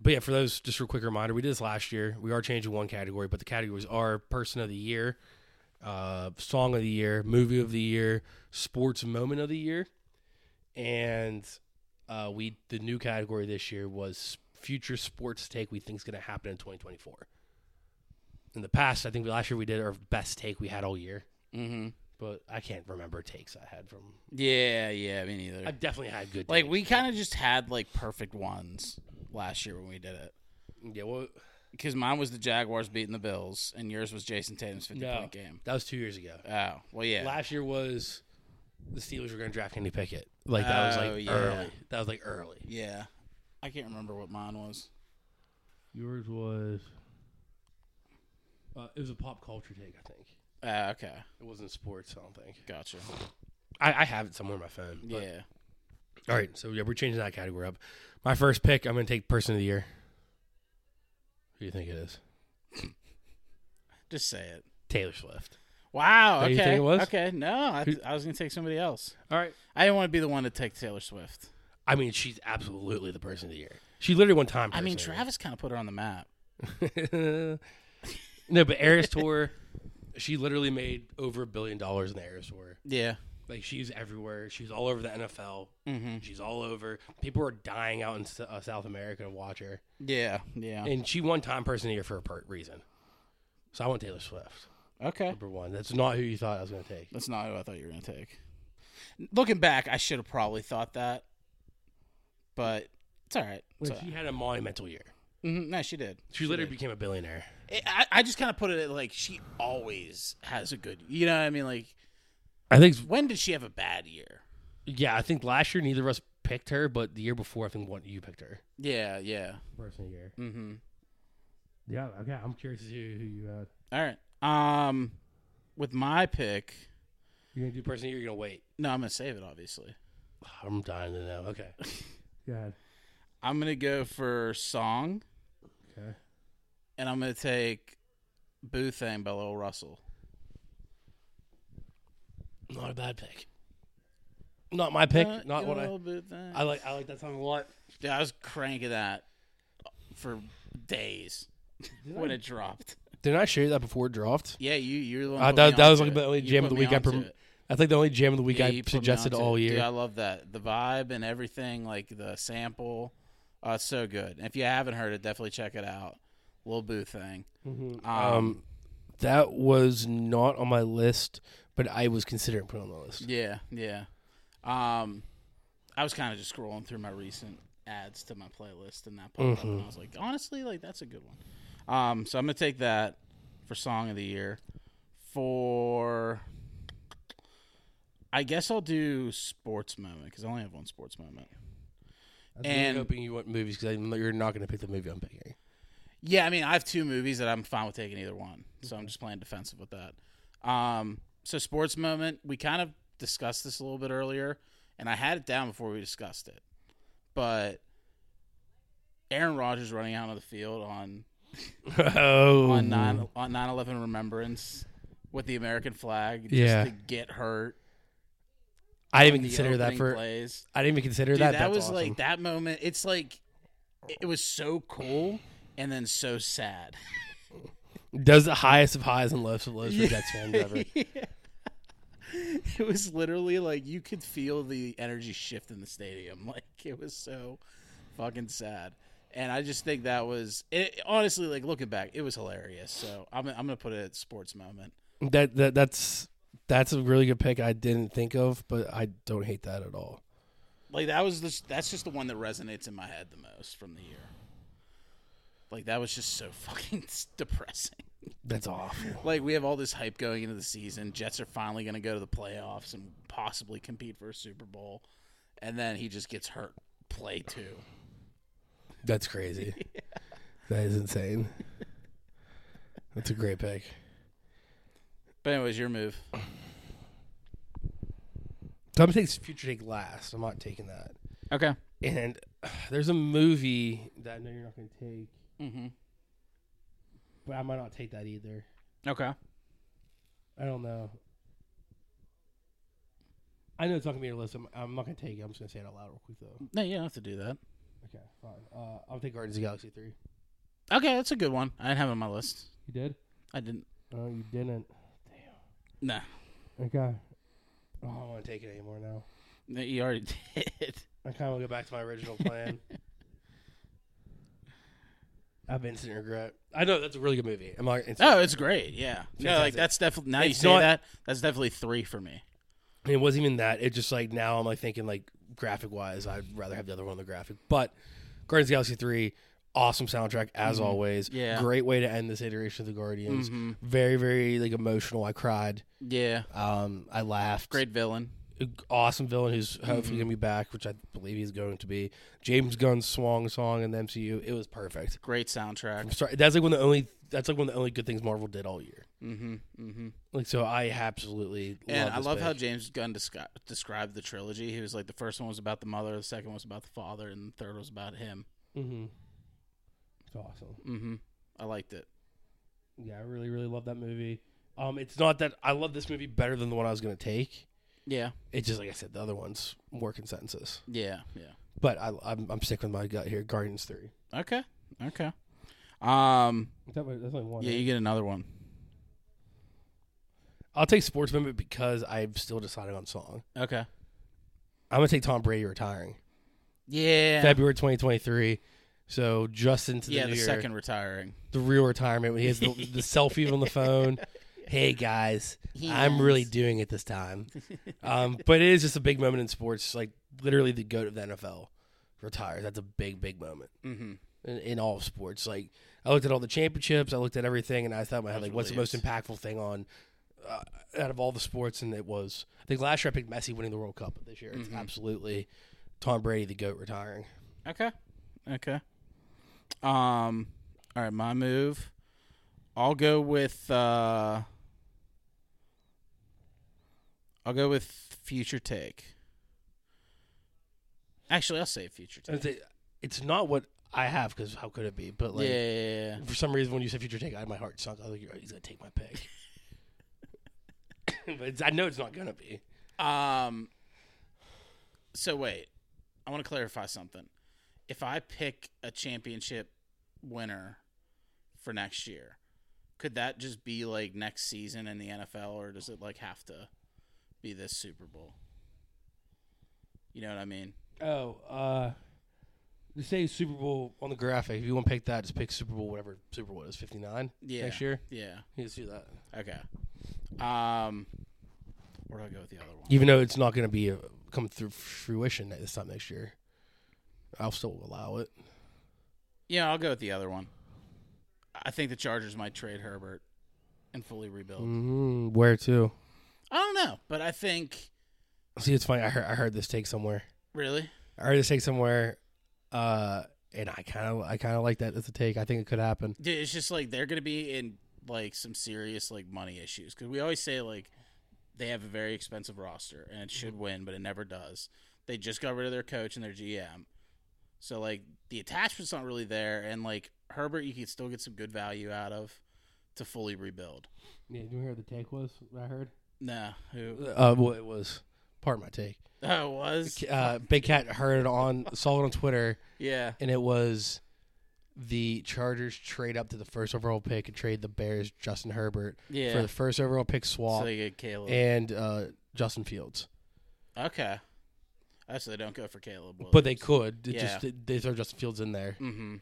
Speaker 3: but yeah, for those, just a quick reminder, we did this last year. We are changing one category, but the categories are person of the year, uh, song of the year, movie of the year, sports moment of the year, and uh, we the new category this year was future sports take we think is going to happen in 2024. In the past, I think last year we did our best take we had all year,
Speaker 1: Mm-hmm.
Speaker 3: but I can't remember takes I had from.
Speaker 1: Yeah, yeah, me neither.
Speaker 3: I definitely had good.
Speaker 1: like
Speaker 3: takes.
Speaker 1: we kind of just had like perfect ones last year when we did it.
Speaker 3: yeah, well,
Speaker 1: Because mine was the Jaguars beating the Bills, and yours was Jason Tatum's
Speaker 3: no,
Speaker 1: fifty-point game.
Speaker 3: that was two years ago.
Speaker 1: Oh well, yeah.
Speaker 3: Last year was the Steelers were going to draft Kenny Pickett. Like that was
Speaker 1: Oh,
Speaker 3: like
Speaker 1: yeah.
Speaker 3: early. That was like early.
Speaker 1: yeah, I can't remember what mine was.
Speaker 3: Yours was. Uh, it was a pop culture take, I think.
Speaker 1: Uh, okay,
Speaker 3: It wasn't sports, I don't think.
Speaker 1: gotcha.
Speaker 3: I, I have it somewhere on my phone. but-
Speaker 1: Yeah.
Speaker 3: All right, so yeah, we're changing that category up. My first pick, I'm going to take person of the year. Who do you think it is?
Speaker 1: Just say it.
Speaker 3: Taylor Swift.
Speaker 1: Wow.
Speaker 3: Who
Speaker 1: Okay.
Speaker 3: you think it was?
Speaker 1: Okay. No, I,
Speaker 3: Who-
Speaker 1: I was gonna take somebody else.
Speaker 3: All right.
Speaker 1: I didn't want to be the one to take Taylor Swift.
Speaker 3: I mean, she's absolutely the person of the year. She literally won time.
Speaker 1: I mean,
Speaker 3: Person
Speaker 1: Travis kind of put her on the map.
Speaker 3: of the Year. no, but Eras Tour, she literally made over a billion dollars in the Eras Tour.
Speaker 1: Yeah.
Speaker 3: Like she's everywhere. She's all over the NFL.
Speaker 1: Mm-hmm.
Speaker 3: Mm-hmm. She's all over. People are dying out in S- uh, South America to watch her,
Speaker 1: Yeah. Yeah.
Speaker 3: and she won time person of the year for a per- reason. So I want Taylor Swift.
Speaker 1: Okay.
Speaker 3: Number one. That's not who you thought I was going to take.
Speaker 1: That's not who I thought you were gonna take. Looking back, I should have probably thought that, but it's all right. It's all
Speaker 3: she
Speaker 1: right.
Speaker 3: had a monumental year.
Speaker 1: Mhm, No, she did.
Speaker 3: She, literally became a billionaire.
Speaker 1: It- I, I just kind of put it like she always has a good. You know what I mean? Like
Speaker 3: I think.
Speaker 1: when did she have a bad year?
Speaker 3: Yeah, I think last year neither of us picked her, but the year before I think one you picked her.
Speaker 1: Yeah. Yeah.
Speaker 3: Person of the year.
Speaker 1: Mm-hmm.
Speaker 3: Yeah. Okay. I'm curious to see who you uh, had.
Speaker 1: All right. Um, with my pick,
Speaker 3: You're gonna do person of the year. You're gonna wait.
Speaker 1: no, I'm gonna save it. Obviously,
Speaker 3: I'm dying to know. Okay. Go ahead.
Speaker 1: I'm gonna go for song,
Speaker 3: Okay.
Speaker 1: and I'm gonna take "Boo Thing" by Lil Russell.
Speaker 3: Not a bad pick. Not my pick.
Speaker 1: Uh,
Speaker 3: not
Speaker 1: you
Speaker 3: what
Speaker 1: little
Speaker 3: I.
Speaker 1: boo thing.
Speaker 3: I like. I like that song a lot.
Speaker 1: Dude, I was cranking that for days when it dropped.
Speaker 3: Didn't I show you that before it dropped?
Speaker 1: Yeah, you you're the one.
Speaker 3: Uh,
Speaker 1: put
Speaker 3: that-
Speaker 1: me
Speaker 3: that was
Speaker 1: onto
Speaker 3: like the
Speaker 1: it.
Speaker 3: only
Speaker 1: You
Speaker 3: jam of
Speaker 1: put
Speaker 3: the
Speaker 1: me
Speaker 3: week I
Speaker 1: onto
Speaker 3: prom-
Speaker 1: it.
Speaker 3: I think the only jam of the week
Speaker 1: Yeah,
Speaker 3: I
Speaker 1: you put me
Speaker 3: suggested
Speaker 1: onto it.
Speaker 3: all year.
Speaker 1: Dude, I love that the vibe and everything, like the sample. Uh, it's so good. If you haven't heard it, definitely check it out. Lil Boo Thing. um,
Speaker 3: Um, that was not on my list, but I was considering putting it on the list.
Speaker 1: Yeah, yeah. Um, I was kind of just scrolling through my recent adds to my playlist, and that popped up, and I was like, honestly, like that's a good one. Um, so I'm gonna take that for song of the year. For I guess I'll do sports moment because I only have one sports moment.
Speaker 3: And
Speaker 1: And
Speaker 3: hoping you want movies because you're not going to pick the movie I'm picking.
Speaker 1: yeah, I mean, I have two movies that I'm fine with taking either one, so I'm just playing defensive with that. Um, so sports moment, we kind of discussed this a little bit earlier, and I had it down before we discussed it, but Aaron Rodgers running out on the field on
Speaker 3: oh,
Speaker 1: on nine on nine eleven remembrance with the American flag just
Speaker 3: Yeah.
Speaker 1: to get hurt.
Speaker 3: I didn't
Speaker 1: in
Speaker 3: even
Speaker 1: the
Speaker 3: consider that
Speaker 1: opening
Speaker 3: for.
Speaker 1: plays.
Speaker 3: I didn't even consider
Speaker 1: Dude,
Speaker 3: that.
Speaker 1: that,
Speaker 3: That's
Speaker 1: was
Speaker 3: awesome.
Speaker 1: like that moment. It's like it- it was so cool and then so sad.
Speaker 3: does the highest of highs and lowest of lows for Jets fans ever.
Speaker 1: It was literally like you could feel the energy shift in the stadium. Like it was so fucking sad. And I just think that was it, honestly like looking back, it was hilarious. So I'm I'm gonna put it at sports moment.
Speaker 3: That that that's that's a really good pick. I didn't think of, but I don't hate that at all.
Speaker 1: Like that was the, that's just the one that resonates in my head the most from the year. Like that was just so fucking depressing.
Speaker 3: That's awful.
Speaker 1: Like we have all this hype going into the season. Jets are finally going to go to the playoffs and possibly compete for a Super Bowl, and then he just gets hurt. Play two.
Speaker 3: That's crazy. That is insane. That's a great pick.
Speaker 1: But anyways, your move.
Speaker 3: So I'm gonna take future take last. I'm not taking that.
Speaker 1: Okay.
Speaker 3: And uh, there's a movie that I know you're not going to take,
Speaker 1: hmm
Speaker 3: but I might not take that either.
Speaker 1: Okay.
Speaker 3: I don't know. I know it's not going to be your list. I'm, I'm not going to take it. I'm just going to say it out loud real quick, though.
Speaker 1: No, you don't have to do that.
Speaker 3: Okay, fine. Uh, I'll take Guardians of the Galaxy 3.
Speaker 1: Okay, that's a good one. I didn't have it on my list.
Speaker 3: You did?
Speaker 1: I didn't.
Speaker 3: No, you didn't.
Speaker 1: Nah,
Speaker 3: Okay. Oh, I don't want to take it anymore now.
Speaker 1: No, you already did.
Speaker 3: I kind of want to go back to my original plan. I have instant regret. I know that's a really good movie. I'm like,
Speaker 1: Oh, it's great. Yeah. No, like
Speaker 3: Fantastic.
Speaker 1: that's definitely now you
Speaker 3: It's
Speaker 1: say
Speaker 3: not-
Speaker 1: that that's definitely three for me.
Speaker 3: it wasn't even that. It just like now I'm like thinking like graphic wise, I'd rather have the other one on the graphic. But Guardians of the Galaxy three, awesome soundtrack as always.
Speaker 1: Mm-hmm. Yeah.
Speaker 3: great way to end this iteration of the Guardians.
Speaker 1: Mhm.
Speaker 3: Very very like emotional. I cried.
Speaker 1: Yeah.
Speaker 3: Um, I laughed.
Speaker 1: Great Mm-hmm. villain.
Speaker 3: It awesome villain who's hopefully gonna be back, which I believe he's going to be. James Gunn's Swong song in the MCU, it was perfect.
Speaker 1: Great soundtrack.
Speaker 3: Sorry, that's like one of the only that's like one of the only good things Marvel did all year.
Speaker 1: Mm-hmm. Mm-hmm.
Speaker 3: Like so, I absolutely
Speaker 1: And
Speaker 3: love
Speaker 1: I
Speaker 3: this
Speaker 1: love how
Speaker 3: pick.
Speaker 1: James Gunn descri- described the trilogy. He was like, the first one was about the mother, the second one was about the father, and the third was about him.
Speaker 3: Mhm. it's awesome.
Speaker 1: Mm-hmm. I liked it.
Speaker 3: Yeah, I really really love that movie. Um, it's not that I love this movie better than the one I was gonna take.
Speaker 1: Yeah.
Speaker 3: It's just like I said, the other one's working sentences.
Speaker 1: Yeah. Yeah.
Speaker 3: But I, I'm I'm sticking with my gut here. Guardians three.
Speaker 1: Okay. Okay. Um.
Speaker 3: That's only one.
Speaker 1: Yeah, you get another one.
Speaker 3: I'll take sports moment because I've still decided on song.
Speaker 1: Okay.
Speaker 3: I'm gonna take Tom Brady retiring
Speaker 1: Yeah.
Speaker 3: February 2023. So just into the
Speaker 1: yeah,
Speaker 3: new
Speaker 1: the
Speaker 3: year,
Speaker 1: second retiring.
Speaker 3: the real retirement when he has the, the selfie on the phone. Hey guys, I'm really doing it this time. Um, but it is just a big moment in sports. Like literally, the goat of the NFL retires. That's a big, big moment
Speaker 1: Mm-hmm.
Speaker 3: in, in all of sports. Like I looked at all the championships, I looked at everything, and I thought in my head,
Speaker 1: Those
Speaker 3: like,
Speaker 1: were
Speaker 3: what's the most
Speaker 1: leagues.
Speaker 3: impactful thing on uh, out of all the sports? And it was I think last year I picked Messi winning the World Cup, but this year
Speaker 1: Mm-hmm.
Speaker 3: it's absolutely Tom Brady, the goat, retiring.
Speaker 1: Okay. Okay. Um. All right, my move. I'll go with. uh I'll go with future take. Actually, I'll say future
Speaker 3: And
Speaker 1: take.
Speaker 3: It's, it's not what I have because how could it be? But like
Speaker 1: yeah, yeah, yeah, yeah.
Speaker 3: for some reason, when you said future take, I my heart sunk. I was like, "Oh, he's gonna take my pick. but it's, I know it's not gonna be.
Speaker 1: Um. So wait, I want to clarify something. If I pick a championship winner for next year, could that just be like next season in the NFL, or does it like have to be this Super Bowl? You know what I mean?
Speaker 3: Oh, uh, they say Super Bowl on the graphic. If you want to pick that, just pick Super Bowl, whatever Super Bowl is, 59
Speaker 1: Yeah.
Speaker 3: next year.
Speaker 1: Yeah.
Speaker 3: You can see that.
Speaker 1: Okay. Um. Where do I go with the other one?
Speaker 3: Even though it's not going to be uh come through fruition this time next year, I'll still allow it.
Speaker 1: Yeah, I'll go with the other one. I think the Chargers might trade Herbert and fully rebuild.
Speaker 3: Mm, where to?
Speaker 1: I don't know, but I think
Speaker 3: See, it's funny. I heard, I heard this take somewhere.
Speaker 1: really.
Speaker 3: I heard this take somewhere, uh, and I kind of I kind of like that as a take. I think it could happen.
Speaker 1: Dude, it's just like they're gonna be in like some serious like money issues because we always say like they have a very expensive roster and it should
Speaker 3: Mm-hmm.
Speaker 1: win, but it never does. They just got rid of their coach and their GM, so like the attachment's not really there. And like Herbert, you can still get some good value out of to fully rebuild.
Speaker 3: Yeah, do you hear what the take was? I heard.
Speaker 1: Nah, who?
Speaker 3: Uh, well, it was part of my take.
Speaker 1: Oh, it was
Speaker 3: Uh, Big Cat heard it on saw it on Twitter,
Speaker 1: yeah.
Speaker 3: and it was the Chargers trade up to the first overall pick and trade the Bears Justin Herbert
Speaker 1: Yeah.
Speaker 3: for the first overall pick
Speaker 1: So
Speaker 3: swap
Speaker 1: they get Caleb.
Speaker 3: and uh, Justin Fields.
Speaker 1: okay. Oh, so they don't go for Caleb. Williams.
Speaker 3: But they could It
Speaker 1: Yeah.
Speaker 3: just they throw Justin Fields in there,
Speaker 1: Mm-hmm.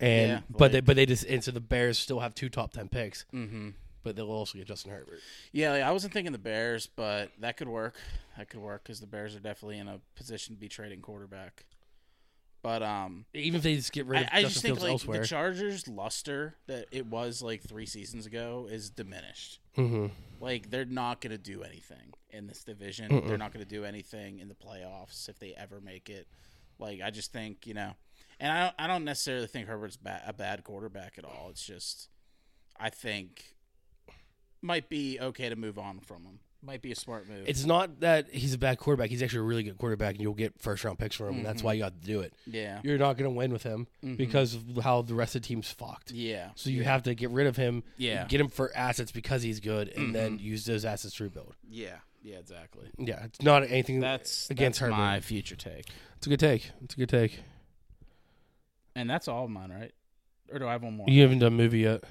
Speaker 3: and
Speaker 1: Yeah,
Speaker 3: but they
Speaker 1: like-
Speaker 3: but they just and so the Bears still have two top ten picks,
Speaker 1: Mm-hmm.
Speaker 3: but they'll also get Justin Herbert.
Speaker 1: Yeah, like, I wasn't thinking the Bears, but that could work. That could work because the Bears are definitely in a position to be trading quarterback. But um,
Speaker 3: Even if they just get rid of
Speaker 1: I, I
Speaker 3: Justin
Speaker 1: just think
Speaker 3: Fields
Speaker 1: like
Speaker 3: elsewhere,
Speaker 1: the Chargers' luster that it was like three seasons ago is diminished.
Speaker 3: mm-hmm.
Speaker 1: Like they're not going to do anything in this division. They're not going to do anything in the playoffs if they ever make it. Like I just think you know, and I don't, I don't necessarily think Herbert's ba- a bad quarterback at all. It's just I think might be okay to move on from him. Might be a smart move.
Speaker 3: it's not that he's a bad quarterback. He's actually a really good quarterback, and you'll get first round picks from him. and That's
Speaker 1: Mm-hmm.
Speaker 3: why you got to do it.
Speaker 1: yeah,
Speaker 3: You're not going to win with him because of how the rest of the team's fucked.
Speaker 1: Mm-hmm. yeah,
Speaker 3: So you have to get rid of him.
Speaker 1: Yeah. Mm-hmm.
Speaker 3: Get him for assets because he's good, and then use those assets to rebuild.
Speaker 1: yeah, yeah. Exactly.
Speaker 3: Yeah, it's not anything
Speaker 1: That's
Speaker 3: against
Speaker 1: against
Speaker 3: Herbert.
Speaker 1: my future take,
Speaker 3: It's a good take. It's a good take.
Speaker 1: and that's all of mine, right? Or do I have one more?
Speaker 3: You haven't done movie yet.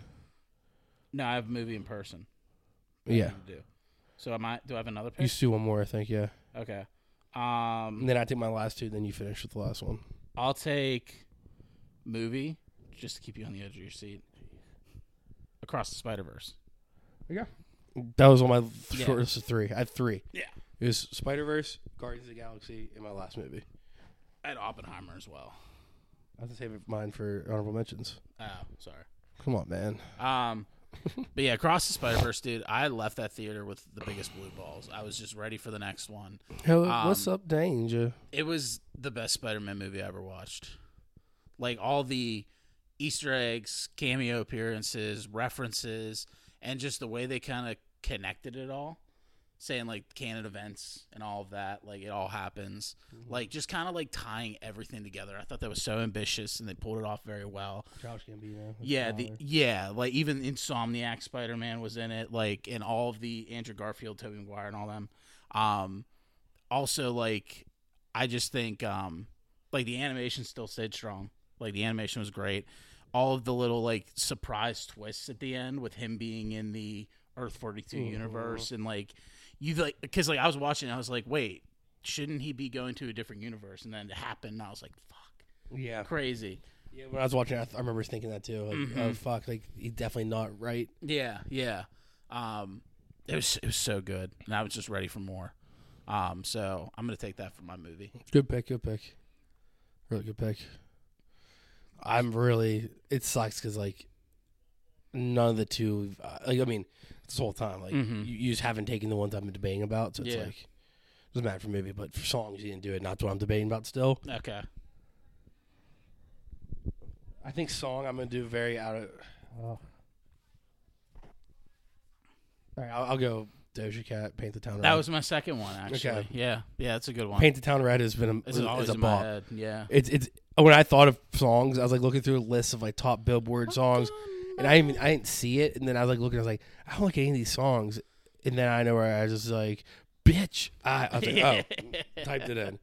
Speaker 1: No, I have movie in person.
Speaker 3: Yeah,
Speaker 1: to do. So am I? Do I have another
Speaker 3: you
Speaker 1: pick?
Speaker 3: still one more, I think. Yeah,
Speaker 1: Okay.
Speaker 3: and
Speaker 1: Um,
Speaker 3: then I take my last two. Then you finish with the last one.
Speaker 1: I'll take movie just to keep you on the edge of your seat. Across the Spider Verse.
Speaker 3: Yeah. That was on my
Speaker 1: Yeah.
Speaker 3: short list of three. I had three.
Speaker 1: Yeah.
Speaker 3: It was Spider Verse, Guardians of the Galaxy, and my last movie.
Speaker 1: And Oppenheimer as well.
Speaker 3: I have to save mine for honorable mentions.
Speaker 1: Oh, sorry.
Speaker 3: Come on, man.
Speaker 1: Um, But yeah, across the Spider Verse, dude, I left that theater with the biggest blue balls. I was just ready for the next one. Um,
Speaker 3: what's up, danger?
Speaker 1: It was the best Spider Man movie I ever watched. Like all the Easter eggs, cameo appearances, references, and just the way they kind of connected it all. Saying like canon events and all of that, like it all happens. Like just kind of like tying everything together. I thought that was so ambitious and they pulled it off very well.
Speaker 3: Josh Gambino. his
Speaker 1: Yeah, the,
Speaker 3: father.
Speaker 1: yeah, like even Insomniac Spider Man was in it, like and all of the Andrew Garfield, Tobey Maguire, and all them. Um, also, like I just think, um, like the animation still stayed strong. Like the animation was great. All of the little like surprise twists at the end with him being in the Earth forty universe and like you like because like I was watching, I was like, wait, shouldn't he be going to a different universe? And then it happened, and I was like, fuck,
Speaker 3: yeah.
Speaker 1: crazy.
Speaker 3: yeah. When I was watching, I, th- I remember thinking that too. Like,
Speaker 1: Mm-hmm.
Speaker 3: oh fuck, like he's definitely not right.
Speaker 1: Yeah, yeah. Um, it was it was so good, and I was just ready for more. Um, so I'm gonna take that for my movie.
Speaker 3: Good pick. Good pick. Really good pick. I'm really. It sucks because like none of the two. uh, Like I mean, this whole time like you, you just haven't taken the ones I've been debating about. So it's
Speaker 1: Mm-hmm. Yeah.
Speaker 3: like doesn't matter for movie, but for songs you didn't do it. and That's what I'm debating about still.
Speaker 1: Okay.
Speaker 3: I think song I'm gonna do very out of. All right, I'll, I'll go Doja Cat. Paint the town.
Speaker 1: That
Speaker 3: Red.
Speaker 1: was my second one, actually.
Speaker 3: Okay.
Speaker 1: Yeah, yeah, that's a good one.
Speaker 3: Paint the town red has been a,
Speaker 1: this
Speaker 3: is,
Speaker 1: is always
Speaker 3: a
Speaker 1: in my
Speaker 3: bop.
Speaker 1: head. Yeah.
Speaker 3: It's it's when I thought of songs, I was like looking through a list of like top Billboard songs, and I even I didn't see it, and then I was like looking, I was like, I don't like any of these songs, and then I know where I was just like, bitch, I, I was like, oh, typed it in.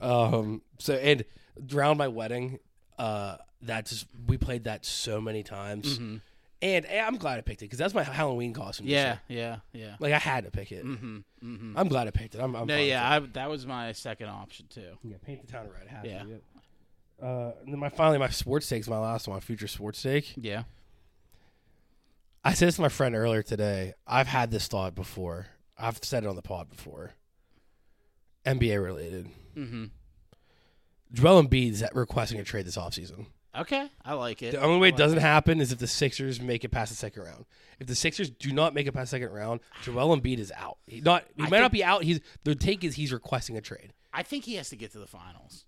Speaker 3: Um, so and drown my wedding, uh, that's we played that so many times, and, and I'm glad I picked it because that's my Halloween costume. this
Speaker 1: Mm-hmm. Yeah,
Speaker 3: year.
Speaker 1: yeah, yeah.
Speaker 3: like I had to pick it. I'm glad I picked it. I'm, I'm
Speaker 1: No,
Speaker 3: fine with it.
Speaker 1: yeah, I, that was my second option too.
Speaker 3: Yeah, paint the town red. Has
Speaker 1: Yeah.
Speaker 3: To, yep. Uh, and then my finally my sports take's my last one. Future sports take.
Speaker 1: Yeah.
Speaker 3: I said this to my friend earlier today. I've had this thought before. I've said it on the pod before. NBA related.
Speaker 1: Mm-hmm.
Speaker 3: Joel Embiid's requesting a trade this offseason.
Speaker 1: Okay, I like it.
Speaker 3: The only way it doesn't happen is if the Sixers make it past the second round. If the Sixers do not make it past the second round, Joel Embiid is out. He not he might not be out. He's the take is he's requesting a trade.
Speaker 1: I think he has to get to the finals.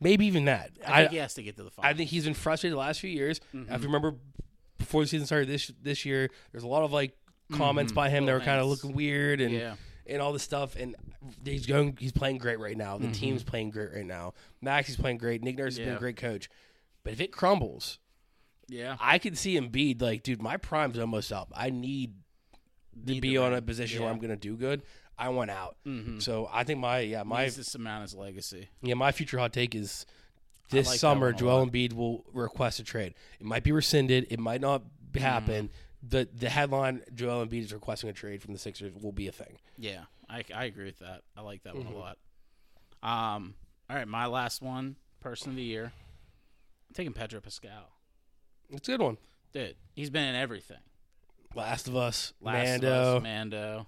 Speaker 3: Maybe even that.
Speaker 1: I think he has to get to the
Speaker 3: I
Speaker 1: finals.
Speaker 3: think he's been frustrated the last few years.
Speaker 1: Mm-hmm.
Speaker 3: If you remember before the season started this this year, there's a lot of like comments by him that were
Speaker 1: Little
Speaker 3: kind of
Speaker 1: hints.
Speaker 3: looking weird and
Speaker 1: Mm-hmm. Yeah.
Speaker 3: and all this stuff. And he's going, he's playing great right now. The team's playing great right now. Max is playing great. Nick Nurse has been
Speaker 1: Mm-hmm. Yeah.
Speaker 3: a great coach. But if it crumbles,
Speaker 1: yeah.
Speaker 3: I could see Embiid like, dude, my prime's almost up. I need to be on a position where
Speaker 1: Yeah. Mm-hmm.
Speaker 3: I'm going to do good. I want out. So I think my yeah my
Speaker 1: Needs to cement his legacy.
Speaker 3: yeah, my future hot take is this
Speaker 1: like that
Speaker 3: summer,
Speaker 1: one a
Speaker 3: Joel
Speaker 1: lot.
Speaker 3: Embiid will request a trade. It might be rescinded. It might not
Speaker 1: Hmm.
Speaker 3: b- happen. The the headline Joel Embiid is requesting a trade from the Sixers will be a thing.
Speaker 1: Yeah, I, I agree with that. I like that
Speaker 3: Mm-hmm.
Speaker 1: one a lot. Um, all right, my last one, person of the year. I'm taking Pedro Pascal.
Speaker 3: It's a good one.
Speaker 1: Dude, he's been in everything.
Speaker 3: Last of Us,
Speaker 1: Last
Speaker 3: Mando. Mm-hmm.
Speaker 1: of Us, Mando.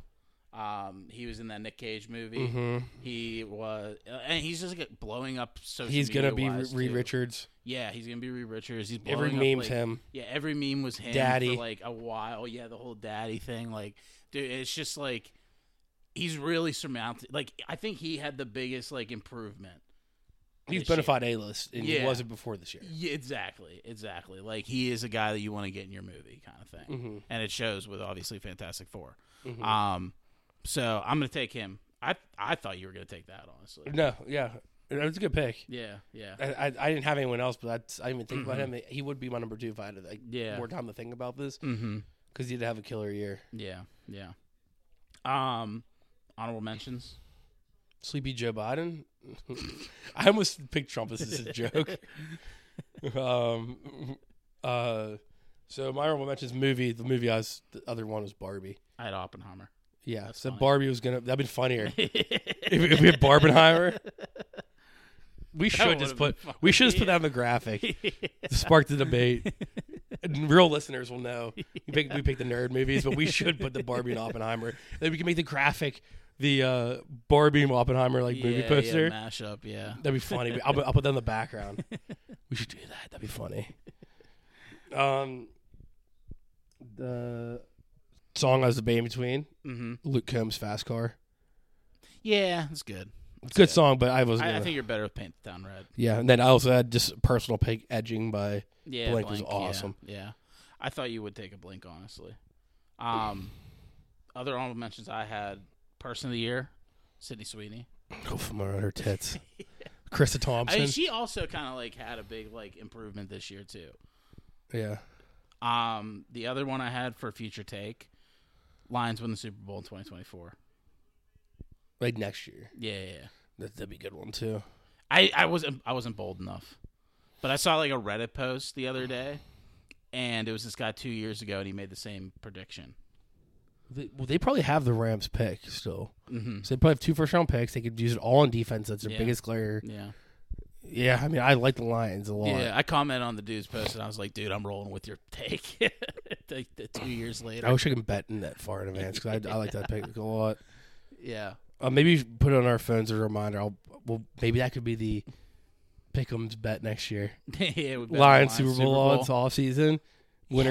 Speaker 1: Um, he was in that Nick Cage movie. He was, and he's just like, blowing up social.
Speaker 3: He's gonna be
Speaker 1: media-wise,
Speaker 3: Reed
Speaker 1: too.
Speaker 3: Richards.
Speaker 1: Yeah, he's gonna be Reed Richards. He's
Speaker 3: Every
Speaker 1: blowing up,
Speaker 3: meme's
Speaker 1: like-
Speaker 3: him.
Speaker 1: Yeah, every meme was him.
Speaker 3: Daddy.
Speaker 1: for like a while. Yeah, the whole daddy thing. Like, dude, it's just like he's really surmounted. Like, I think he had the biggest like improvement.
Speaker 3: He's
Speaker 1: this year.
Speaker 3: bonafide A list, and he
Speaker 1: Yeah.
Speaker 3: wasn't before this year.
Speaker 1: Yeah, exactly, exactly. Like he is a guy that you want to get in your movie, kind of
Speaker 3: Mm-hmm.
Speaker 1: thing, and it shows with obviously Fantastic 4 Um, so I'm gonna take him. I I thought you were gonna take that, honestly.
Speaker 3: No, yeah, it was a good pick.
Speaker 1: Yeah, yeah,
Speaker 3: I, I, I didn't have anyone else, but that's, I didn't even think about him. He would be my number two if I had like
Speaker 1: Mm-hmm. Yeah.
Speaker 3: more time to think about this
Speaker 1: mm-hmm.
Speaker 3: because he'd have a killer year.
Speaker 1: yeah, yeah. Um, honorable mentions.
Speaker 3: Sleepy Joe Biden. I almost picked Trump as a joke. um, uh, so my honorable mentions movie. The movie I was the other one was Barbie.
Speaker 1: I had Oppenheimer.
Speaker 3: Yeah, so
Speaker 1: funny.
Speaker 3: Barbie was gonna that'd been funnier if, if we had Barbenheimer. We should
Speaker 1: would've
Speaker 3: just put
Speaker 1: been
Speaker 3: we should just put that on the graphic to spark the debate. And real listeners will know we pick we pick the nerd movies, but we should put the Barbie and Oppenheimer. Then we can make the graphic the uh, Barbie and Oppenheimer like movie
Speaker 1: yeah,
Speaker 3: poster.
Speaker 1: yeah, mashup. Yeah,
Speaker 3: That'd be funny. I'll, put- I'll put that in the background. We should do that. That'd be funny. Um, the song I was debating between
Speaker 1: Mm-hmm.
Speaker 3: Luke Combs' Fast Car.
Speaker 1: Yeah, it's good.
Speaker 3: Good song, but I wasn't.
Speaker 1: I, I
Speaker 3: gonna-
Speaker 1: think you're better with Paint the Town Red.
Speaker 3: yeah, and then I also had just personal pick edging by
Speaker 1: Yeah,
Speaker 3: Blink was
Speaker 1: yeah,
Speaker 3: awesome.
Speaker 1: Yeah, I thought you would take a Blink, honestly. Um, other honorable mentions I had: Person of the Year, Sydney Sweeney.
Speaker 3: go from around her tits. Krista Thompson.
Speaker 1: I mean, she also kind of like had a big like improvement this year too.
Speaker 3: yeah.
Speaker 1: Um, the other one I had for future take: Lions win the Super Bowl in 2024.
Speaker 3: Like next year.
Speaker 1: Yeah, yeah. yeah.
Speaker 3: That, that'd be a good one too.
Speaker 1: I I wasn't I wasn't bold enough, but I saw like a Reddit post the other day, and it was this guy two years ago, and he made the same prediction.
Speaker 3: They, well, they probably have the Rams pick still.
Speaker 1: Mm-hmm.
Speaker 3: So they probably have two first round picks. They could use it all on defense. That's their
Speaker 1: Yeah.
Speaker 3: biggest glare.
Speaker 1: Yeah.
Speaker 3: Yeah, I mean, I like the Lions a lot.
Speaker 1: Yeah, I commented on the dude's post and I was like, dude, I'm rolling with your take. like the two years later.
Speaker 3: I wish I could bet in that far in advance because I, I like that pick a lot.
Speaker 1: yeah.
Speaker 3: Uh, maybe we should put it on our phones as a reminder. I'll, well, maybe that could be the Pick'em's bet next year.
Speaker 1: yeah, we bet on the
Speaker 3: Lions Super Bowl, odds off season. Winner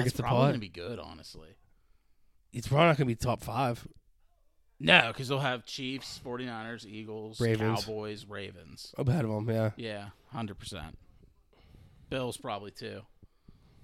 Speaker 1: Yeah,
Speaker 3: gets
Speaker 1: it's
Speaker 3: the
Speaker 1: probably
Speaker 3: pot.
Speaker 1: gonna be good, honestly.
Speaker 3: it's probably not going to be top five.
Speaker 1: No, because they'll have Chiefs, 49ers, Eagles,
Speaker 3: Ravens.
Speaker 1: Cowboys, Ravens.
Speaker 3: I'm ahead of them. Yeah,
Speaker 1: Yeah, hundred percent. Bills probably too.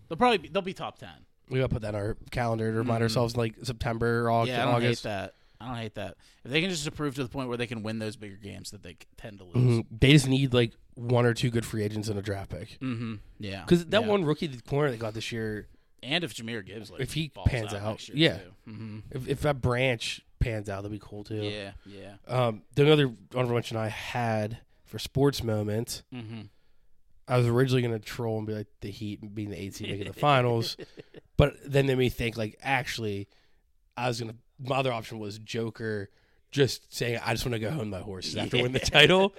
Speaker 1: They'll probably be, they'll be top ten.
Speaker 3: we got to put that in our calendar to remind ourselves like September or
Speaker 1: Mm-hmm.
Speaker 3: August.
Speaker 1: yeah, I don't
Speaker 3: August.
Speaker 1: hate that. I don't hate that. If they can just improve to the point where they can win those bigger games that they c- tend to lose.
Speaker 3: Mhm. They just need like one or two good free agents and a draft pick.
Speaker 1: Mm-hmm. Yeah,
Speaker 3: Because that
Speaker 1: Yeah.
Speaker 3: one rookie corner they got this year,
Speaker 1: and if Jameer Gibbs, like,
Speaker 3: If he
Speaker 1: falls
Speaker 3: pans out,
Speaker 1: next year,
Speaker 3: yeah.
Speaker 1: hmm
Speaker 3: if, if that branch pans out, that'd be cool too.
Speaker 1: yeah, yeah,
Speaker 3: Um, the other honorable mention I had for sports moment,
Speaker 1: mm-hmm.
Speaker 3: I was originally gonna troll and be like the Heat being the eight seed making the finals, but then made me think like actually, I was gonna my other option was Joker, just saying I just want to go home my horses after winning the title,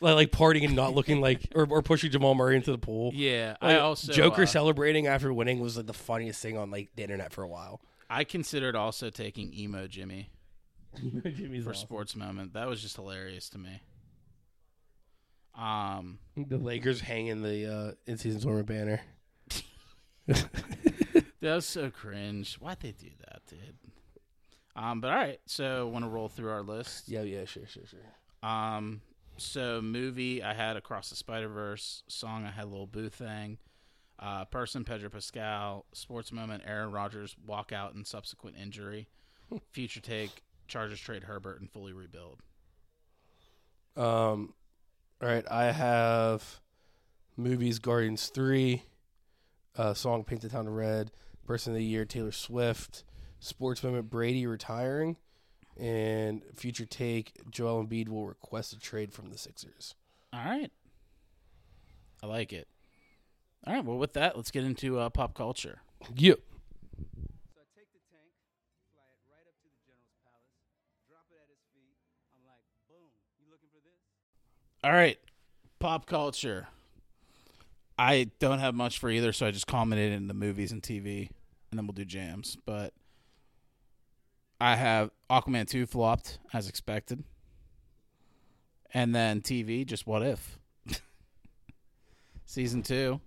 Speaker 3: like, like partying and not looking like or, or pushing Jamal Murray into the pool.
Speaker 1: yeah. I
Speaker 3: Like,
Speaker 1: also
Speaker 3: Joker
Speaker 1: uh,
Speaker 3: celebrating after winning was like the funniest thing on like the internet for a while.
Speaker 1: I considered also taking emo Jimmy
Speaker 3: Jimmy's
Speaker 1: for sports moment. That was just hilarious to me. Um,
Speaker 3: The Lakers hanging the uh, in season tournament banner.
Speaker 1: that was so cringe. Why'd they do that, dude? Um, but all right. So, want to roll through our list?
Speaker 3: Yeah, yeah, sure, sure, sure.
Speaker 1: Um, so movie I had Across the Spider Verse, song I had Little Boo Thing, uh, person Pedro Pascal, sports moment Aaron Rodgers walkout and subsequent injury, future take Chargers trade Herbert and fully rebuild.
Speaker 3: Um, all right, I have movies Guardians three, uh, song Paint the Town Red, Person of the Year Taylor Swift, sports moment Brady retiring, and future take Joel Embiid will request a trade from the Sixers.
Speaker 1: All right, I like it. All right, well with that, let's get into uh, pop culture.
Speaker 3: You.
Speaker 12: So I take the tank, fly it right up to the general's palace, drop it at his feet. I'm like, boom, you looking for this?
Speaker 1: All right, pop culture. I don't have much for either, so I just commented in the movies and TV, and then we'll do jams. But I have Aquaman 2 flopped as expected. And then TV, just what if? Season 2.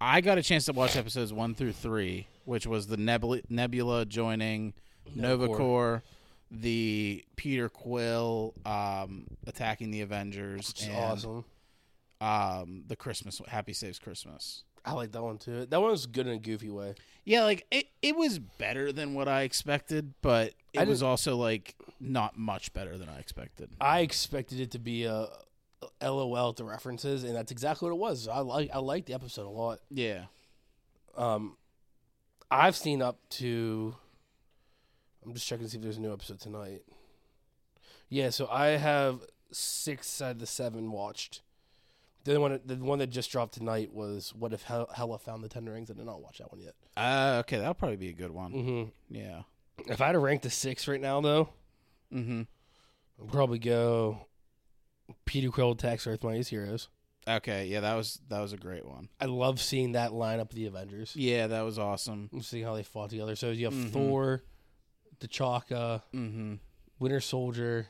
Speaker 1: I got a chance to watch episodes 1 through 3, which was the Nebula, Nebula joining Nova Corps, the Peter Quill um, attacking the Avengers.
Speaker 3: Which is
Speaker 1: and,
Speaker 3: awesome.
Speaker 1: um the Christmas Happy Saves Christmas.
Speaker 3: I like that one too. That one was good in a goofy way.
Speaker 1: Yeah, like it, it was better than what I expected, but
Speaker 3: I
Speaker 1: it was
Speaker 3: didn't-
Speaker 1: also like not much better than I expected.
Speaker 3: I expected it to be a LOL to references, and that's exactly what it was. I like I liked the episode a lot.
Speaker 1: Yeah.
Speaker 3: Um, I've seen up to. I'm just checking to see if there's a new episode tonight. Yeah, so I have six out of the seven watched. The other one, the one that just dropped tonight was "What if Hel- Hella found the ten rings?" I did not watch that one yet.
Speaker 1: Uh okay, that'll probably be a good one.
Speaker 3: Mm-hmm.
Speaker 1: Yeah.
Speaker 3: If I had to rank the six right now, though,
Speaker 1: Mhm.
Speaker 3: I'd probably go Peter Quill attacks Earth Mightiest Heroes.
Speaker 1: Okay, yeah, that was that was a great one.
Speaker 3: I love seeing that lineup of the Avengers.
Speaker 1: Yeah, that was awesome.
Speaker 3: and Seeing how they fought together. So you have
Speaker 1: Mhm.
Speaker 3: Thor, T'Chaka,
Speaker 1: Mhm.
Speaker 3: Winter Soldier,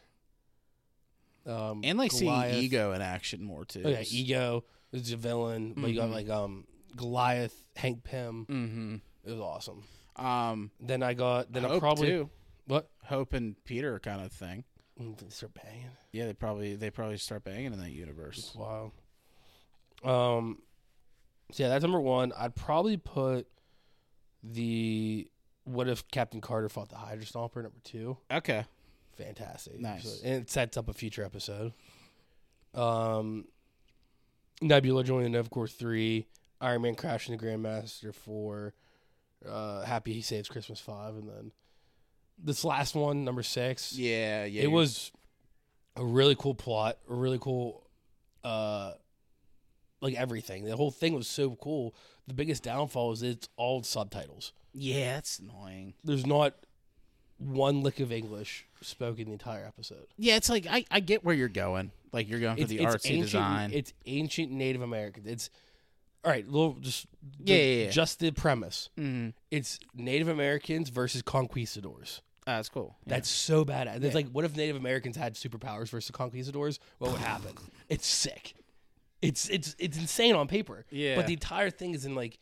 Speaker 3: um,
Speaker 1: And like
Speaker 3: Goliath.
Speaker 1: seeing Ego in action more too.
Speaker 3: Oh, yeah, Ego is a villain, but you got
Speaker 1: Mhm.
Speaker 3: like um Goliath, Hank Pym.
Speaker 1: Mhm.
Speaker 3: It was awesome.
Speaker 1: Um,
Speaker 3: Then I got. Then I
Speaker 1: Hope,
Speaker 3: probably
Speaker 1: too.
Speaker 3: what?
Speaker 1: Hope and Peter kind of thing.
Speaker 3: Mm, they Start banging.
Speaker 1: Yeah, they probably they probably start banging in that universe.
Speaker 3: Wow. Um. So yeah, that's number one. I'd probably put the what if Captain Carter fought the Hydra Stomper. Number two,
Speaker 1: Okay,
Speaker 3: fantastic.
Speaker 1: Nice.
Speaker 3: So- and it sets up a future episode. Um. Nebula joining Nova Corps three. Iron Man crashing the Grandmaster four. Uh, Happy he saves Christmas five, and then this last one, number six
Speaker 1: yeah, yeah.
Speaker 3: it was a really cool plot, a really cool, uh, like everything. The whole thing was so cool. The biggest downfall is it's all subtitles.
Speaker 1: yeah. That's annoying.
Speaker 3: There's not one lick of English spoken the entire episode.
Speaker 1: Yeah, it's like I, I get where you're going. Like you're going for the artsy
Speaker 3: ancient,
Speaker 1: design.
Speaker 3: It's ancient Native American. It's all right. Little just the-
Speaker 1: Yeah, yeah, yeah.
Speaker 3: just the premise.
Speaker 1: Mhm.
Speaker 3: It's Native Americans versus conquistadors.
Speaker 1: Ah, that's cool. Yeah.
Speaker 3: That's so bad. It's like, what if Native Americans had superpowers versus the conquistadors? What would happen? it's sick. It's it's it's insane on paper.
Speaker 1: Yeah.
Speaker 3: But the entire thing is in like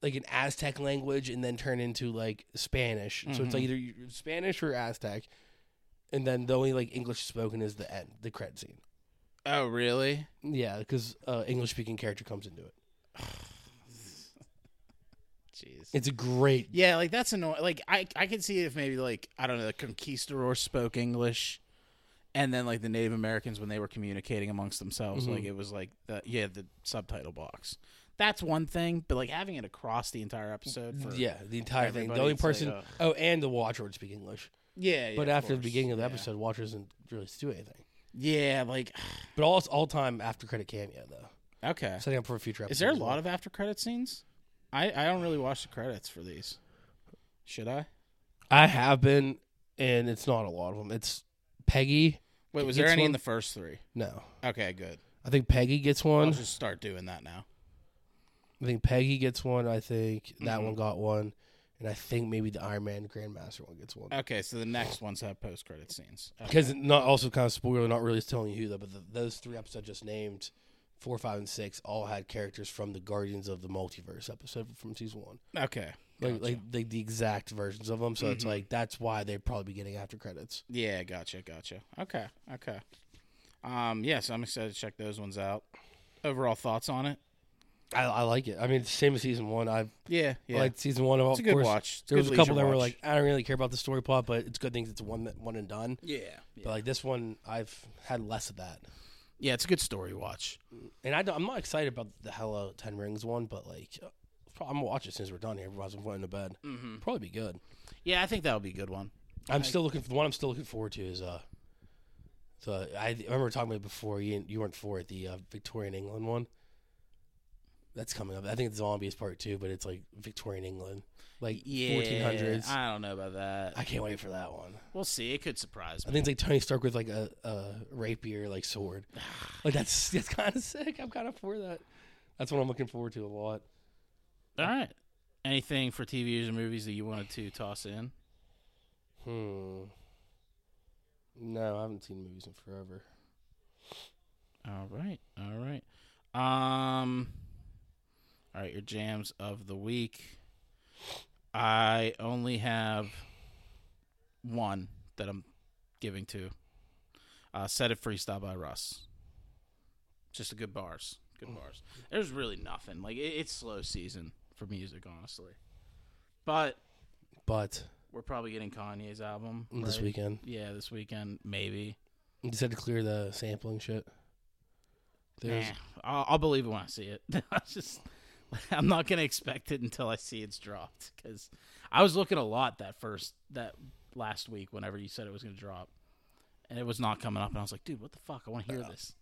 Speaker 3: like an Aztec language and then turn into like Spanish. So
Speaker 1: Mm-hmm.
Speaker 3: it's like either you- Spanish or Aztec, and then the only like English spoken is the end, the credit scene.
Speaker 1: oh really?
Speaker 3: Yeah, because uh, English speaking character comes into it.
Speaker 1: Jeez.
Speaker 3: It's a great.
Speaker 1: Yeah, like that's annoying. Like I, I could see if maybe like I don't know, the conquistadors spoke English, and then like the Native Americans when they were communicating amongst themselves,
Speaker 3: Mm-hmm.
Speaker 1: like it was like the yeah the subtitle box. That's one thing, but like having it across the entire episode. For,
Speaker 3: Mm, Yeah, the entire thing. The
Speaker 1: everybody,
Speaker 3: only
Speaker 1: it's like,
Speaker 3: person.
Speaker 1: ugh.
Speaker 3: oh, and the Watcher would speak English.
Speaker 1: yeah. yeah,
Speaker 3: But
Speaker 1: of
Speaker 3: after the
Speaker 1: course.
Speaker 3: beginning of the
Speaker 1: Yeah.
Speaker 3: episode, Watcher doesn't really do anything.
Speaker 1: yeah, like
Speaker 3: But all all time after credit cameo though,
Speaker 1: okay.
Speaker 3: setting up for a future. Episode
Speaker 1: Is there a lot of after credit scenes? I I don't really watch the credits for these. Should I?
Speaker 3: I have been, and it's not a lot of them. It's Peggy.
Speaker 1: Wait, was
Speaker 3: Gets
Speaker 1: there any in
Speaker 3: one?
Speaker 1: the first three?
Speaker 3: No,
Speaker 1: Okay, good.
Speaker 3: I think Peggy gets
Speaker 1: I'll
Speaker 3: one.
Speaker 1: just start doing that now.
Speaker 3: I think Peggy gets one. I think that
Speaker 1: Mm-hmm.
Speaker 3: one got one, and I think maybe the Iron Man Grandmaster one gets one.
Speaker 1: Okay, so the next ones have post credit scenes. Okay.
Speaker 3: Because not also kind of spoiler, not really telling you who though, but the, those three episodes just named, four, five, and six, all had characters from the Guardians of the Multiverse episode from season one.
Speaker 1: Okay.
Speaker 3: Like, like, like the exact versions of them, so
Speaker 1: Mm-hmm.
Speaker 3: it's like that's why they'd probably be getting after credits.
Speaker 1: Yeah, gotcha, gotcha. Okay, okay. Um, yeah, so I'm excited to check those ones out. Overall thoughts on it?
Speaker 3: I, I like it. I mean, it's the same as season one. I
Speaker 1: Yeah, yeah.
Speaker 3: like season one. Of
Speaker 1: It's a good
Speaker 3: course,
Speaker 1: watch. It's a
Speaker 3: there was
Speaker 1: good
Speaker 3: a couple
Speaker 1: leisure
Speaker 3: that were
Speaker 1: watch.
Speaker 3: like, I don't really care about the story plot, but it's good things. It's one that one and done.
Speaker 1: yeah, yeah.
Speaker 3: But like this one, I've had less of that,
Speaker 1: Yeah, it's a good story watch.
Speaker 3: and I don't, I'm not excited about the Hello Ten Rings one, but like. pro- I'm gonna watch it as soon as we're done here. Everybody's going to bed. Probably be good.
Speaker 1: Yeah, I think that would be a good one.
Speaker 3: I'm still looking for the one. I'm still looking forward to is uh, the I remember talking about it before. You didn't- you weren't for it. The uh, Victorian England one. That's coming up. I think it's Zombies Part Two, but it's like Victorian England, like
Speaker 1: Yeah,
Speaker 3: 1400s.
Speaker 1: I don't know about that.
Speaker 3: I can't wait for that one.
Speaker 1: We'll see. It could surprise
Speaker 3: I
Speaker 1: me.
Speaker 3: think it's like Tony Stark with like a, a rapier like sword. Like that's that's kind of sick. I'm kind of for that. That's what I'm looking forward to a lot.
Speaker 1: All right. Anything for TVs or movies that you wanted to toss in?
Speaker 3: Hmm. No, I haven't seen movies in forever.
Speaker 1: All right, all right. Um, all right. Your jams of the week. I only have one that I'm giving to. Uh, Set It Freestyle by Russ. Just a good bars, good bars. There's really nothing like it, it's slow season for music, honestly. But
Speaker 3: But
Speaker 1: we're probably getting Kanye's album
Speaker 3: this
Speaker 1: right?
Speaker 3: weekend,
Speaker 1: Yeah, this weekend maybe.
Speaker 3: you just had to clear the sampling shit. There's
Speaker 1: Nah, I'll, I'll believe it when I see it. I just, I'm not gonna expect it until I see it's dropped. Because I was looking a lot that first that last week whenever you said it was gonna drop, and it was not coming up. And I was like, dude, what the fuck? I want
Speaker 3: Oh.
Speaker 1: to hear this.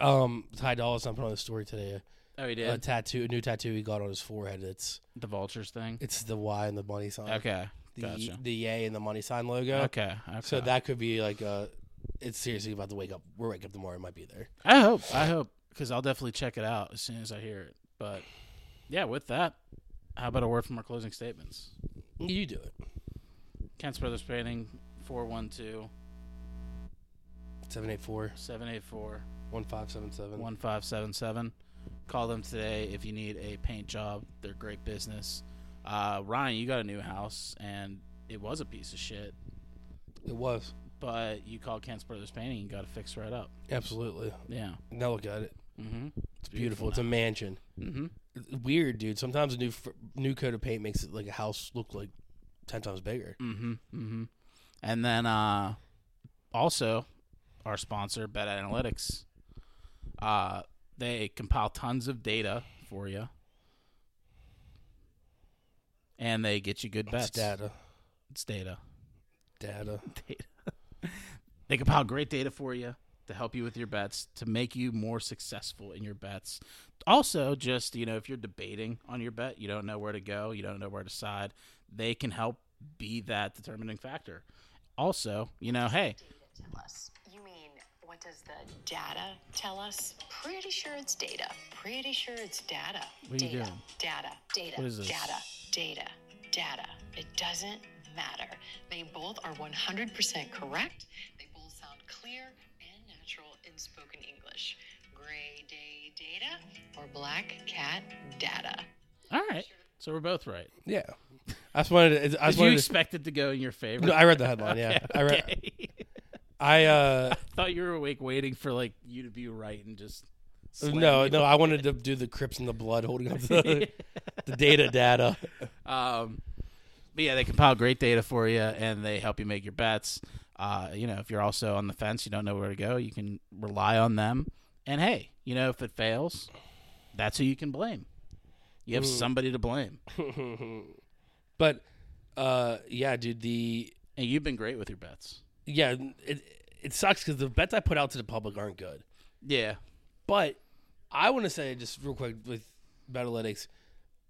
Speaker 3: um Ty Dolla Sign put on a story today.
Speaker 1: Oh, he
Speaker 3: A tattoo, a new tattoo he got on his forehead. It's
Speaker 1: the vultures thing.
Speaker 3: it's the Y and the money sign.
Speaker 1: Okay,
Speaker 3: The
Speaker 1: gotcha.
Speaker 3: the yay and the money sign logo.
Speaker 1: Okay, okay.
Speaker 3: So that could be like a. It's seriously about to wake up. We're wake up tomorrow. It might be there.
Speaker 1: I hope, I hope, because I'll definitely check it out as soon as I hear it. But yeah, with that, how about a word from our closing statements?
Speaker 3: You do it.
Speaker 1: Kent's Brothers Painting, 412
Speaker 3: 784
Speaker 1: 784
Speaker 3: 1577.
Speaker 1: 1577. Call them today if you need a paint job. They're great business. Uh, Ryan, you got a new house, and it was a piece of shit,
Speaker 3: It was
Speaker 1: but you called Kent's Brothers Painting and got it fixed right up.
Speaker 3: absolutely.
Speaker 1: Yeah.
Speaker 3: Now look at it.
Speaker 1: Mm-hmm.
Speaker 3: It's beautiful. It's a mansion.
Speaker 1: Mm-hmm.
Speaker 3: Weird, dude. Sometimes a new fr- new coat of paint makes it like a house look like ten times bigger.
Speaker 1: Mm-hmm. Mm-hmm. And then uh, also our sponsor, Bet Analytics. Uh, they compile tons of data for you, and they get you good bets.
Speaker 3: It's data,
Speaker 1: It's data.
Speaker 3: data.
Speaker 1: Data. they compile great data for you to help you with your bets to make you more successful in your bets. Also, just you know, if you're debating on your bet, you don't know where to go, you don't know where to side. They can help be that determining factor. Also, you know, hey,
Speaker 13: tell us? You mean, what does the data tell us? Pretty sure it's data. Pretty sure it's data.
Speaker 1: What are you
Speaker 13: data,
Speaker 1: doing?
Speaker 13: data, data,
Speaker 1: What is this?
Speaker 13: data, data, data. It doesn't matter. They both are 100% correct. They both sound clear and natural in spoken English. Gray day data or black cat data.
Speaker 1: all right. So we're both right.
Speaker 3: Yeah, I just wanted. To, I just
Speaker 1: Did you
Speaker 3: wanted. to-
Speaker 1: expect it to go in your favor?
Speaker 3: no, I read the headline. Yeah, I read.
Speaker 1: Okay.
Speaker 3: I uh,
Speaker 1: thought you were awake waiting for like you to be right and just slam
Speaker 3: no,
Speaker 1: you.
Speaker 3: no. I wanted to do the Crips and the Blood holding up the, the data, data.
Speaker 1: Um, but yeah, they compile great data for you, and they help you make your bets. Uh, you know, if you're also on the fence, you don't know where to go, you can rely on them. And hey, you know, if it fails, that's who you can blame. You have somebody to blame,
Speaker 3: But uh, yeah, dude. The
Speaker 1: and you've been great with your bets.
Speaker 3: yeah, it it sucks because the bets I put out to the public aren't good.
Speaker 1: Yeah,
Speaker 3: But I want to say just real quick with Betalytics,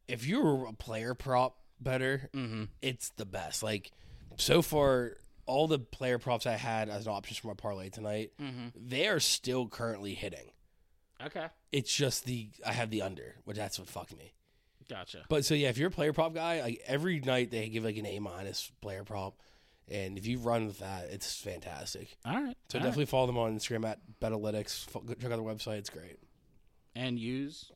Speaker 3: if you're a player prop better,
Speaker 1: Mm-hmm.
Speaker 3: it's the best. Like so far, all the player props I had as options for my parlay tonight, they are still currently hitting.
Speaker 1: Mm-hmm. Okay.
Speaker 3: It's just the I have the under, which that's what fucked me.
Speaker 1: gotcha.
Speaker 3: But so yeah, if you're a player prop guy, like every night they give like an A minus player prop, and if you run with that, it's fantastic.
Speaker 1: All right, all
Speaker 3: So
Speaker 1: right.
Speaker 3: definitely follow them on Instagram at Betalytics. Fo- go Check out their website; it's great.
Speaker 1: and use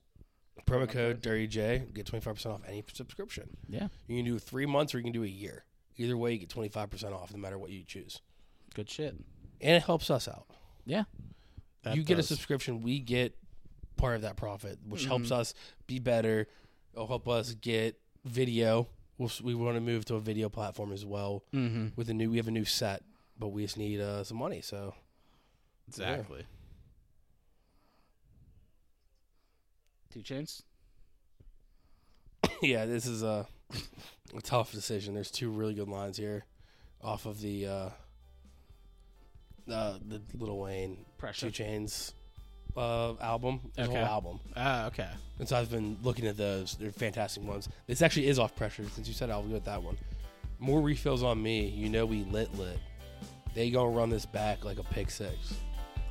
Speaker 3: Promo code Dirty J get twenty five percent off any subscription.
Speaker 1: yeah,
Speaker 3: You can do three months or you can do a year. Either way, you get twenty five percent off, no matter what you choose,
Speaker 1: good shit.
Speaker 3: and it helps us out.
Speaker 1: Yeah, That
Speaker 3: you get a
Speaker 1: does.
Speaker 3: subscription, we get part of that profit, which helps
Speaker 1: Mm-hmm.
Speaker 3: us be better. It'll help us get video. We'll, s- we want to move to a video platform as well
Speaker 1: Mm-hmm.
Speaker 3: with a new. We have a new set, but we just need uh, some money. So
Speaker 1: exactly. Two chains.
Speaker 3: yeah, this is a, a tough decision. There's two really good lines here, off of the uh, uh the Little Wayne
Speaker 1: Pressure.
Speaker 3: Two Chains uh album, his
Speaker 1: Okay.
Speaker 3: whole album.
Speaker 1: Ah, okay.
Speaker 3: And so I've been looking at those. They're fantastic ones. This actually is off pressure since you said I'll go with that one. More refills on me. You know we lit lit. They gonna run this back like a pick 6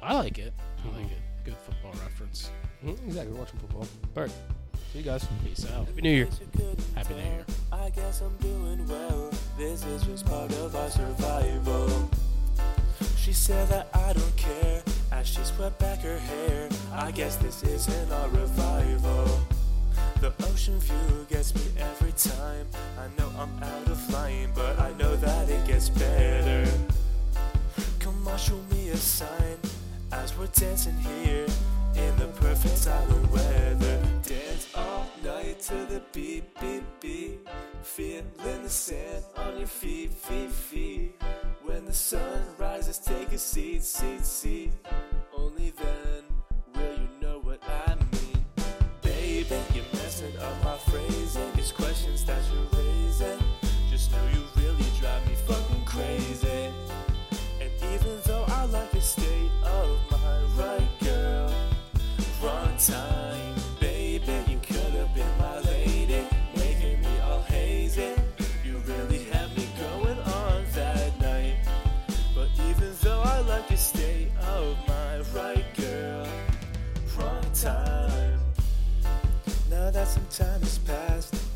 Speaker 1: I like it. I like it. Good football reference.
Speaker 3: Mm-hmm, exactly. We're watching football. All right. See you guys.
Speaker 1: Peace out.
Speaker 3: Happy New Year.
Speaker 1: Happy New Year.
Speaker 14: I guess I'm doing well. This is just part of our survival. She said that I don't care as she swept back her hair. I guess this isn't our revival. The ocean view gets me every time. I know I'm out of line, but I know that it gets better. Come on, show me a sign as we're dancing here in the perfect silent weather. Dance all night to the beat, beat, beat. Feeling the sand on your feet, feet, feet. When the sun rises, take a seat, seat, seat. Only then will you know what I mean. Baby, you're messing up my phrasing. These questions that you're raising. Just know you really drive me fucking crazy. And even though I like the state of mind, right, girl, wrong time, baby, you could have been my lady, making me all hazy. You really had me going on that night, but even though I like the state of mind, right, girl, wrong time. Now that some time has passed,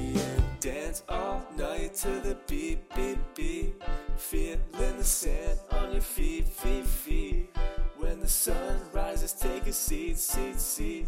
Speaker 14: right to the beat, beat, beat. Feeling the sand on your feet, feet, feet. When the sun rises, take a seat, seat, seat.